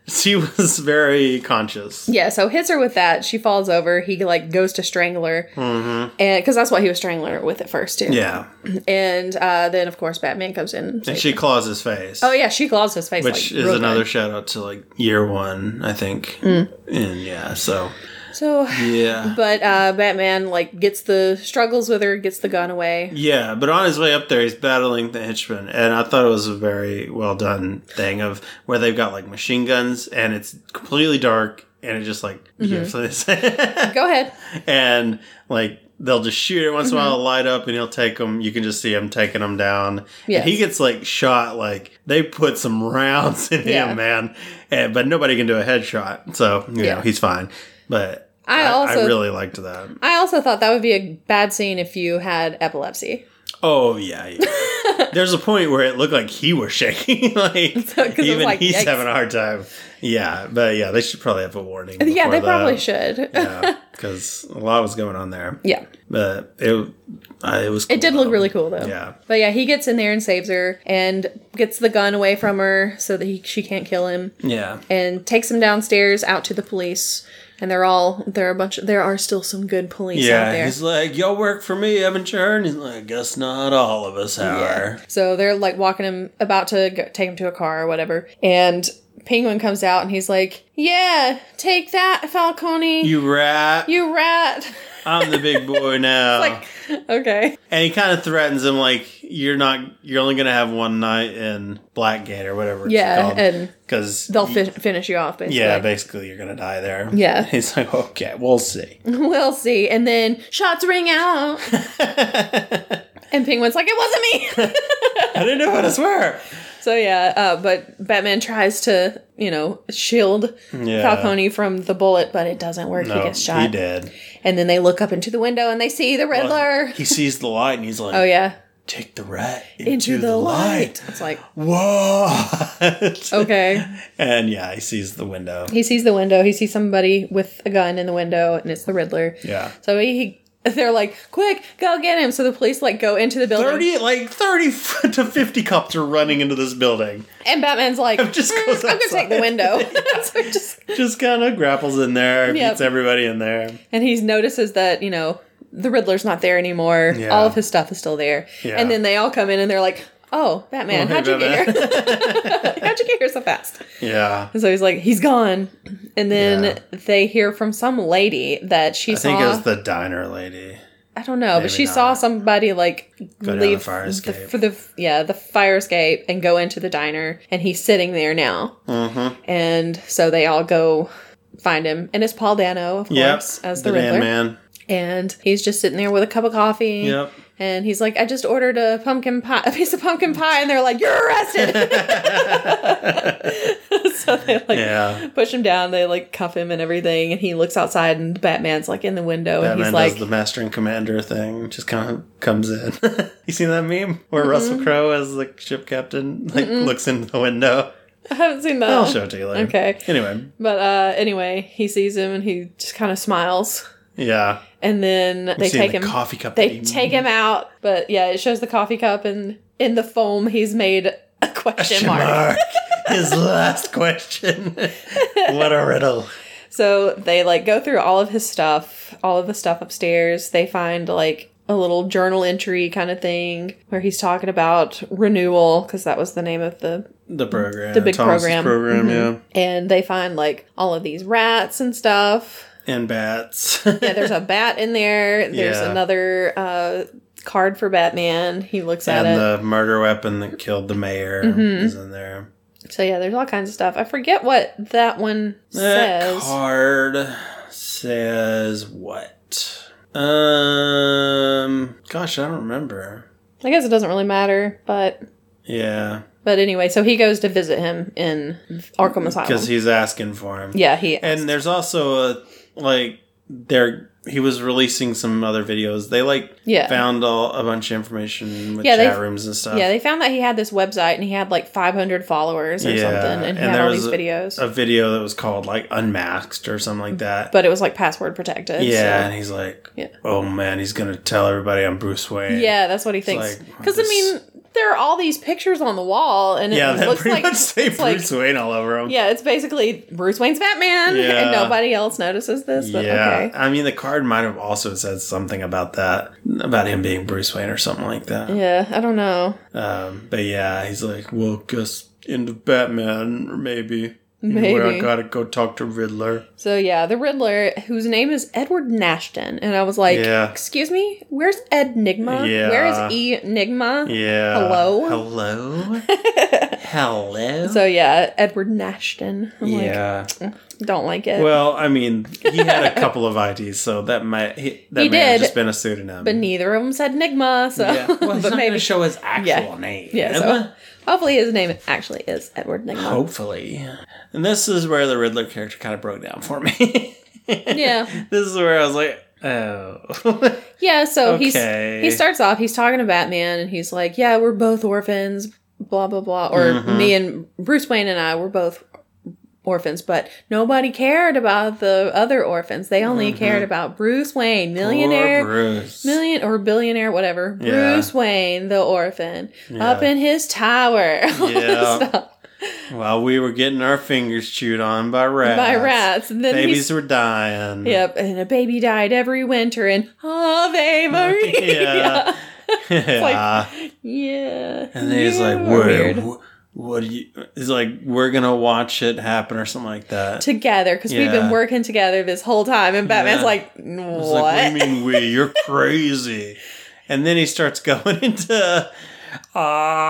Speaker 1: she was very conscious.
Speaker 2: yeah. So hits her with that. She falls over. He like goes to strangle her,
Speaker 1: Mm-hmm.
Speaker 2: and because that's what he was strangling her with at first too.
Speaker 1: Yeah,
Speaker 2: And uh, then of course Batman comes in. And
Speaker 1: and
Speaker 2: saves
Speaker 1: she
Speaker 2: her.
Speaker 1: claws his face,
Speaker 2: oh yeah, she claws his face,
Speaker 1: which
Speaker 2: like,
Speaker 1: is
Speaker 2: real
Speaker 1: another
Speaker 2: good.
Speaker 1: shout out to like year one, I think.
Speaker 2: Mm.
Speaker 1: And yeah, so
Speaker 2: So.
Speaker 1: yeah,
Speaker 2: But uh, Batman like gets the struggles with her, gets the gun away.
Speaker 1: yeah. But on his way up there, he's battling the henchman, and I thought it was a very well done thing of where they've got like machine guns, and it's completely dark, and it just like
Speaker 2: Mm-hmm.
Speaker 1: gives this.
Speaker 2: Go ahead.
Speaker 1: and like they'll just shoot it once in a
Speaker 2: Mm-hmm.
Speaker 1: while, light up, and he'll take them. You can just see him taking them down.
Speaker 2: Yes.
Speaker 1: And he gets like shot. Like they put some rounds in
Speaker 2: Yeah.
Speaker 1: him, man. And, but nobody can do a headshot, so you
Speaker 2: Yeah.
Speaker 1: know he's fine. But I,
Speaker 2: I
Speaker 1: I
Speaker 2: also-
Speaker 1: really liked that.
Speaker 2: I also thought that would be a bad scene if you had epilepsy.
Speaker 1: Oh yeah. yeah. There's a point where it looked like he was shaking, like
Speaker 2: 'cause it's
Speaker 1: even
Speaker 2: like,
Speaker 1: he's
Speaker 2: yikes.
Speaker 1: having a hard time. Yeah, but yeah, they should probably have a warning.
Speaker 2: yeah,
Speaker 1: before
Speaker 2: they probably
Speaker 1: that.
Speaker 2: should.
Speaker 1: yeah, because a lot was going on there.
Speaker 2: yeah.
Speaker 1: But it, I, it was.
Speaker 2: It did
Speaker 1: cool,
Speaker 2: look
Speaker 1: though.
Speaker 2: really cool though.
Speaker 1: Yeah.
Speaker 2: But yeah, he gets in there and saves her and gets the gun away from her so that he, she can't kill him
Speaker 1: Yeah.
Speaker 2: and takes him downstairs out to the police. And they're all there are a bunch. there are still some good police out
Speaker 1: Yeah.
Speaker 2: there.
Speaker 1: He's like, y'all work for me, haven't you heard? He's like, guess not all of us are.
Speaker 2: So they're like walking him about to go, take him to a car or whatever. And Penguin comes out and he's like, "Yeah, take that, Falcone, you,
Speaker 1: You rat.
Speaker 2: rat."
Speaker 1: I'm the big boy now.
Speaker 2: like, okay,
Speaker 1: and he kind of threatens him, like, you're not, you're only going to have one night in Blackgate or whatever it's
Speaker 2: Yeah,
Speaker 1: called.
Speaker 2: and
Speaker 1: Because
Speaker 2: they'll fi- finish you off. Basically.
Speaker 1: Yeah, basically, you're going to die there.
Speaker 2: Yeah.
Speaker 1: He's like, okay, we'll see.
Speaker 2: we'll see. And then shots ring out, and Penguin's like, "It wasn't me."
Speaker 1: I didn't know how to swear.
Speaker 2: so yeah, uh, but Batman tries to, you know, shield
Speaker 1: Yeah.
Speaker 2: Falcone from the bullet, but it doesn't work. he
Speaker 1: No,
Speaker 2: gets shot.
Speaker 1: Oh, He did.
Speaker 2: And then they look up into the window and they see the Riddler.
Speaker 1: He sees the light and he's like,
Speaker 2: oh yeah.
Speaker 1: take the rat into,
Speaker 2: into
Speaker 1: the, light.
Speaker 2: It's like,
Speaker 1: What?
Speaker 2: okay.
Speaker 1: And yeah, he sees the window.
Speaker 2: He sees the window. He sees somebody with a gun in the window, and it's the Riddler.
Speaker 1: Yeah.
Speaker 2: So he, they're like, quick, go get him. So the police like go into the building,
Speaker 1: 30, like 30 f- to 50 cops are running into this building.
Speaker 2: and Batman's like,
Speaker 1: just
Speaker 2: "Mm,
Speaker 1: goes
Speaker 2: I'm gonna take the
Speaker 1: outside."
Speaker 2: window. so he just,
Speaker 1: Just kind of grapples in there,
Speaker 2: Yep.
Speaker 1: gets everybody in there.
Speaker 2: and he notices that you know the Riddler's not there anymore.
Speaker 1: Yeah.
Speaker 2: All of his stuff is still there.
Speaker 1: Yeah.
Speaker 2: And then they all come in, and they're like, oh, Batman,
Speaker 1: hey,
Speaker 2: how'd you
Speaker 1: Batman."
Speaker 2: get here? how'd you get here so fast?
Speaker 1: Yeah.
Speaker 2: So he's like, he's gone. And then
Speaker 1: Yeah.
Speaker 2: they hear from some lady that she
Speaker 1: I
Speaker 2: saw.
Speaker 1: think it was the diner lady.
Speaker 2: I don't know, but
Speaker 1: Maybe
Speaker 2: she
Speaker 1: not.
Speaker 2: saw somebody like
Speaker 1: down the
Speaker 2: leave
Speaker 1: fire escape.
Speaker 2: for the yeah the fire escape and go into the diner, and he's sitting there now.
Speaker 1: Mm-hmm.
Speaker 2: And so they all go find him, and it's Paul Dano, of
Speaker 1: Yep.
Speaker 2: course, as the,
Speaker 1: Van
Speaker 2: Riddler,
Speaker 1: man.
Speaker 2: and he's just sitting there with a cup of coffee.
Speaker 1: Yep.
Speaker 2: And he's like, I just ordered a pumpkin pie, a piece of pumpkin pie, and they're like, you're arrested. so they like
Speaker 1: Yeah.
Speaker 2: push him down. They like cuff him and everything, and he looks outside, and Batman's like in the window, and
Speaker 1: Batman
Speaker 2: he's like,
Speaker 1: does the master and commander thing, just kind of comes in. you seen that meme where Russell Crowe as the ship captain like looks into the window?
Speaker 2: I haven't seen that.
Speaker 1: I'll show it to you later.
Speaker 2: Okay.
Speaker 1: Anyway,
Speaker 2: But uh, anyway, he sees him and he just kind of smiles,
Speaker 1: yeah,
Speaker 2: and then they
Speaker 1: Seeing
Speaker 2: take
Speaker 1: the
Speaker 2: him.
Speaker 1: coffee cup. that
Speaker 2: they
Speaker 1: he-
Speaker 2: take him out, but yeah, it shows the coffee cup, and in the foam, he's made a question mark.
Speaker 1: Mark. His last question. what a riddle.
Speaker 2: So they like go through all of his stuff, all of the stuff upstairs. They find like a little journal entry kind of thing where he's talking about renewal because that was the name of the
Speaker 1: The program.
Speaker 2: The big
Speaker 1: Thomas's
Speaker 2: program. Mm-hmm.
Speaker 1: program,
Speaker 2: and they find like all of these rats and stuff.
Speaker 1: yeah. And bats.
Speaker 2: Yeah, there's a bat in there. There's
Speaker 1: Yeah.
Speaker 2: another uh, card for Batman. He looks at
Speaker 1: and
Speaker 2: it.
Speaker 1: the murder weapon that killed the mayor
Speaker 2: Mm-hmm.
Speaker 1: is in there.
Speaker 2: so yeah, there's all kinds of stuff. I forget what that one
Speaker 1: That
Speaker 2: says.
Speaker 1: Eh, card says what? Um gosh, I don't remember.
Speaker 2: I guess it doesn't really matter, but
Speaker 1: Yeah.
Speaker 2: But anyway, so he goes to visit him in Arkham Asylum.
Speaker 1: because he's asking for him.
Speaker 2: yeah, he
Speaker 1: And there's also a like there he was releasing some other videos. They like
Speaker 2: Yeah.
Speaker 1: found all a bunch of information with
Speaker 2: Yeah, they-
Speaker 1: chat rooms and stuff.
Speaker 2: yeah, they found that he had this website and he had like 500 followers or
Speaker 1: Yeah,
Speaker 2: something,
Speaker 1: and
Speaker 2: and he had
Speaker 1: there
Speaker 2: all
Speaker 1: was
Speaker 2: these videos.
Speaker 1: a video that was called like unmasked or something like that.
Speaker 2: but it was like password protected.
Speaker 1: yeah,
Speaker 2: so-
Speaker 1: and he's like,
Speaker 2: uh, Yeah.
Speaker 1: "Oh man, he's gonna tell everybody I'm Bruce Wayne."
Speaker 2: yeah, that's what he thinks.
Speaker 1: like,
Speaker 2: Because I
Speaker 1: this-
Speaker 2: mean, there are all these pictures on the wall, and it
Speaker 1: yeah, that
Speaker 2: looks
Speaker 1: pretty
Speaker 2: like
Speaker 1: much say
Speaker 2: it's like-
Speaker 1: Bruce Wayne all over him.
Speaker 2: yeah, it's basically Bruce Wayne's Batman,
Speaker 1: Yeah.
Speaker 2: and nobody else notices this. But
Speaker 1: yeah,
Speaker 2: okay,
Speaker 1: I mean the card might have also said something about that, about him being Bruce Wayne or something like that.
Speaker 2: yeah, I don't know.
Speaker 1: Um, but yeah, he's like, well, guess into Batman, or maybe.
Speaker 2: Maybe.
Speaker 1: Anyway, I gotta go talk to Riddler.
Speaker 2: So yeah, the Riddler, whose name is Edward Nashton, and I was like,
Speaker 1: Yeah.
Speaker 2: "Excuse me, where's Ed Nigma?
Speaker 1: Yeah.
Speaker 2: Where is E Nigma?"
Speaker 1: Yeah.
Speaker 2: Hello?
Speaker 1: Hello? Hello?
Speaker 2: So yeah, Edward Nashton. I'm "Eh."
Speaker 1: yeah.
Speaker 2: like, don't like it.
Speaker 1: well, I mean, he had a couple of IDs, so that might he, that
Speaker 2: He
Speaker 1: may have
Speaker 2: did,
Speaker 1: just been a pseudonym.
Speaker 2: but neither of them said Nigma, so
Speaker 1: yeah. Well, he's
Speaker 2: but
Speaker 3: not going
Speaker 2: maybe
Speaker 3: to show his actual
Speaker 2: Yeah.
Speaker 3: name.
Speaker 2: yeah. So hopefully his name actually is Edward Nigma.
Speaker 3: Hopefully. And this is where the Riddler character kind of broke down for me.
Speaker 2: Yeah,
Speaker 3: This is where I was like, oh.
Speaker 2: yeah. So
Speaker 3: Okay.
Speaker 2: he's he starts off. He's talking to Batman, and he's like, "Yeah, we're both orphans." Blah blah blah. Or
Speaker 1: Mm-hmm.
Speaker 2: me and Bruce Wayne and I were both orphans, but nobody cared about the other orphans. They only cared about Bruce Wayne, millionaire,
Speaker 1: Mm-hmm. Poor Bruce.
Speaker 2: million or billionaire, whatever.
Speaker 1: Yeah.
Speaker 2: Bruce Wayne, the orphan, up in his tower. all this
Speaker 1: Yeah.
Speaker 2: stuff.
Speaker 1: While we were getting our fingers chewed on by rats.
Speaker 2: by rats. And then
Speaker 1: Babies
Speaker 2: he's,
Speaker 1: were dying.
Speaker 2: yep, and a baby died every winter in Ave Maria.
Speaker 1: Yeah. yeah.
Speaker 2: yeah.
Speaker 1: And then he's
Speaker 2: Yeah.
Speaker 1: like, "Wait, wh- what do you?" He's like, "We're gonna watch it happen or something like that."
Speaker 2: together because we've been
Speaker 1: Yeah.
Speaker 2: working together this whole time. And Batman's
Speaker 1: Yeah.
Speaker 2: like,
Speaker 1: I
Speaker 2: what?
Speaker 1: was like, what do you mean we? You're crazy. And then he starts going into,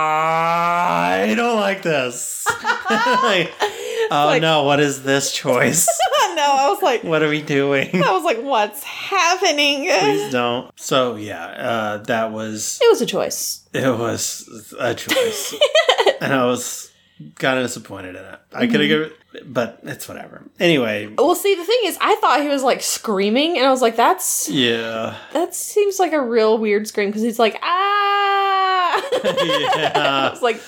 Speaker 1: "I don't like this." Like, oh
Speaker 2: like-
Speaker 1: no! What is this choice?
Speaker 2: no, I was like,
Speaker 1: what are we doing?
Speaker 2: I was like, what's happening?
Speaker 1: Please don't. So yeah, uh, that was
Speaker 2: It was a choice.
Speaker 1: it was a choice, and I was kind of disappointed in it. I could have
Speaker 2: Mm-hmm.
Speaker 1: given, but it's whatever. Anyway,
Speaker 2: Well, see, the thing is, I thought he was like screaming, and I was like, that's
Speaker 1: yeah.
Speaker 2: that seems like a real weird scream because he's like, ah. I
Speaker 1: yeah.
Speaker 2: was like,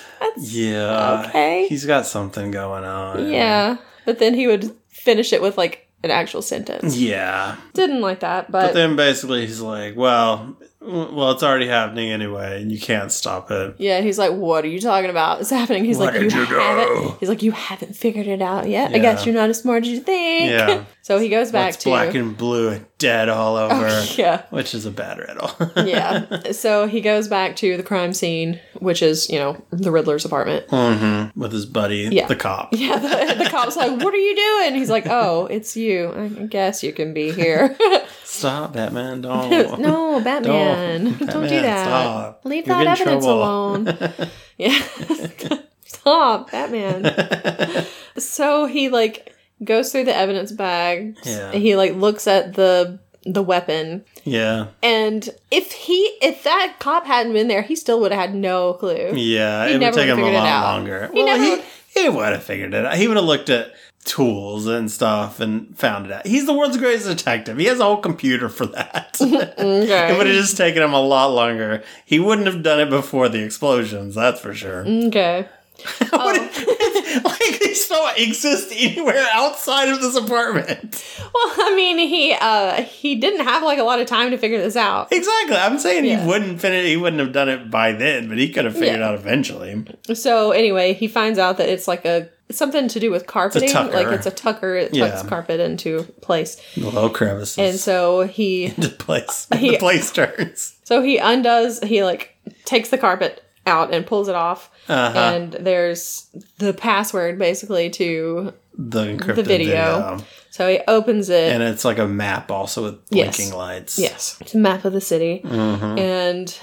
Speaker 2: that's
Speaker 1: Yeah.
Speaker 2: Okay.
Speaker 1: He's got something going on.
Speaker 2: Yeah. But then he would finish it with like an actual sentence.
Speaker 1: Yeah.
Speaker 2: Didn't like that,
Speaker 1: But
Speaker 2: but,
Speaker 1: then basically he's like, well, w- well, it's already happening anyway, and you can't stop it.
Speaker 2: yeah, he's like, What are you talking about? It's happening. He's
Speaker 1: What
Speaker 2: like, You,
Speaker 1: did you
Speaker 2: haven't
Speaker 1: do?
Speaker 2: he's like, You haven't figured it out yet. I
Speaker 1: Yeah.
Speaker 2: guess you're not as smart as you think.
Speaker 1: Yeah.
Speaker 2: so he goes back
Speaker 1: It's
Speaker 2: to Oh,
Speaker 1: black and blue and dead all over,
Speaker 2: Yeah.
Speaker 1: which is a bad riddle.
Speaker 2: Yeah. so he goes back to the crime scene, which is, you know, the Riddler's apartment.
Speaker 1: mm-hmm. With his buddy,
Speaker 2: Yeah.
Speaker 1: the cop.
Speaker 2: Yeah, the, the cop's like, What are you doing? He's like, Oh, it's you. I guess you can be here.
Speaker 1: Stop, Batman. Don't.
Speaker 2: no, Batman. Don't, do
Speaker 1: Oh, Batman,
Speaker 2: that.
Speaker 1: stop.
Speaker 2: Leave
Speaker 1: You'll
Speaker 2: that
Speaker 1: get in
Speaker 2: evidence
Speaker 1: trouble.
Speaker 2: alone. yeah. stop, Batman. so he like goes through the evidence bag.
Speaker 1: Yeah.
Speaker 2: He like looks at the the weapon.
Speaker 1: Yeah.
Speaker 2: And if he if that cop hadn't been there, he still would have had no clue.
Speaker 1: Yeah.
Speaker 2: He
Speaker 1: it would
Speaker 2: never
Speaker 1: take him a
Speaker 2: figured it
Speaker 1: lot
Speaker 2: out.
Speaker 1: longer.
Speaker 2: He
Speaker 1: well,
Speaker 2: never-
Speaker 1: he, he would have figured it out. He would have looked at tools and stuff and found it out. He's the world's greatest detective. He has a whole computer for that. It would
Speaker 2: Okay.
Speaker 1: have just taken him a lot longer. He wouldn't have done it before the explosions, that's for sure.
Speaker 2: Mm. Okay.
Speaker 1: like, these don't exist anywhere outside of this apartment.
Speaker 2: Well, I mean, he uh he didn't have like a lot of time to figure this out.
Speaker 1: Exactly. I'm saying
Speaker 2: Yeah.
Speaker 1: he wouldn't finish. He wouldn't have done it by then, but he could have figured it
Speaker 2: Yeah.
Speaker 1: out eventually.
Speaker 2: So anyway, he finds out that it's like a something to do with carpeting,
Speaker 1: tucker.
Speaker 2: like it's a tucker. It tucks
Speaker 1: Yeah.
Speaker 2: carpet into place,
Speaker 1: The little crevices.
Speaker 2: and so he
Speaker 1: the place.
Speaker 2: He-
Speaker 1: the place turns.
Speaker 2: so he undoes. He like takes the carpet out and pulls it off,
Speaker 1: Uh-huh.
Speaker 2: and there's the password basically to.
Speaker 1: The encrypted
Speaker 2: video.
Speaker 1: video.
Speaker 2: So he opens it.
Speaker 1: And it's like a map also with
Speaker 2: Yes.
Speaker 1: blinking lights.
Speaker 2: yes, it's a map of the city,
Speaker 1: Mhm.
Speaker 2: and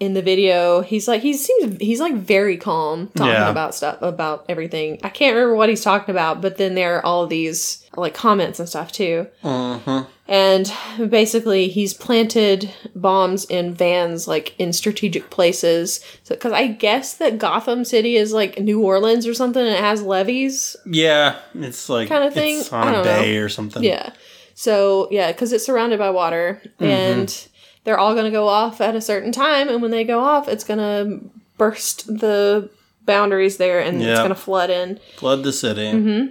Speaker 2: in the video, he's like he seems he's like very calm talking
Speaker 1: Yeah.
Speaker 2: about stuff about everything. I can't remember what he's talking about, but then there are all these like comments and stuff too.
Speaker 1: Uh-huh.
Speaker 2: And basically, he's planted bombs in vans, like in strategic places. Because I guess that Gotham City is like New Orleans or something, and it has levees.
Speaker 1: Yeah, it's like
Speaker 2: Kinda thing?
Speaker 1: It's on
Speaker 2: I
Speaker 1: a
Speaker 2: don't know.
Speaker 1: bay or something.
Speaker 2: Yeah. So, yeah, because it's surrounded by water.
Speaker 1: Mm-hmm.
Speaker 2: And they're all going to go off at a certain time. And when they go off, it's going to burst the boundaries there and
Speaker 1: Yeah.
Speaker 2: it's going to flood in.
Speaker 1: flood the city.
Speaker 2: Mm-hmm.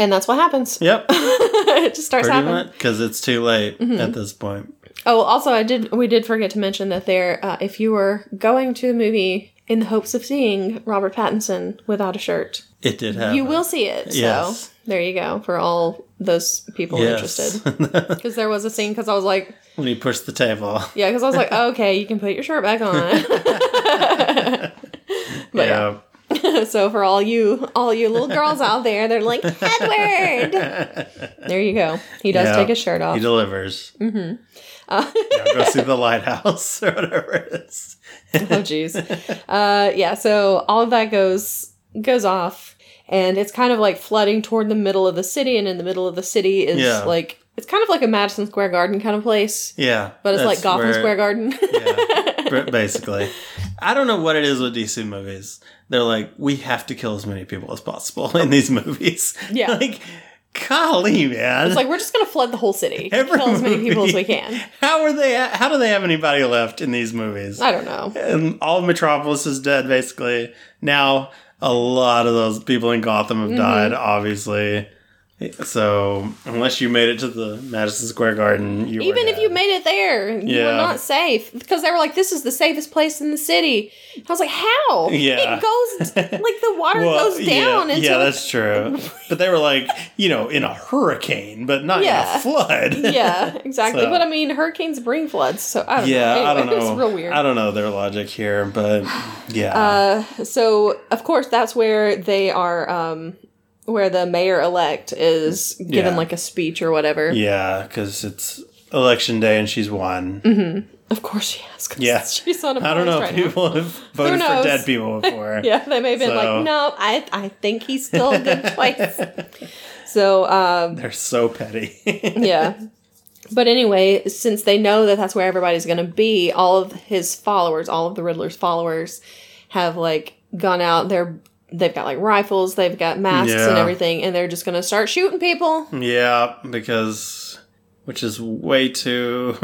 Speaker 2: And that's what happens.
Speaker 1: Yep,
Speaker 2: it just starts
Speaker 1: pretty
Speaker 2: happening.
Speaker 1: much because it's too late
Speaker 2: Mm-hmm.
Speaker 1: at this point.
Speaker 2: Oh, also, I did. We did forget to mention that there. Uh, if you were going to the movie in the hopes of seeing Robert Pattinson without a shirt,
Speaker 1: It did happen.
Speaker 2: you will see it.
Speaker 1: Uh-huh. Yes.
Speaker 2: So there you go for all those people
Speaker 1: Yes.
Speaker 2: interested. Because there was a scene. Because I was like,
Speaker 1: when he pushed the table.
Speaker 2: yeah. Because I was like, okay, you can put your shirt back on. but yeah.
Speaker 1: yeah.
Speaker 2: So for all you, all you little girls out there, they're like Edward. there you go. He does
Speaker 1: Yeah.
Speaker 2: take his shirt off.
Speaker 1: He delivers. Mm-hmm. go see the lighthouse or whatever it is.
Speaker 2: oh jeez uh yeah so all of that goes goes off and it's kind of like flooding toward the middle of the city and in the middle of the city is
Speaker 1: Yeah.
Speaker 2: like it's kind of like a madison square garden kind of place
Speaker 1: Yeah,
Speaker 2: but it's like
Speaker 1: that's
Speaker 2: gotham
Speaker 1: where-
Speaker 2: square garden
Speaker 1: Yeah, b- basically. I don't know what it is with DC movies. They're like, we have to kill as many people as possible in these movies.
Speaker 2: Yeah.
Speaker 1: like, golly, man.
Speaker 2: it's like we're just gonna flood the whole city
Speaker 1: Every
Speaker 2: kill as many people as we
Speaker 1: movie.
Speaker 2: can
Speaker 1: how are they? How do they have anybody left in these movies?
Speaker 2: i don't know
Speaker 1: and all of Metropolis is dead, basically. Now, a lot of those people in Gotham
Speaker 2: Mm-hmm.
Speaker 1: have died, obviously. So, unless you made it to the Madison Square Garden, you were
Speaker 2: even if
Speaker 1: dead.
Speaker 2: you made it there, you were
Speaker 1: Yeah.
Speaker 2: not safe because they were like, "This is the safest place in the city." I was like, "How?
Speaker 1: Yeah.
Speaker 2: It goes like the water
Speaker 1: Well,
Speaker 2: goes
Speaker 1: yeah,
Speaker 2: down into
Speaker 1: yeah,
Speaker 2: the
Speaker 1: that's true. But they were like, you know, in a hurricane, but not in
Speaker 2: Yeah.
Speaker 1: a flood.
Speaker 2: yeah, exactly.
Speaker 1: So-
Speaker 2: But I mean, hurricanes bring floods, so I don't
Speaker 1: yeah,
Speaker 2: know.
Speaker 1: I don't know.
Speaker 2: Anyway, It's real weird.
Speaker 1: I don't know their logic here, but yeah,
Speaker 2: uh, so of course that's where they are. Um, where the mayor elect is given
Speaker 1: Yeah.
Speaker 2: like a speech or whatever.
Speaker 1: yeah, because it's election day and she's won.
Speaker 2: Of course she has. 'cause
Speaker 1: Yeah.
Speaker 2: she's on a
Speaker 1: I don't
Speaker 2: pause
Speaker 1: know
Speaker 2: Mm-hmm. right
Speaker 1: if
Speaker 2: now.
Speaker 1: people have voted for
Speaker 2: knows?
Speaker 1: dead people before.
Speaker 2: Yeah, they may have been
Speaker 1: So-
Speaker 2: like, no, I I think he's still a good place. so um,
Speaker 1: They're so petty.
Speaker 2: yeah. But anyway, since they know that that's where everybody's going to be, all of his followers, all of the Riddler's followers, have like gone out. They're they've got like rifles, they've got masks and
Speaker 1: Yeah.
Speaker 2: everything, and they're just going to start shooting people.
Speaker 1: yeah, because which is way too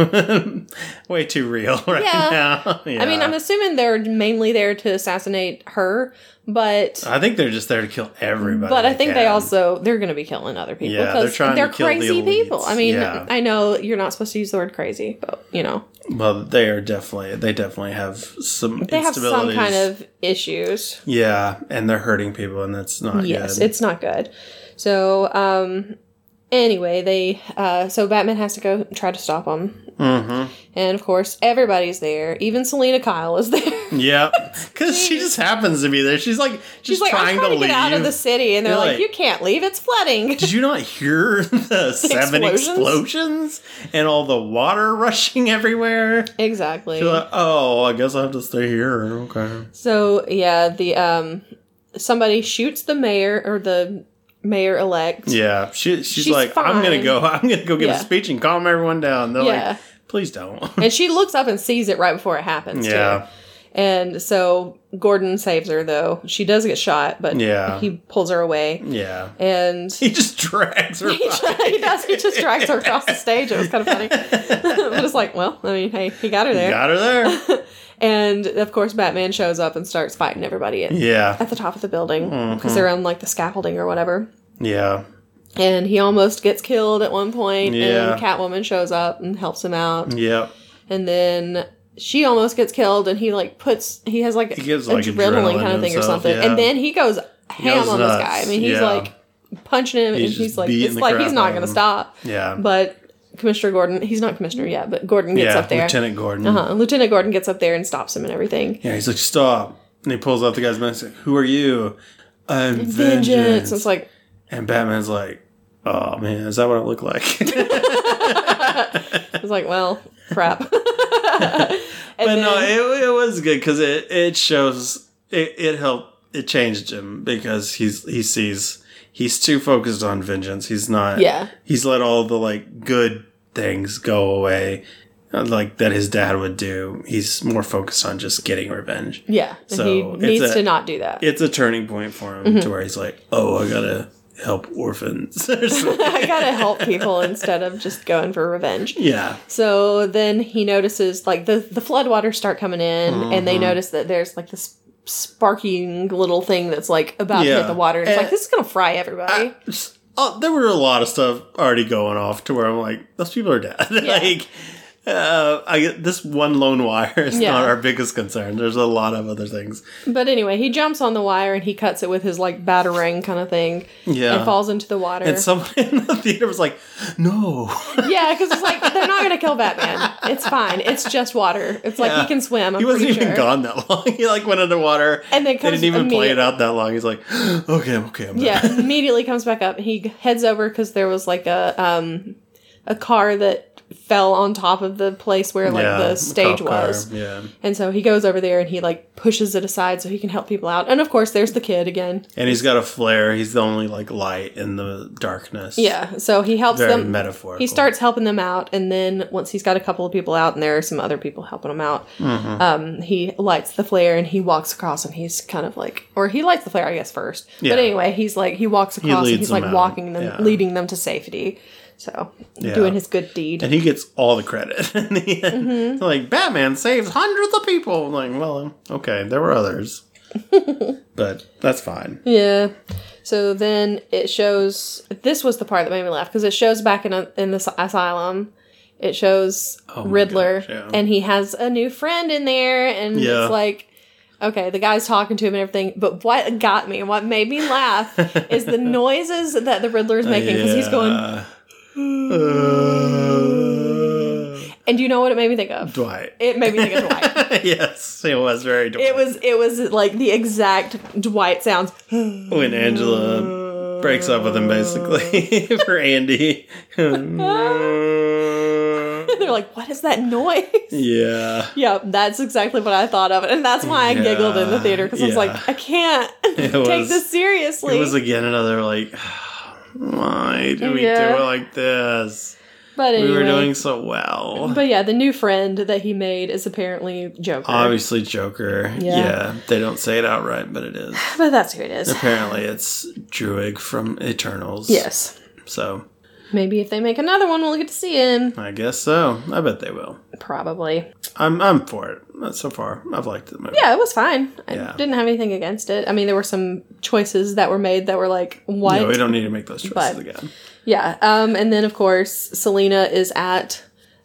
Speaker 1: way too real right
Speaker 2: Yeah.
Speaker 1: now.
Speaker 2: I mean, I'm assuming they're mainly there to assassinate her, but
Speaker 1: I think they're just there to kill everybody.
Speaker 2: but I think they
Speaker 1: can.
Speaker 2: also they're going to be killing other people
Speaker 1: Yeah, they're
Speaker 2: because
Speaker 1: trying
Speaker 2: they're,
Speaker 1: to kill the
Speaker 2: crazy people.
Speaker 1: elites.
Speaker 2: I mean,
Speaker 1: Yeah.
Speaker 2: I know you're not supposed to use the word crazy, but you know
Speaker 1: well, they are definitely they definitely have some
Speaker 2: they have some
Speaker 1: instabilities.
Speaker 2: kind of issues.
Speaker 1: yeah, and they're hurting people, and that's not
Speaker 2: Yes,
Speaker 1: good.
Speaker 2: it's not good. So, um, anyway, they uh, so Batman has to go try to stop them,
Speaker 1: mm-hmm.
Speaker 2: and of course, everybody's there. Even Selena Kyle is there.
Speaker 1: Yeah, because she just happens to be there. She's like
Speaker 2: She's
Speaker 1: just
Speaker 2: like,
Speaker 1: trying,
Speaker 2: I'm trying to,
Speaker 1: leave.
Speaker 2: get out of the city, and they're
Speaker 1: You're
Speaker 2: like,
Speaker 1: like-
Speaker 2: "You can't leave; it's flooding."
Speaker 1: Did you not hear the seven
Speaker 2: explosions?
Speaker 1: explosions and all the water rushing everywhere?
Speaker 2: exactly.
Speaker 1: You're like, oh, I guess I have to stay here. Okay.
Speaker 2: So yeah, the um, somebody shoots the mayor or the mayor elect.
Speaker 1: Yeah, she, she's,
Speaker 2: She's
Speaker 1: like, I'm gonna
Speaker 2: fine.
Speaker 1: go. I'm gonna go give a
Speaker 2: Yeah.
Speaker 1: speech and calm everyone down. They're
Speaker 2: Yeah.
Speaker 1: like, please don't.
Speaker 2: And she looks up and sees it right before it happens. too.
Speaker 1: yeah,
Speaker 2: And so Gordon saves her though. She does get shot, but
Speaker 1: Yeah.
Speaker 2: he pulls her away.
Speaker 1: yeah.
Speaker 2: And
Speaker 1: He just drags her.
Speaker 2: he,
Speaker 1: by.
Speaker 2: tra- he does. He just drags her across the stage. It was kind of funny. but it's like, well, I mean, hey, he got her there.
Speaker 1: Got her there.
Speaker 2: and of course, Batman shows up and starts fighting everybody at,
Speaker 1: Yeah, Mm-hmm.
Speaker 2: at the top of the building because they're on like the scaffolding or whatever.
Speaker 1: yeah,
Speaker 2: And he almost gets killed at one point,
Speaker 1: Yeah.
Speaker 2: And Catwoman shows up and helps him out.
Speaker 1: yeah.
Speaker 2: And then she almost gets killed, and he like puts he has like
Speaker 1: He gives, like,
Speaker 2: adrenaline
Speaker 1: adrenaline
Speaker 2: kind of thing or
Speaker 1: himself,
Speaker 2: something.
Speaker 1: yeah.
Speaker 2: And then he goes ham
Speaker 1: goes
Speaker 2: on this
Speaker 1: nuts,
Speaker 2: guy. I mean, he's
Speaker 1: yeah.
Speaker 2: like punching him,
Speaker 1: He's
Speaker 2: and he's
Speaker 1: just
Speaker 2: like,
Speaker 1: beating
Speaker 2: it's
Speaker 1: the
Speaker 2: like
Speaker 1: crap
Speaker 2: he's not
Speaker 1: out of
Speaker 2: going to
Speaker 1: him.
Speaker 2: stop.
Speaker 1: Yeah.
Speaker 2: But Commissioner Gordon, he's not commissioner yet, but Gordon gets
Speaker 1: yeah,
Speaker 2: up there.
Speaker 1: Lieutenant
Speaker 2: Lieutenant.
Speaker 1: Gordon.
Speaker 2: Uh-huh. Lieutenant Gordon gets up there and stops him and everything.
Speaker 1: Yeah, he's like, stop. And he pulls out the guy's mask. Like, Who are you? I'm
Speaker 2: Vengeance.
Speaker 1: vengeance.
Speaker 2: It's like,
Speaker 1: and Batman's like, oh man, is that what I look like?
Speaker 2: it's like, well, crap.
Speaker 1: but no, it, it was good because it, it shows it, it helped it changed him because he's he sees he's too focused on vengeance. He's not.
Speaker 2: Yeah.
Speaker 1: He's let all the like good things go away, uh, like that his dad would do. He's more focused on just getting revenge.
Speaker 2: yeah. And
Speaker 1: So,
Speaker 2: he
Speaker 1: it's
Speaker 2: needs
Speaker 1: a-
Speaker 2: to not do that.
Speaker 1: It's a turning point for him
Speaker 2: Mm-hmm.
Speaker 1: to where he's like, oh, I gotta help orphans. or something.
Speaker 2: I gotta help people instead of just going for revenge.
Speaker 1: yeah.
Speaker 2: So then he notices like the the floodwaters start coming in, and
Speaker 1: Mm-hmm.
Speaker 2: they notice that there's like this sparking little thing that's like about to
Speaker 1: Yeah.
Speaker 2: hit the water. It's
Speaker 1: And-
Speaker 2: like this is gonna fry everybody.
Speaker 1: Oh, there were a lot of stuff already going off to where I'm like, those people are dead. like, uh, I get this one lone wire is
Speaker 2: Yeah.
Speaker 1: not our biggest concern. There's a lot of other things.
Speaker 2: but anyway, he jumps on the wire and he cuts it with his like batarang kind of thing.
Speaker 1: Yeah.
Speaker 2: and falls into the water.
Speaker 1: And someone in the theater was like, no.
Speaker 2: yeah, because it's like they're not gonna kill Batman. It's fine. It's just water. It's like
Speaker 1: Yeah.
Speaker 2: he can swim. I'm
Speaker 1: he wasn't
Speaker 2: pretty
Speaker 1: even
Speaker 2: sure.
Speaker 1: gone that long. He like went underwater.
Speaker 2: And
Speaker 1: they
Speaker 2: then comes
Speaker 1: didn't even play it
Speaker 2: immediately-
Speaker 1: out that long. He's like, okay, I'm okay, I'm done."
Speaker 2: Yeah, immediately comes back up. He heads over because there was like a um a car that fell on top of the place where like
Speaker 1: Yeah,
Speaker 2: the
Speaker 1: cop
Speaker 2: stage
Speaker 1: car,
Speaker 2: was.
Speaker 1: Yeah,
Speaker 2: And so he goes over there and he like pushes it aside so he can help people out. And of course, there's the kid again.
Speaker 1: and he's got a flare. He's the only like light in the darkness.
Speaker 2: Yeah, so he helps
Speaker 1: very
Speaker 2: them.
Speaker 1: metaphorical.
Speaker 2: He starts helping them out, and then once he's got a couple of people out, and there are some other people helping him out,
Speaker 1: Mm-hmm.
Speaker 2: um, he lights the flare and he walks across, and he's kind of like, or he lights the flare, I guess first.
Speaker 1: Yeah.
Speaker 2: But anyway, he's like he walks across,
Speaker 1: leads
Speaker 2: and he's like
Speaker 1: them out,
Speaker 2: walking them,
Speaker 1: yeah.
Speaker 2: leading them to safety. So
Speaker 1: Yeah.
Speaker 2: doing his good deed.
Speaker 1: and he gets all the credit in the end.
Speaker 2: Mm-hmm.
Speaker 1: Like Batman saves hundreds of people. I'm like, well, okay, there were others, but that's fine.
Speaker 2: Yeah. So then it shows. This was the part that made me laugh because it shows back in a, in the s- asylum. It shows
Speaker 1: Oh my
Speaker 2: Riddler,
Speaker 1: gosh, yeah.
Speaker 2: and he has a new friend in there, and
Speaker 1: Yeah.
Speaker 2: it's like, okay, the guy's talking to him and everything. But what got me, and what made me laugh, is the noises that the Riddler is making because he's going.
Speaker 1: Oh, Yeah. Uh,
Speaker 2: And do you know what it made me think of?
Speaker 1: Dwight.
Speaker 2: It made me think of Dwight.
Speaker 1: yes, it was very Dwight.
Speaker 2: It was it was like the exact Dwight sounds.
Speaker 1: when Angela breaks up with him, basically for Andy.
Speaker 2: They're like, what is that noise?
Speaker 1: yeah,
Speaker 2: Yeah, that's exactly what I thought of it, and that's why I giggled in the
Speaker 1: Yeah,
Speaker 2: theater because I was
Speaker 1: yeah.
Speaker 2: like, I can't take
Speaker 1: was-
Speaker 2: this seriously.
Speaker 1: it was again another like, why do we
Speaker 2: Yeah.
Speaker 1: do it like this?
Speaker 2: but anyway,
Speaker 1: We were doing so well.
Speaker 2: but yeah, the new friend that he made is apparently Joker,
Speaker 1: Obviously, Joker.
Speaker 2: Yeah.
Speaker 1: Yeah. they don't say it outright, but it is.
Speaker 2: but that's who it is.
Speaker 1: Apparently, it's Druig from Eternals.
Speaker 2: Yes,
Speaker 1: So
Speaker 2: maybe if they make another one, we'll get to see him.
Speaker 1: I guess so. I bet they will.
Speaker 2: Probably.
Speaker 1: I'm I'm for it so far. I've liked the movie.
Speaker 2: Yeah, it was fine. I
Speaker 1: Yeah.
Speaker 2: didn't have anything against it. I mean, there were some choices that were made that were like, what?
Speaker 1: No, we don't need to make those choices
Speaker 2: But-
Speaker 1: again.
Speaker 2: Yeah. Um, and then of course Selena is at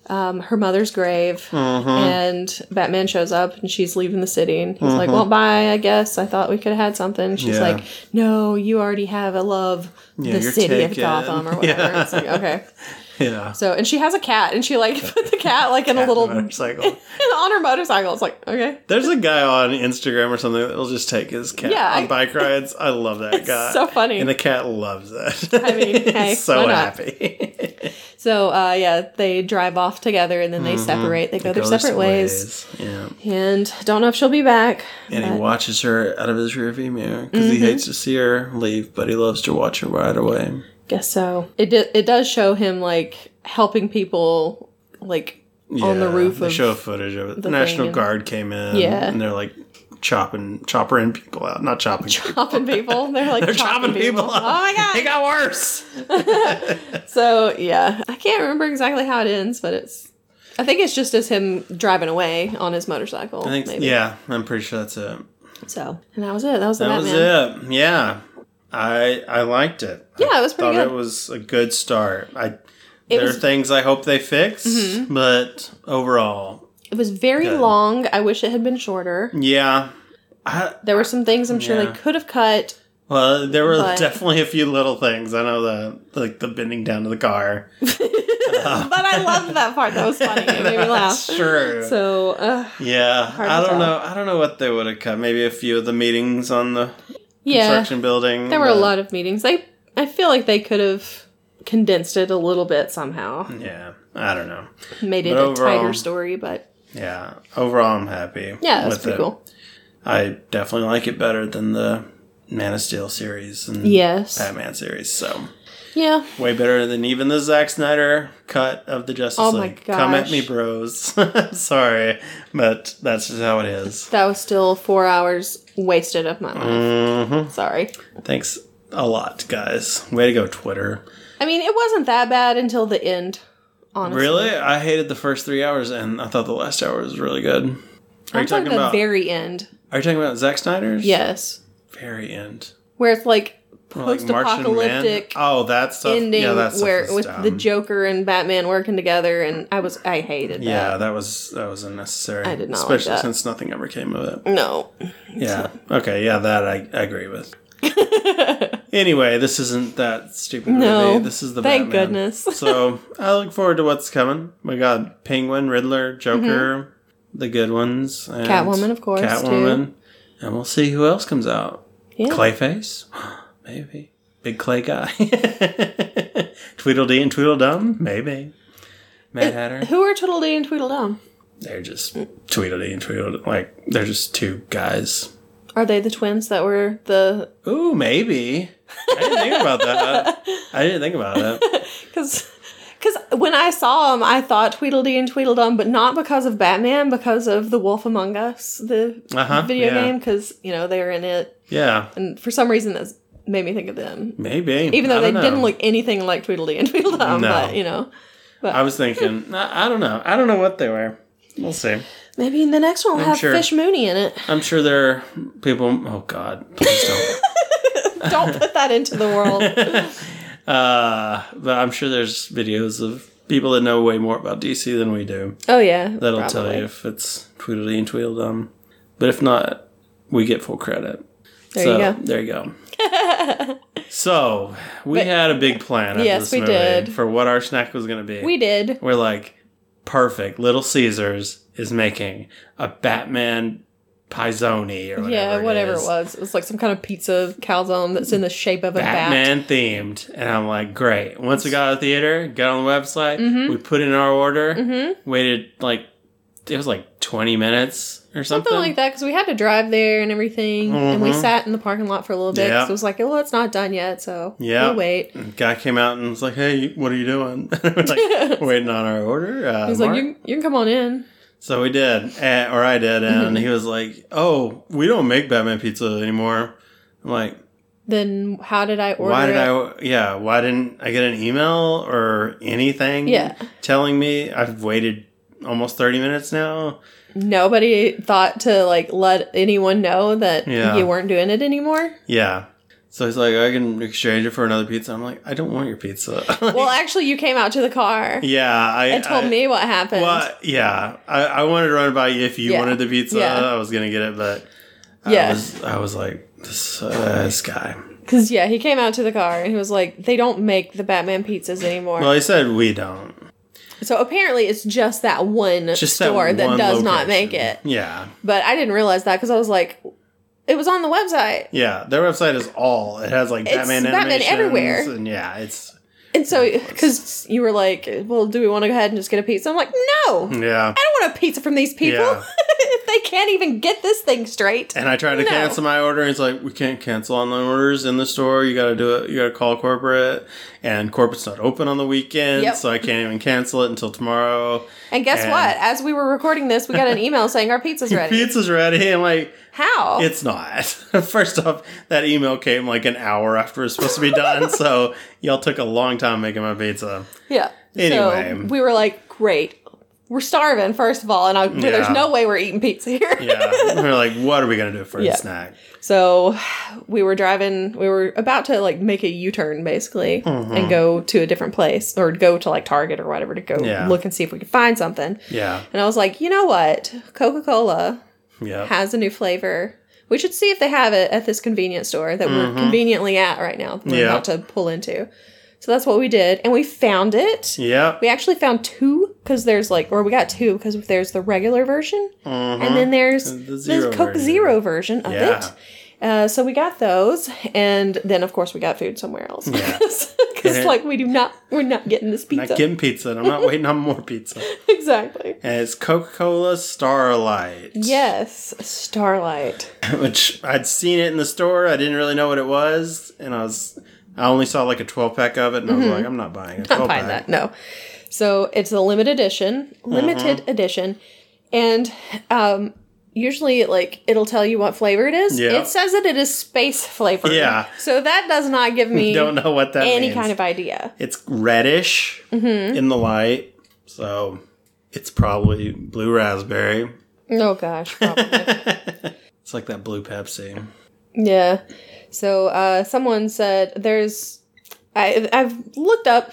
Speaker 2: um, her mother's grave, and Batman shows up, and she's leaving the city, and he's like, "Well, bye, I guess. I thought we could have had something." She's
Speaker 1: Yeah.
Speaker 2: like, "No, you already have a love, the
Speaker 1: you're
Speaker 2: city of
Speaker 1: taken."
Speaker 2: Gotham, or whatever."
Speaker 1: Yeah.
Speaker 2: It's like, okay.
Speaker 1: Yeah.
Speaker 2: So, and she has a cat, and she like put the cat like in a little
Speaker 1: motorcycle.
Speaker 2: on her motorcycle. It's like, okay,
Speaker 1: There's a guy on Instagram or something that will just take his cat
Speaker 2: Yeah,
Speaker 1: on
Speaker 2: I-
Speaker 1: bike rides. I love that guy.
Speaker 2: so funny.
Speaker 1: And the cat loves it.
Speaker 2: I mean, hey,
Speaker 1: He's so
Speaker 2: why not?
Speaker 1: happy.
Speaker 2: So, uh, yeah, they drive off together, and then they separate. Mm-hmm. They go their
Speaker 1: Goes
Speaker 2: separate ways,
Speaker 1: Yeah.
Speaker 2: and don't know if she'll be back.
Speaker 1: And
Speaker 2: but- Mm-hmm.
Speaker 1: he watches her out of his rearview mirror because he hates to see her leave, but he loves to watch her ride away.
Speaker 2: Guess so. It do, it does show him like helping people like on the
Speaker 1: Yeah,
Speaker 2: roof
Speaker 1: They
Speaker 2: of
Speaker 1: show footage of it. The
Speaker 2: thing
Speaker 1: National
Speaker 2: and-
Speaker 1: Guard came in.
Speaker 2: Yeah.
Speaker 1: And they're like chopping, choppering people out. Not chopping. people.
Speaker 2: chopping people. They're like
Speaker 1: They're chopping people.
Speaker 2: Oh my
Speaker 1: It
Speaker 2: god.
Speaker 1: got worse.
Speaker 2: So yeah, I can't remember exactly how it ends, but it's I think it's just as him driving away on his motorcycle.
Speaker 1: I think,
Speaker 2: maybe.
Speaker 1: yeah, I'm pretty sure that's it.
Speaker 2: So and that was it. That was the
Speaker 1: That
Speaker 2: Batman.
Speaker 1: was it. Yeah. I I liked it.
Speaker 2: Yeah, it was
Speaker 1: thought
Speaker 2: pretty good.
Speaker 1: it was a good start. I
Speaker 2: It
Speaker 1: there
Speaker 2: was- Mm-hmm.
Speaker 1: are things I hope they fix, but overall,
Speaker 2: It was very
Speaker 1: Good.
Speaker 2: long. I wish it had been shorter.
Speaker 1: yeah. I,
Speaker 2: There were some things I'm sure
Speaker 1: Yeah.
Speaker 2: they could have cut.
Speaker 1: well, there were
Speaker 2: But-
Speaker 1: definitely a few little things. I know the like the bending down to the car.
Speaker 2: But I loved that part. That was funny. It made me laugh.
Speaker 1: Sure.
Speaker 2: So uh,
Speaker 1: yeah,
Speaker 2: Hard
Speaker 1: I
Speaker 2: to
Speaker 1: don't
Speaker 2: tell.
Speaker 1: know. I don't know what they would have cut. Maybe a few of the meetings on the
Speaker 2: yeah.
Speaker 1: construction building.
Speaker 2: There were a
Speaker 1: but-
Speaker 2: lot of meetings. I I feel like they could have condensed it a little bit somehow,
Speaker 1: Yeah, I don't know.
Speaker 2: made it
Speaker 1: Mm. But
Speaker 2: a
Speaker 1: overall-
Speaker 2: tighter story. But
Speaker 1: Yeah. Overall, I'm happy.
Speaker 2: Yeah, that's
Speaker 1: with
Speaker 2: pretty
Speaker 1: it.
Speaker 2: cool.
Speaker 1: I definitely like it better than the Man of Steel series and
Speaker 2: Yes.
Speaker 1: Batman series. So
Speaker 2: Yeah.
Speaker 1: way better than even the Zack Snyder cut of the Justice
Speaker 2: Oh my
Speaker 1: League. Come at
Speaker 2: gosh.
Speaker 1: me, bros. Sorry, but that's just how it is.
Speaker 2: That was still four hours wasted of my life.
Speaker 1: Mm-hmm.
Speaker 2: Sorry.
Speaker 1: Thanks a lot, guys. Way to go, Twitter.
Speaker 2: I mean, it wasn't that bad until the end, honestly.
Speaker 1: Really, I hated the first three hours, and I thought the last hour was really good. Are
Speaker 2: I'm
Speaker 1: you
Speaker 2: talking,
Speaker 1: talking
Speaker 2: about,
Speaker 1: about?
Speaker 2: the very end.
Speaker 1: are you talking about Zack Snyder's?
Speaker 2: Yes.
Speaker 1: Very end.
Speaker 2: Where it's like
Speaker 1: Like Martian
Speaker 2: post
Speaker 1: Man?
Speaker 2: apocalyptic
Speaker 1: Oh, that stuff.
Speaker 2: ending
Speaker 1: yeah, that stuff
Speaker 2: where
Speaker 1: was
Speaker 2: with the
Speaker 1: dumb.
Speaker 2: Joker and Batman working together and I was I hated
Speaker 1: Yeah,
Speaker 2: that.
Speaker 1: that was that was unnecessary.
Speaker 2: I did not like
Speaker 1: especially
Speaker 2: that.
Speaker 1: since nothing ever came of it.
Speaker 2: No.
Speaker 1: Yeah. Okay. Yeah, that I, I agree with. anyway, this isn't that stupid
Speaker 2: No.
Speaker 1: movie. This is the
Speaker 2: Thank
Speaker 1: Batman.
Speaker 2: goodness.
Speaker 1: so I look forward to what's coming. We got Penguin, Riddler, Joker, the good ones, and
Speaker 2: Mm-hmm. Catwoman, of course,
Speaker 1: Catwoman, and we'll see who else comes out.
Speaker 2: Yeah.
Speaker 1: Clayface, maybe. Big Clay guy. Tweedledee and Tweedledum, maybe. Mad Hatter.
Speaker 2: Who are Tweedledee and Tweedledum?
Speaker 1: They're just Tweedledee and Tweedledum. Like, they're just two guys.
Speaker 2: Are they the twins that were the
Speaker 1: Ooh, maybe. I didn't think about that. I didn't think about it.
Speaker 2: Because when I saw him, I thought Tweedledee and Tweedledum, but not because of Batman, because of The Wolf Among Us, the
Speaker 1: Uh-huh,
Speaker 2: video
Speaker 1: yeah.
Speaker 2: game, because, you know, they were in it.
Speaker 1: Yeah,
Speaker 2: And for some reason, that's made me think of them.
Speaker 1: maybe.
Speaker 2: Even though
Speaker 1: I
Speaker 2: they
Speaker 1: don't know.
Speaker 2: didn't look anything like Tweedledee and Tweedledum,
Speaker 1: No.
Speaker 2: but, you know.
Speaker 1: I was thinking, I, I don't know. I don't know what they were. We'll see.
Speaker 2: Maybe in the next one will have
Speaker 1: sure.
Speaker 2: Fish Mooney in it.
Speaker 1: I'm sure there are people. Oh, God. Please don't.
Speaker 2: Don't put that into the world.
Speaker 1: uh, but I'm sure there's videos of people that know way more about DC than we do.
Speaker 2: Oh, yeah.
Speaker 1: That'll tell
Speaker 2: probably.
Speaker 1: you if it's Tweedledee and Tweedledum. But if not, we get full credit.
Speaker 2: There
Speaker 1: so,
Speaker 2: you go.
Speaker 1: There you go. so we had a big plan. Of
Speaker 2: Yes,
Speaker 1: this
Speaker 2: we
Speaker 1: movie
Speaker 2: did.
Speaker 1: For what our snack was going to be,
Speaker 2: We did.
Speaker 1: We're like, perfect. Little Caesars is making a Batman Pizzoni or whatever.
Speaker 2: yeah, whatever
Speaker 1: it,
Speaker 2: it,
Speaker 1: is,
Speaker 2: was. It was like some kind of pizza calzone that's in the shape of a bat.
Speaker 1: Batman themed, and I'm like, great. Once we got out of the theater, got on the website,
Speaker 2: Mm-hmm.
Speaker 1: we put in our order, waited like it was like 20 minutes or something,
Speaker 2: Something like that, because we had to drive there and everything, and we
Speaker 1: Mhm.
Speaker 2: sat in the parking lot for a little bit. 'cause
Speaker 1: Yeah.
Speaker 2: it was like, well, it's not done yet, so
Speaker 1: Yeah. Mm-hmm.
Speaker 2: we'll wait.
Speaker 1: Guy came out and was like, "Hey, what are you doing?" We're like, waiting on our order. Uh,
Speaker 2: He's like,
Speaker 1: Mark?"
Speaker 2: you, you can come on in.
Speaker 1: So we did, and, or I did, and he was like, "Oh, we don't make Batman pizza anymore." I'm like,
Speaker 2: Then how did I order?
Speaker 1: "Why did
Speaker 2: it?
Speaker 1: I? Yeah, why didn't I get an email or anything?
Speaker 2: Yeah.
Speaker 1: telling me I've waited almost thirty minutes now.
Speaker 2: Nobody thought to like let anyone know that
Speaker 1: Yeah.
Speaker 2: you weren't doing it anymore.
Speaker 1: Yeah." So he's like, "I can exchange it for another pizza." I'm like, "I don't want your pizza."
Speaker 2: Well, actually, you came out to the car
Speaker 1: yeah, I
Speaker 2: and told
Speaker 1: I-
Speaker 2: me what happened.
Speaker 1: Well, yeah, I, I wanted to run it by you if you
Speaker 2: Yeah.
Speaker 1: wanted the pizza.
Speaker 2: Yeah.
Speaker 1: I was gonna get it, but I
Speaker 2: Yeah.
Speaker 1: was, I was like, this, uh, this guy.
Speaker 2: Because yeah, he came out to the car and he was like, they don't make the Batman pizzas anymore.
Speaker 1: Well, he said we don't.
Speaker 2: So apparently, it's just that one
Speaker 1: Just that
Speaker 2: store that,
Speaker 1: one
Speaker 2: does not
Speaker 1: location.
Speaker 2: make it.
Speaker 1: Yeah,
Speaker 2: But I didn't realize that because I was like, it was on the website,
Speaker 1: yeah. Their website is all. It has like
Speaker 2: It's
Speaker 1: Batman,
Speaker 2: Batman
Speaker 1: animations
Speaker 2: everywhere.
Speaker 1: and yeah, it's
Speaker 2: and so because you were like, well, do we want to go ahead and just get a pizza? I'm like, no,
Speaker 1: yeah.
Speaker 2: I don't want a pizza from these people.
Speaker 1: Hmm. Yeah.
Speaker 2: if they can't even get this thing straight,
Speaker 1: And I tried to
Speaker 2: No.
Speaker 1: cancel my order. And it's like we can't cancel online orders in the store. You got to do it. You got to call corporate, and corporate's not open on the weekend,
Speaker 2: Yep.
Speaker 1: so I can't even cancel it until tomorrow.
Speaker 2: and guess
Speaker 1: And-
Speaker 2: what? As we were recording this, we got an email saying our pizza's ready.
Speaker 1: Pizza's ready. I'm like,
Speaker 2: How?
Speaker 1: It's not. First off, that email came like an hour after it was supposed to be done, so y'all took a long time making my pizza.
Speaker 2: yeah.
Speaker 1: Anyway.
Speaker 2: so we were like, great. We're starving, first of all, and I, there's
Speaker 1: Yeah.
Speaker 2: no way we're eating pizza here.
Speaker 1: Yeah. we are like, what are we gonna do for
Speaker 2: Yeah.
Speaker 1: a snack?
Speaker 2: So we were driving, we were about to like make a U turn basically
Speaker 1: Mm-hmm.
Speaker 2: and go to a different place or go to like Target or whatever to go
Speaker 1: Yeah.
Speaker 2: look and see if we could find something.
Speaker 1: Yeah.
Speaker 2: And I was like, you know what? Coca Cola
Speaker 1: Yeah.
Speaker 2: has a new flavor. We should see if they have it at this convenience store that we're conveniently at right now. That we're
Speaker 1: Mm-hmm. Yeah.
Speaker 2: about to pull into. So that's what we did. And we found it.
Speaker 1: Yeah.
Speaker 2: We actually found two because there's like, or we got two because there's the regular version
Speaker 1: Mhm.
Speaker 2: and then there's
Speaker 1: And the
Speaker 2: the
Speaker 1: zero
Speaker 2: Coke
Speaker 1: version.
Speaker 2: Zero version of
Speaker 1: Yeah.
Speaker 2: it. Uh, so we got those, and then of course we got food somewhere else
Speaker 1: Yeah.
Speaker 2: because because like we do not, we're not getting this
Speaker 1: I'm
Speaker 2: pizza.
Speaker 1: not getting pizza. and I'm not waiting on more pizza.
Speaker 2: exactly.
Speaker 1: And it's Coca Cola Starlight.
Speaker 2: Yes, Starlight.
Speaker 1: Which I'd seen it in the store. I didn't really know what it was. And I was, I only saw like a 12 pack of it. And I was like, I'm not buying a 12
Speaker 2: Mm-hmm. Not
Speaker 1: pack.
Speaker 2: find that. No. So it's a limited edition, limited
Speaker 1: Uh-huh.
Speaker 2: edition, and um, usually like it'll tell you what flavor it is.
Speaker 1: Yeah.
Speaker 2: It says that it is space flavor.
Speaker 1: Yeah.
Speaker 2: So that does not give me
Speaker 1: Don't know what that
Speaker 2: any
Speaker 1: means.
Speaker 2: kind of idea.
Speaker 1: It's reddish in the light. So it's probably blue raspberry.
Speaker 2: Oh gosh, probably.
Speaker 1: It's like that blue Pepsi.
Speaker 2: Yeah. So uh, someone said there's. I, I've looked up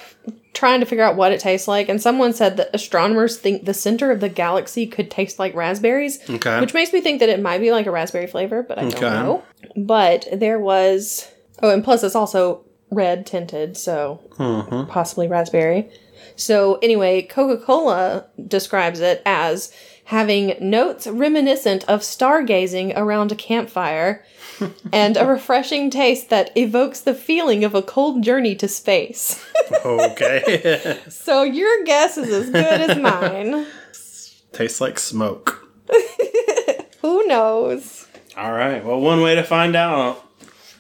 Speaker 2: trying to figure out what it tastes like, and someone said that astronomers think the center of the galaxy could taste like raspberries,
Speaker 1: Okay.
Speaker 2: which makes me think that it might be like a raspberry flavor, but I don't
Speaker 1: Okay.
Speaker 2: know. But there was. Oh, and plus it's also red tinted, so
Speaker 1: Mm-hmm.
Speaker 2: possibly raspberry. So, anyway, Coca Cola describes it as having notes reminiscent of stargazing around a campfire and a refreshing taste that evokes the feeling of a cold journey to space.
Speaker 1: okay.
Speaker 2: so, your guess is as good as mine.
Speaker 1: Tastes like smoke.
Speaker 2: Who knows?
Speaker 1: All right. Well, one way to find out,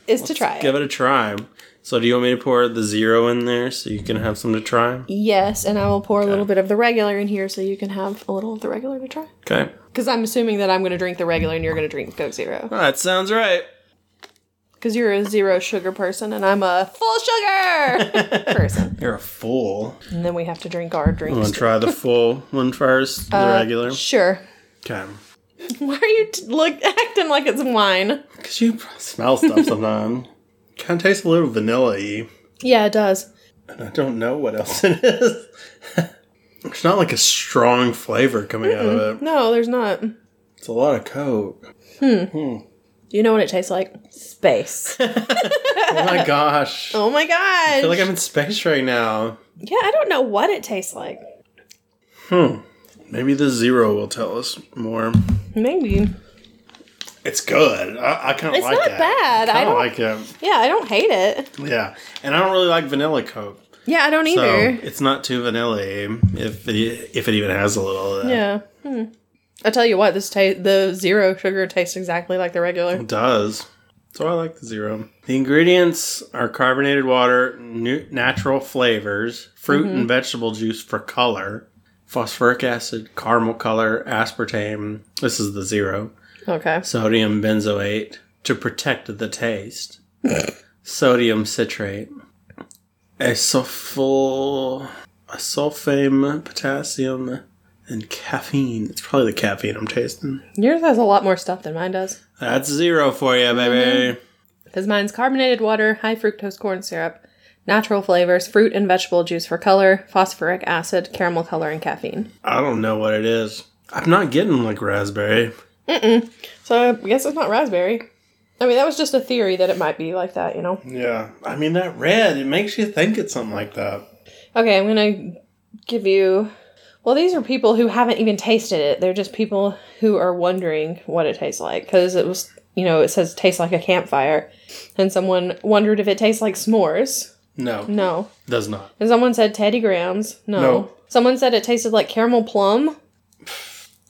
Speaker 2: Is to try it.
Speaker 1: give it a try. So, do you want me to pour the zero in there so you can have some to try?
Speaker 2: Yes, and I will pour a little bit of the regular in here so you can have a little of the regular to try.
Speaker 1: Okay.
Speaker 2: Because I'm assuming that I'm going to drink the regular and you're going to drink Coke Zero.
Speaker 1: Well, that sounds right.
Speaker 2: Because you're a zero sugar person and I'm a full sugar person.
Speaker 1: You're a fool.
Speaker 2: And then we have to drink our
Speaker 1: I'm
Speaker 2: drinks.
Speaker 1: gonna try the full one first, the regular.
Speaker 2: Sure.
Speaker 1: Okay.
Speaker 2: Why are you t- look acting like it's wine?
Speaker 1: Cause you smell stuff sometimes. Kind of tastes a little vanilla-y.
Speaker 2: Yeah, it does.
Speaker 1: and I don't know what else it is. It's not like a strong flavor coming out of it.
Speaker 2: No, there's not. Do
Speaker 1: It's a lot of coke.
Speaker 2: you know what it tastes like? Space.
Speaker 1: Oh my gosh! I
Speaker 2: oh my gosh.
Speaker 1: feel like I'm in space right now.
Speaker 2: yeah, I don't know what it tastes like.
Speaker 1: Maybe the zero will tell us more.
Speaker 2: Maybe.
Speaker 1: It's good. I, I kind of
Speaker 2: It's
Speaker 1: like
Speaker 2: not
Speaker 1: that.
Speaker 2: bad. I
Speaker 1: I don't
Speaker 2: don't
Speaker 1: like it.
Speaker 2: Yeah, I don't hate it.
Speaker 1: Yeah, and I don't really like vanilla coke,
Speaker 2: Yeah, I don't
Speaker 1: so
Speaker 2: either.
Speaker 1: it's not too vanilla if it, if it even has a little. Of that.
Speaker 2: yeah. Hmm. I tell you what, this ta- the zero sugar tastes exactly like the regular.
Speaker 1: It does. So I like the zero. The ingredients are carbonated water, nu- natural flavors, fruit and vegetable juice for color, phosphoric acid, caramel color, aspartame. This is the zero.
Speaker 2: Okay.
Speaker 1: Sodium benzoate to protect the taste. sodium citrate. A sulfur, a sulfame, potassium, and caffeine. It's probably the caffeine I'm tasting.
Speaker 2: Yours has a lot more stuff than mine does.
Speaker 1: That's zero for you, baby.
Speaker 2: because mine's carbonated water, high fructose corn syrup, natural flavors, fruit and vegetable juice for color, phosphoric acid, caramel color, and caffeine.
Speaker 1: I don't know what it is. I'm not getting like raspberry.
Speaker 2: So I guess it's not raspberry. I mean, that was just a theory that it might be like that, you know?
Speaker 1: Yeah. I mean, that red, it makes you think it's something like that.
Speaker 2: Okay, I'm gonna give you. Well, these are people who haven't even tasted it. They're just people who are wondering what it tastes like because it was, you know, it says tastes like a campfire, and someone wondered if it tastes like s'mores.
Speaker 1: No.
Speaker 2: No,
Speaker 1: Does not.
Speaker 2: and someone said Teddy Grahams. No.
Speaker 1: No.
Speaker 2: someone said it tasted like caramel plum.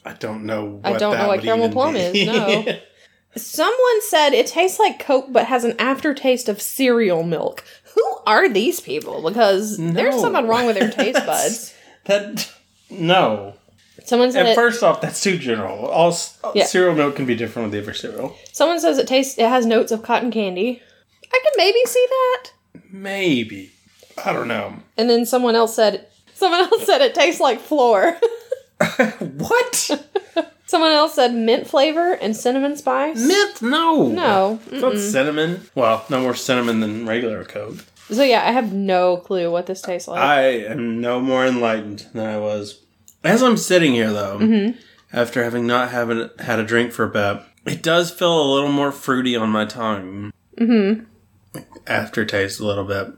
Speaker 1: I don't know what
Speaker 2: I don't
Speaker 1: that
Speaker 2: know what
Speaker 1: would
Speaker 2: caramel
Speaker 1: even
Speaker 2: plum
Speaker 1: be.
Speaker 2: is. No. Someone said it tastes like Coke, but has an aftertaste of cereal milk. Who are these people? Because there's
Speaker 1: No.
Speaker 2: something wrong with their taste buds.
Speaker 1: that No.
Speaker 2: Someone said
Speaker 1: And
Speaker 2: it,
Speaker 1: first off, that's too general. All s-
Speaker 2: Yeah.
Speaker 1: cereal milk can be different with every cereal.
Speaker 2: someone says it tastes it has notes of cotton candy. I can maybe see that.
Speaker 1: Maybe. I don't know.
Speaker 2: And then someone else said someone else said it tastes like flour.
Speaker 1: What?
Speaker 2: someone else said mint flavor and cinnamon spice.
Speaker 1: Mint? No.
Speaker 2: No.
Speaker 1: It's not cinnamon. Well, no more cinnamon than regular Coke.
Speaker 2: So yeah, I have no clue what this tastes like.
Speaker 1: I am no more enlightened than I was. As I'm sitting here, though,
Speaker 2: Mm-hmm.
Speaker 1: after having not having had a drink for a bit, it does feel a little more fruity on my tongue. Mm-hmm. Aftertaste a little bit.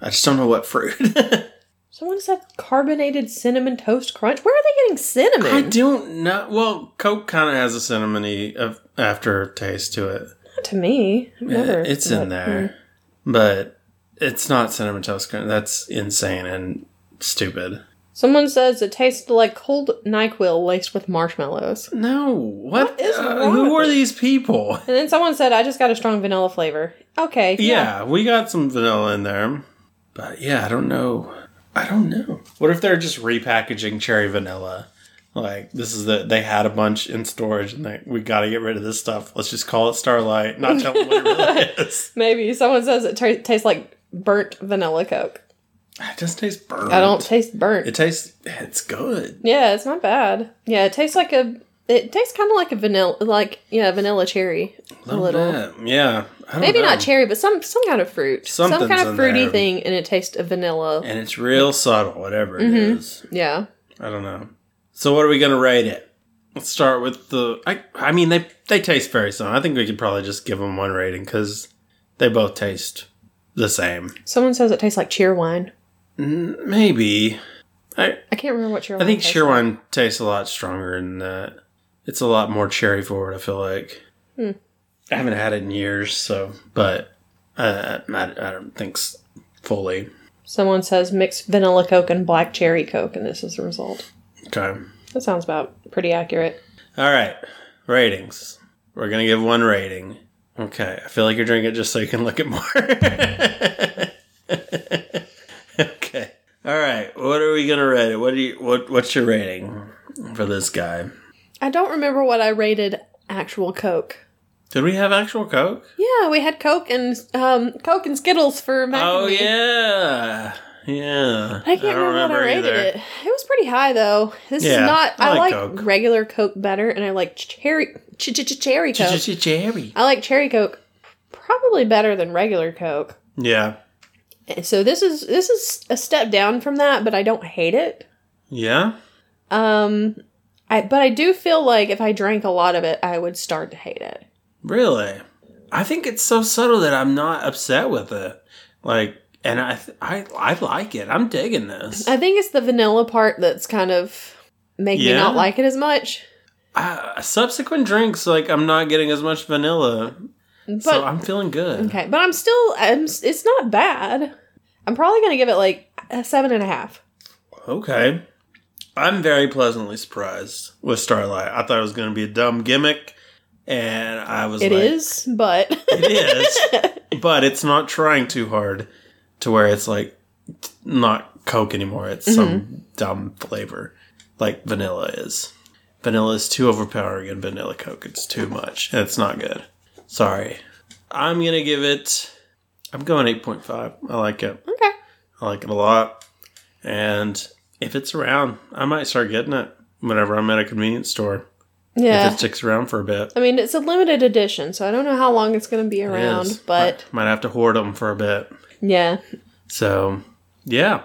Speaker 1: I just don't know what fruit.
Speaker 2: someone said carbonated cinnamon toast crunch. Where are they getting cinnamon?
Speaker 1: I don't know. Well, Coke kind of has a cinnamony of aftertaste to it.
Speaker 2: Not to me. I've never
Speaker 1: it's
Speaker 2: but-
Speaker 1: in there, but It's not cinnamon toast crunch. That's insane and stupid.
Speaker 2: Someone says it tasted like cold NyQuil laced with marshmallows.
Speaker 1: No. What?
Speaker 2: What is
Speaker 1: uh,
Speaker 2: wrong
Speaker 1: who
Speaker 2: with
Speaker 1: are
Speaker 2: it?
Speaker 1: these people?
Speaker 2: And then someone said, I just got a strong vanilla flavor. Okay.
Speaker 1: Yeah, we got some vanilla in there. But yeah, I don't know. I don't know. What if they're just repackaging cherry vanilla? Like this is the they had a bunch in storage and they, we got to get rid of this stuff. Let's just call it Starlight. Not tell them what it really is.
Speaker 2: Maybe. Someone says it ta tastes like burnt vanilla Coke.
Speaker 1: It just tastes burnt.
Speaker 2: I don't taste burnt.
Speaker 1: It tastes. It's good.
Speaker 2: yeah, it's not bad. Yeah, it tastes like a. It tastes kind of like a vanilla, like yeah, vanilla cherry, a little.
Speaker 1: bit. Yeah. I don't
Speaker 2: Maybe
Speaker 1: know.
Speaker 2: not cherry, but some some kind of fruit, some
Speaker 1: Something's
Speaker 2: kind
Speaker 1: in
Speaker 2: of fruity
Speaker 1: there.
Speaker 2: thing, and it tastes of vanilla.
Speaker 1: And it's real subtle. Whatever it
Speaker 2: Mm-hmm.
Speaker 1: is.
Speaker 2: yeah,
Speaker 1: I don't know. So what are we gonna rate it? Let's start with the. I I mean they they taste very similar. I think we could probably just give them one rating because they both taste the same.
Speaker 2: someone says it tastes like cheer wine.
Speaker 1: Maybe. I
Speaker 2: I can't remember what cheer.
Speaker 1: I think
Speaker 2: tastes
Speaker 1: cheer
Speaker 2: like.
Speaker 1: wine tastes a lot stronger than that. It's a lot more cherry forward. I feel like. I haven't had it in years, so but uh, I I don't think s- fully.
Speaker 2: Someone says mixed vanilla Coke and black cherry Coke, and this is the result.
Speaker 1: Okay.
Speaker 2: That sounds about pretty accurate.
Speaker 1: All right, ratings. We're gonna give one rating. Okay, I feel like you're drinking it just so you can look at more. okay. All right. What are we gonna rate it? What do you what What's your rating for this guy?
Speaker 2: I don't remember what I rated actual Coke.
Speaker 1: Did we have actual Coke?
Speaker 2: Yeah, we had Coke and um, Coke and Skittles for mac
Speaker 1: Oh
Speaker 2: and cheese.
Speaker 1: yeah, yeah.
Speaker 2: I can't remember, what I rated it. It was pretty high though. This
Speaker 1: Yeah,
Speaker 2: is not.
Speaker 1: I
Speaker 2: I,
Speaker 1: like
Speaker 2: like,
Speaker 1: Coke.
Speaker 2: regular Coke better, and I like cherry ch- ch- ch- cherry Coke.
Speaker 1: Cherry.
Speaker 2: I like cherry Coke probably better than regular Coke.
Speaker 1: Yeah,
Speaker 2: And So this is this is a step down from that, but I don't hate it.
Speaker 1: yeah.
Speaker 2: Um, I but I do feel like if I drank a lot of it, I would start to hate it.
Speaker 1: Really? I think it's so subtle that I'm not upset with it. Like, and I, th- I, I like it. I'm digging this.
Speaker 2: I think it's the vanilla part that's kind of make me
Speaker 1: Yeah.
Speaker 2: not like it as much.
Speaker 1: Uh, subsequent drinks, like, I'm not getting as much vanilla,
Speaker 2: But
Speaker 1: so I'm feeling good.
Speaker 2: Okay, but I'm still. I'm, it's not bad. I'm probably gonna give it like a seven and a half.
Speaker 1: Okay. I'm very pleasantly surprised with Starlight. I thought it was going to be a dumb gimmick, and I was
Speaker 2: It
Speaker 1: like,
Speaker 2: is, but
Speaker 1: It is, but it's not trying too hard to where it's like t- not Coke anymore. It's
Speaker 2: Mm-hmm.
Speaker 1: some dumb flavor like vanilla is. Vanilla is too overpowering and vanilla Coke. It's too much. and It's not good. Sorry. I'm going to give it, I'm going 8.5. I like it.
Speaker 2: okay.
Speaker 1: I like it a lot. And if it's around, I might start getting it whenever I'm at a convenience store. If
Speaker 2: Yeah,
Speaker 1: it sticks around for a bit.
Speaker 2: I mean it's a limited edition, so I don't know how long it's gonna be
Speaker 1: It
Speaker 2: around.
Speaker 1: is.
Speaker 2: But
Speaker 1: might might have to hoard them for a bit.
Speaker 2: yeah,
Speaker 1: So, yeah,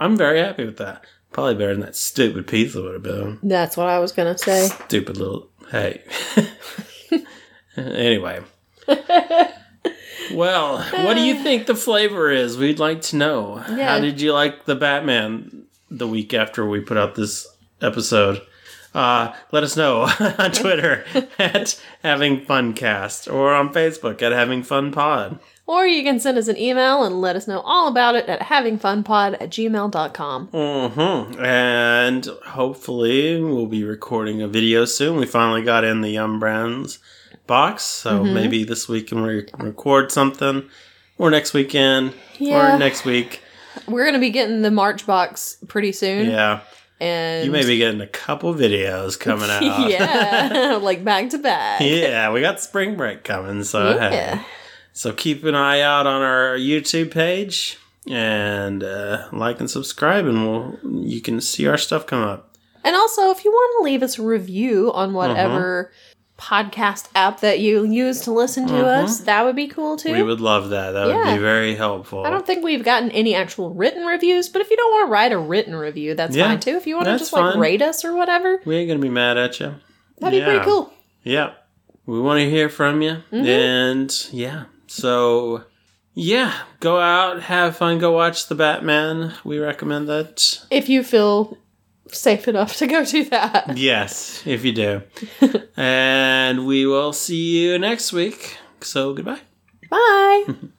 Speaker 1: I'm very happy with that. Probably better than that stupid pizza would have been.
Speaker 2: that's what I was gonna say.
Speaker 1: Stupid little. Hey. anyway. well, what do you think the flavor is? We'd like to know. How
Speaker 2: Yeah.
Speaker 1: did you like the Batman the week after we put out this episode? Uh, let us know on Twitter at Having Fun Cast or on Facebook at Having Fun Pod.
Speaker 2: Or you can send us an email and let us know all about it at havingfunpod at gmail.com.
Speaker 1: Mm-hmm. And hopefully we'll be recording a video soon. We finally got in the Yum Brands box, so
Speaker 2: Mm-hmm.
Speaker 1: maybe this week can we can record something, or next weekend,
Speaker 2: Yeah.
Speaker 1: or next week.
Speaker 2: We're gonna be getting the March box pretty soon.
Speaker 1: Yeah,
Speaker 2: And
Speaker 1: you may be getting a couple videos coming out.
Speaker 2: yeah, like back to back.
Speaker 1: Yeah, we got spring break coming, so hey.
Speaker 2: yeah.
Speaker 1: So keep an eye out on our YouTube page and uh, like and subscribe, and we'll you can see our stuff come up.
Speaker 2: And also, if you want to leave us a review on
Speaker 1: Uh-huh.
Speaker 2: whatever podcast app that you use to listen to us, that would be cool too.
Speaker 1: Uh-huh. We would love that. That would
Speaker 2: Yeah.
Speaker 1: be very helpful.
Speaker 2: I don't think we've gotten any actual written reviews, but if you don't want to write a written review, that's
Speaker 1: Yeah,
Speaker 2: fine too. If you want to
Speaker 1: that's
Speaker 2: just like
Speaker 1: fine.
Speaker 2: rate us or whatever,
Speaker 1: We ain't gonna be mad at you.
Speaker 2: that'd be
Speaker 1: Yeah.
Speaker 2: pretty cool. Mm-hmm.
Speaker 1: Yeah, we want to hear from you, and yeah, so yeah, go out, have fun, go watch the Batman. We recommend that.
Speaker 2: If you feel safe enough to go do
Speaker 1: Mm.
Speaker 2: that.
Speaker 1: Yes, if you do, and we will see you next week. So goodbye.
Speaker 2: Bye.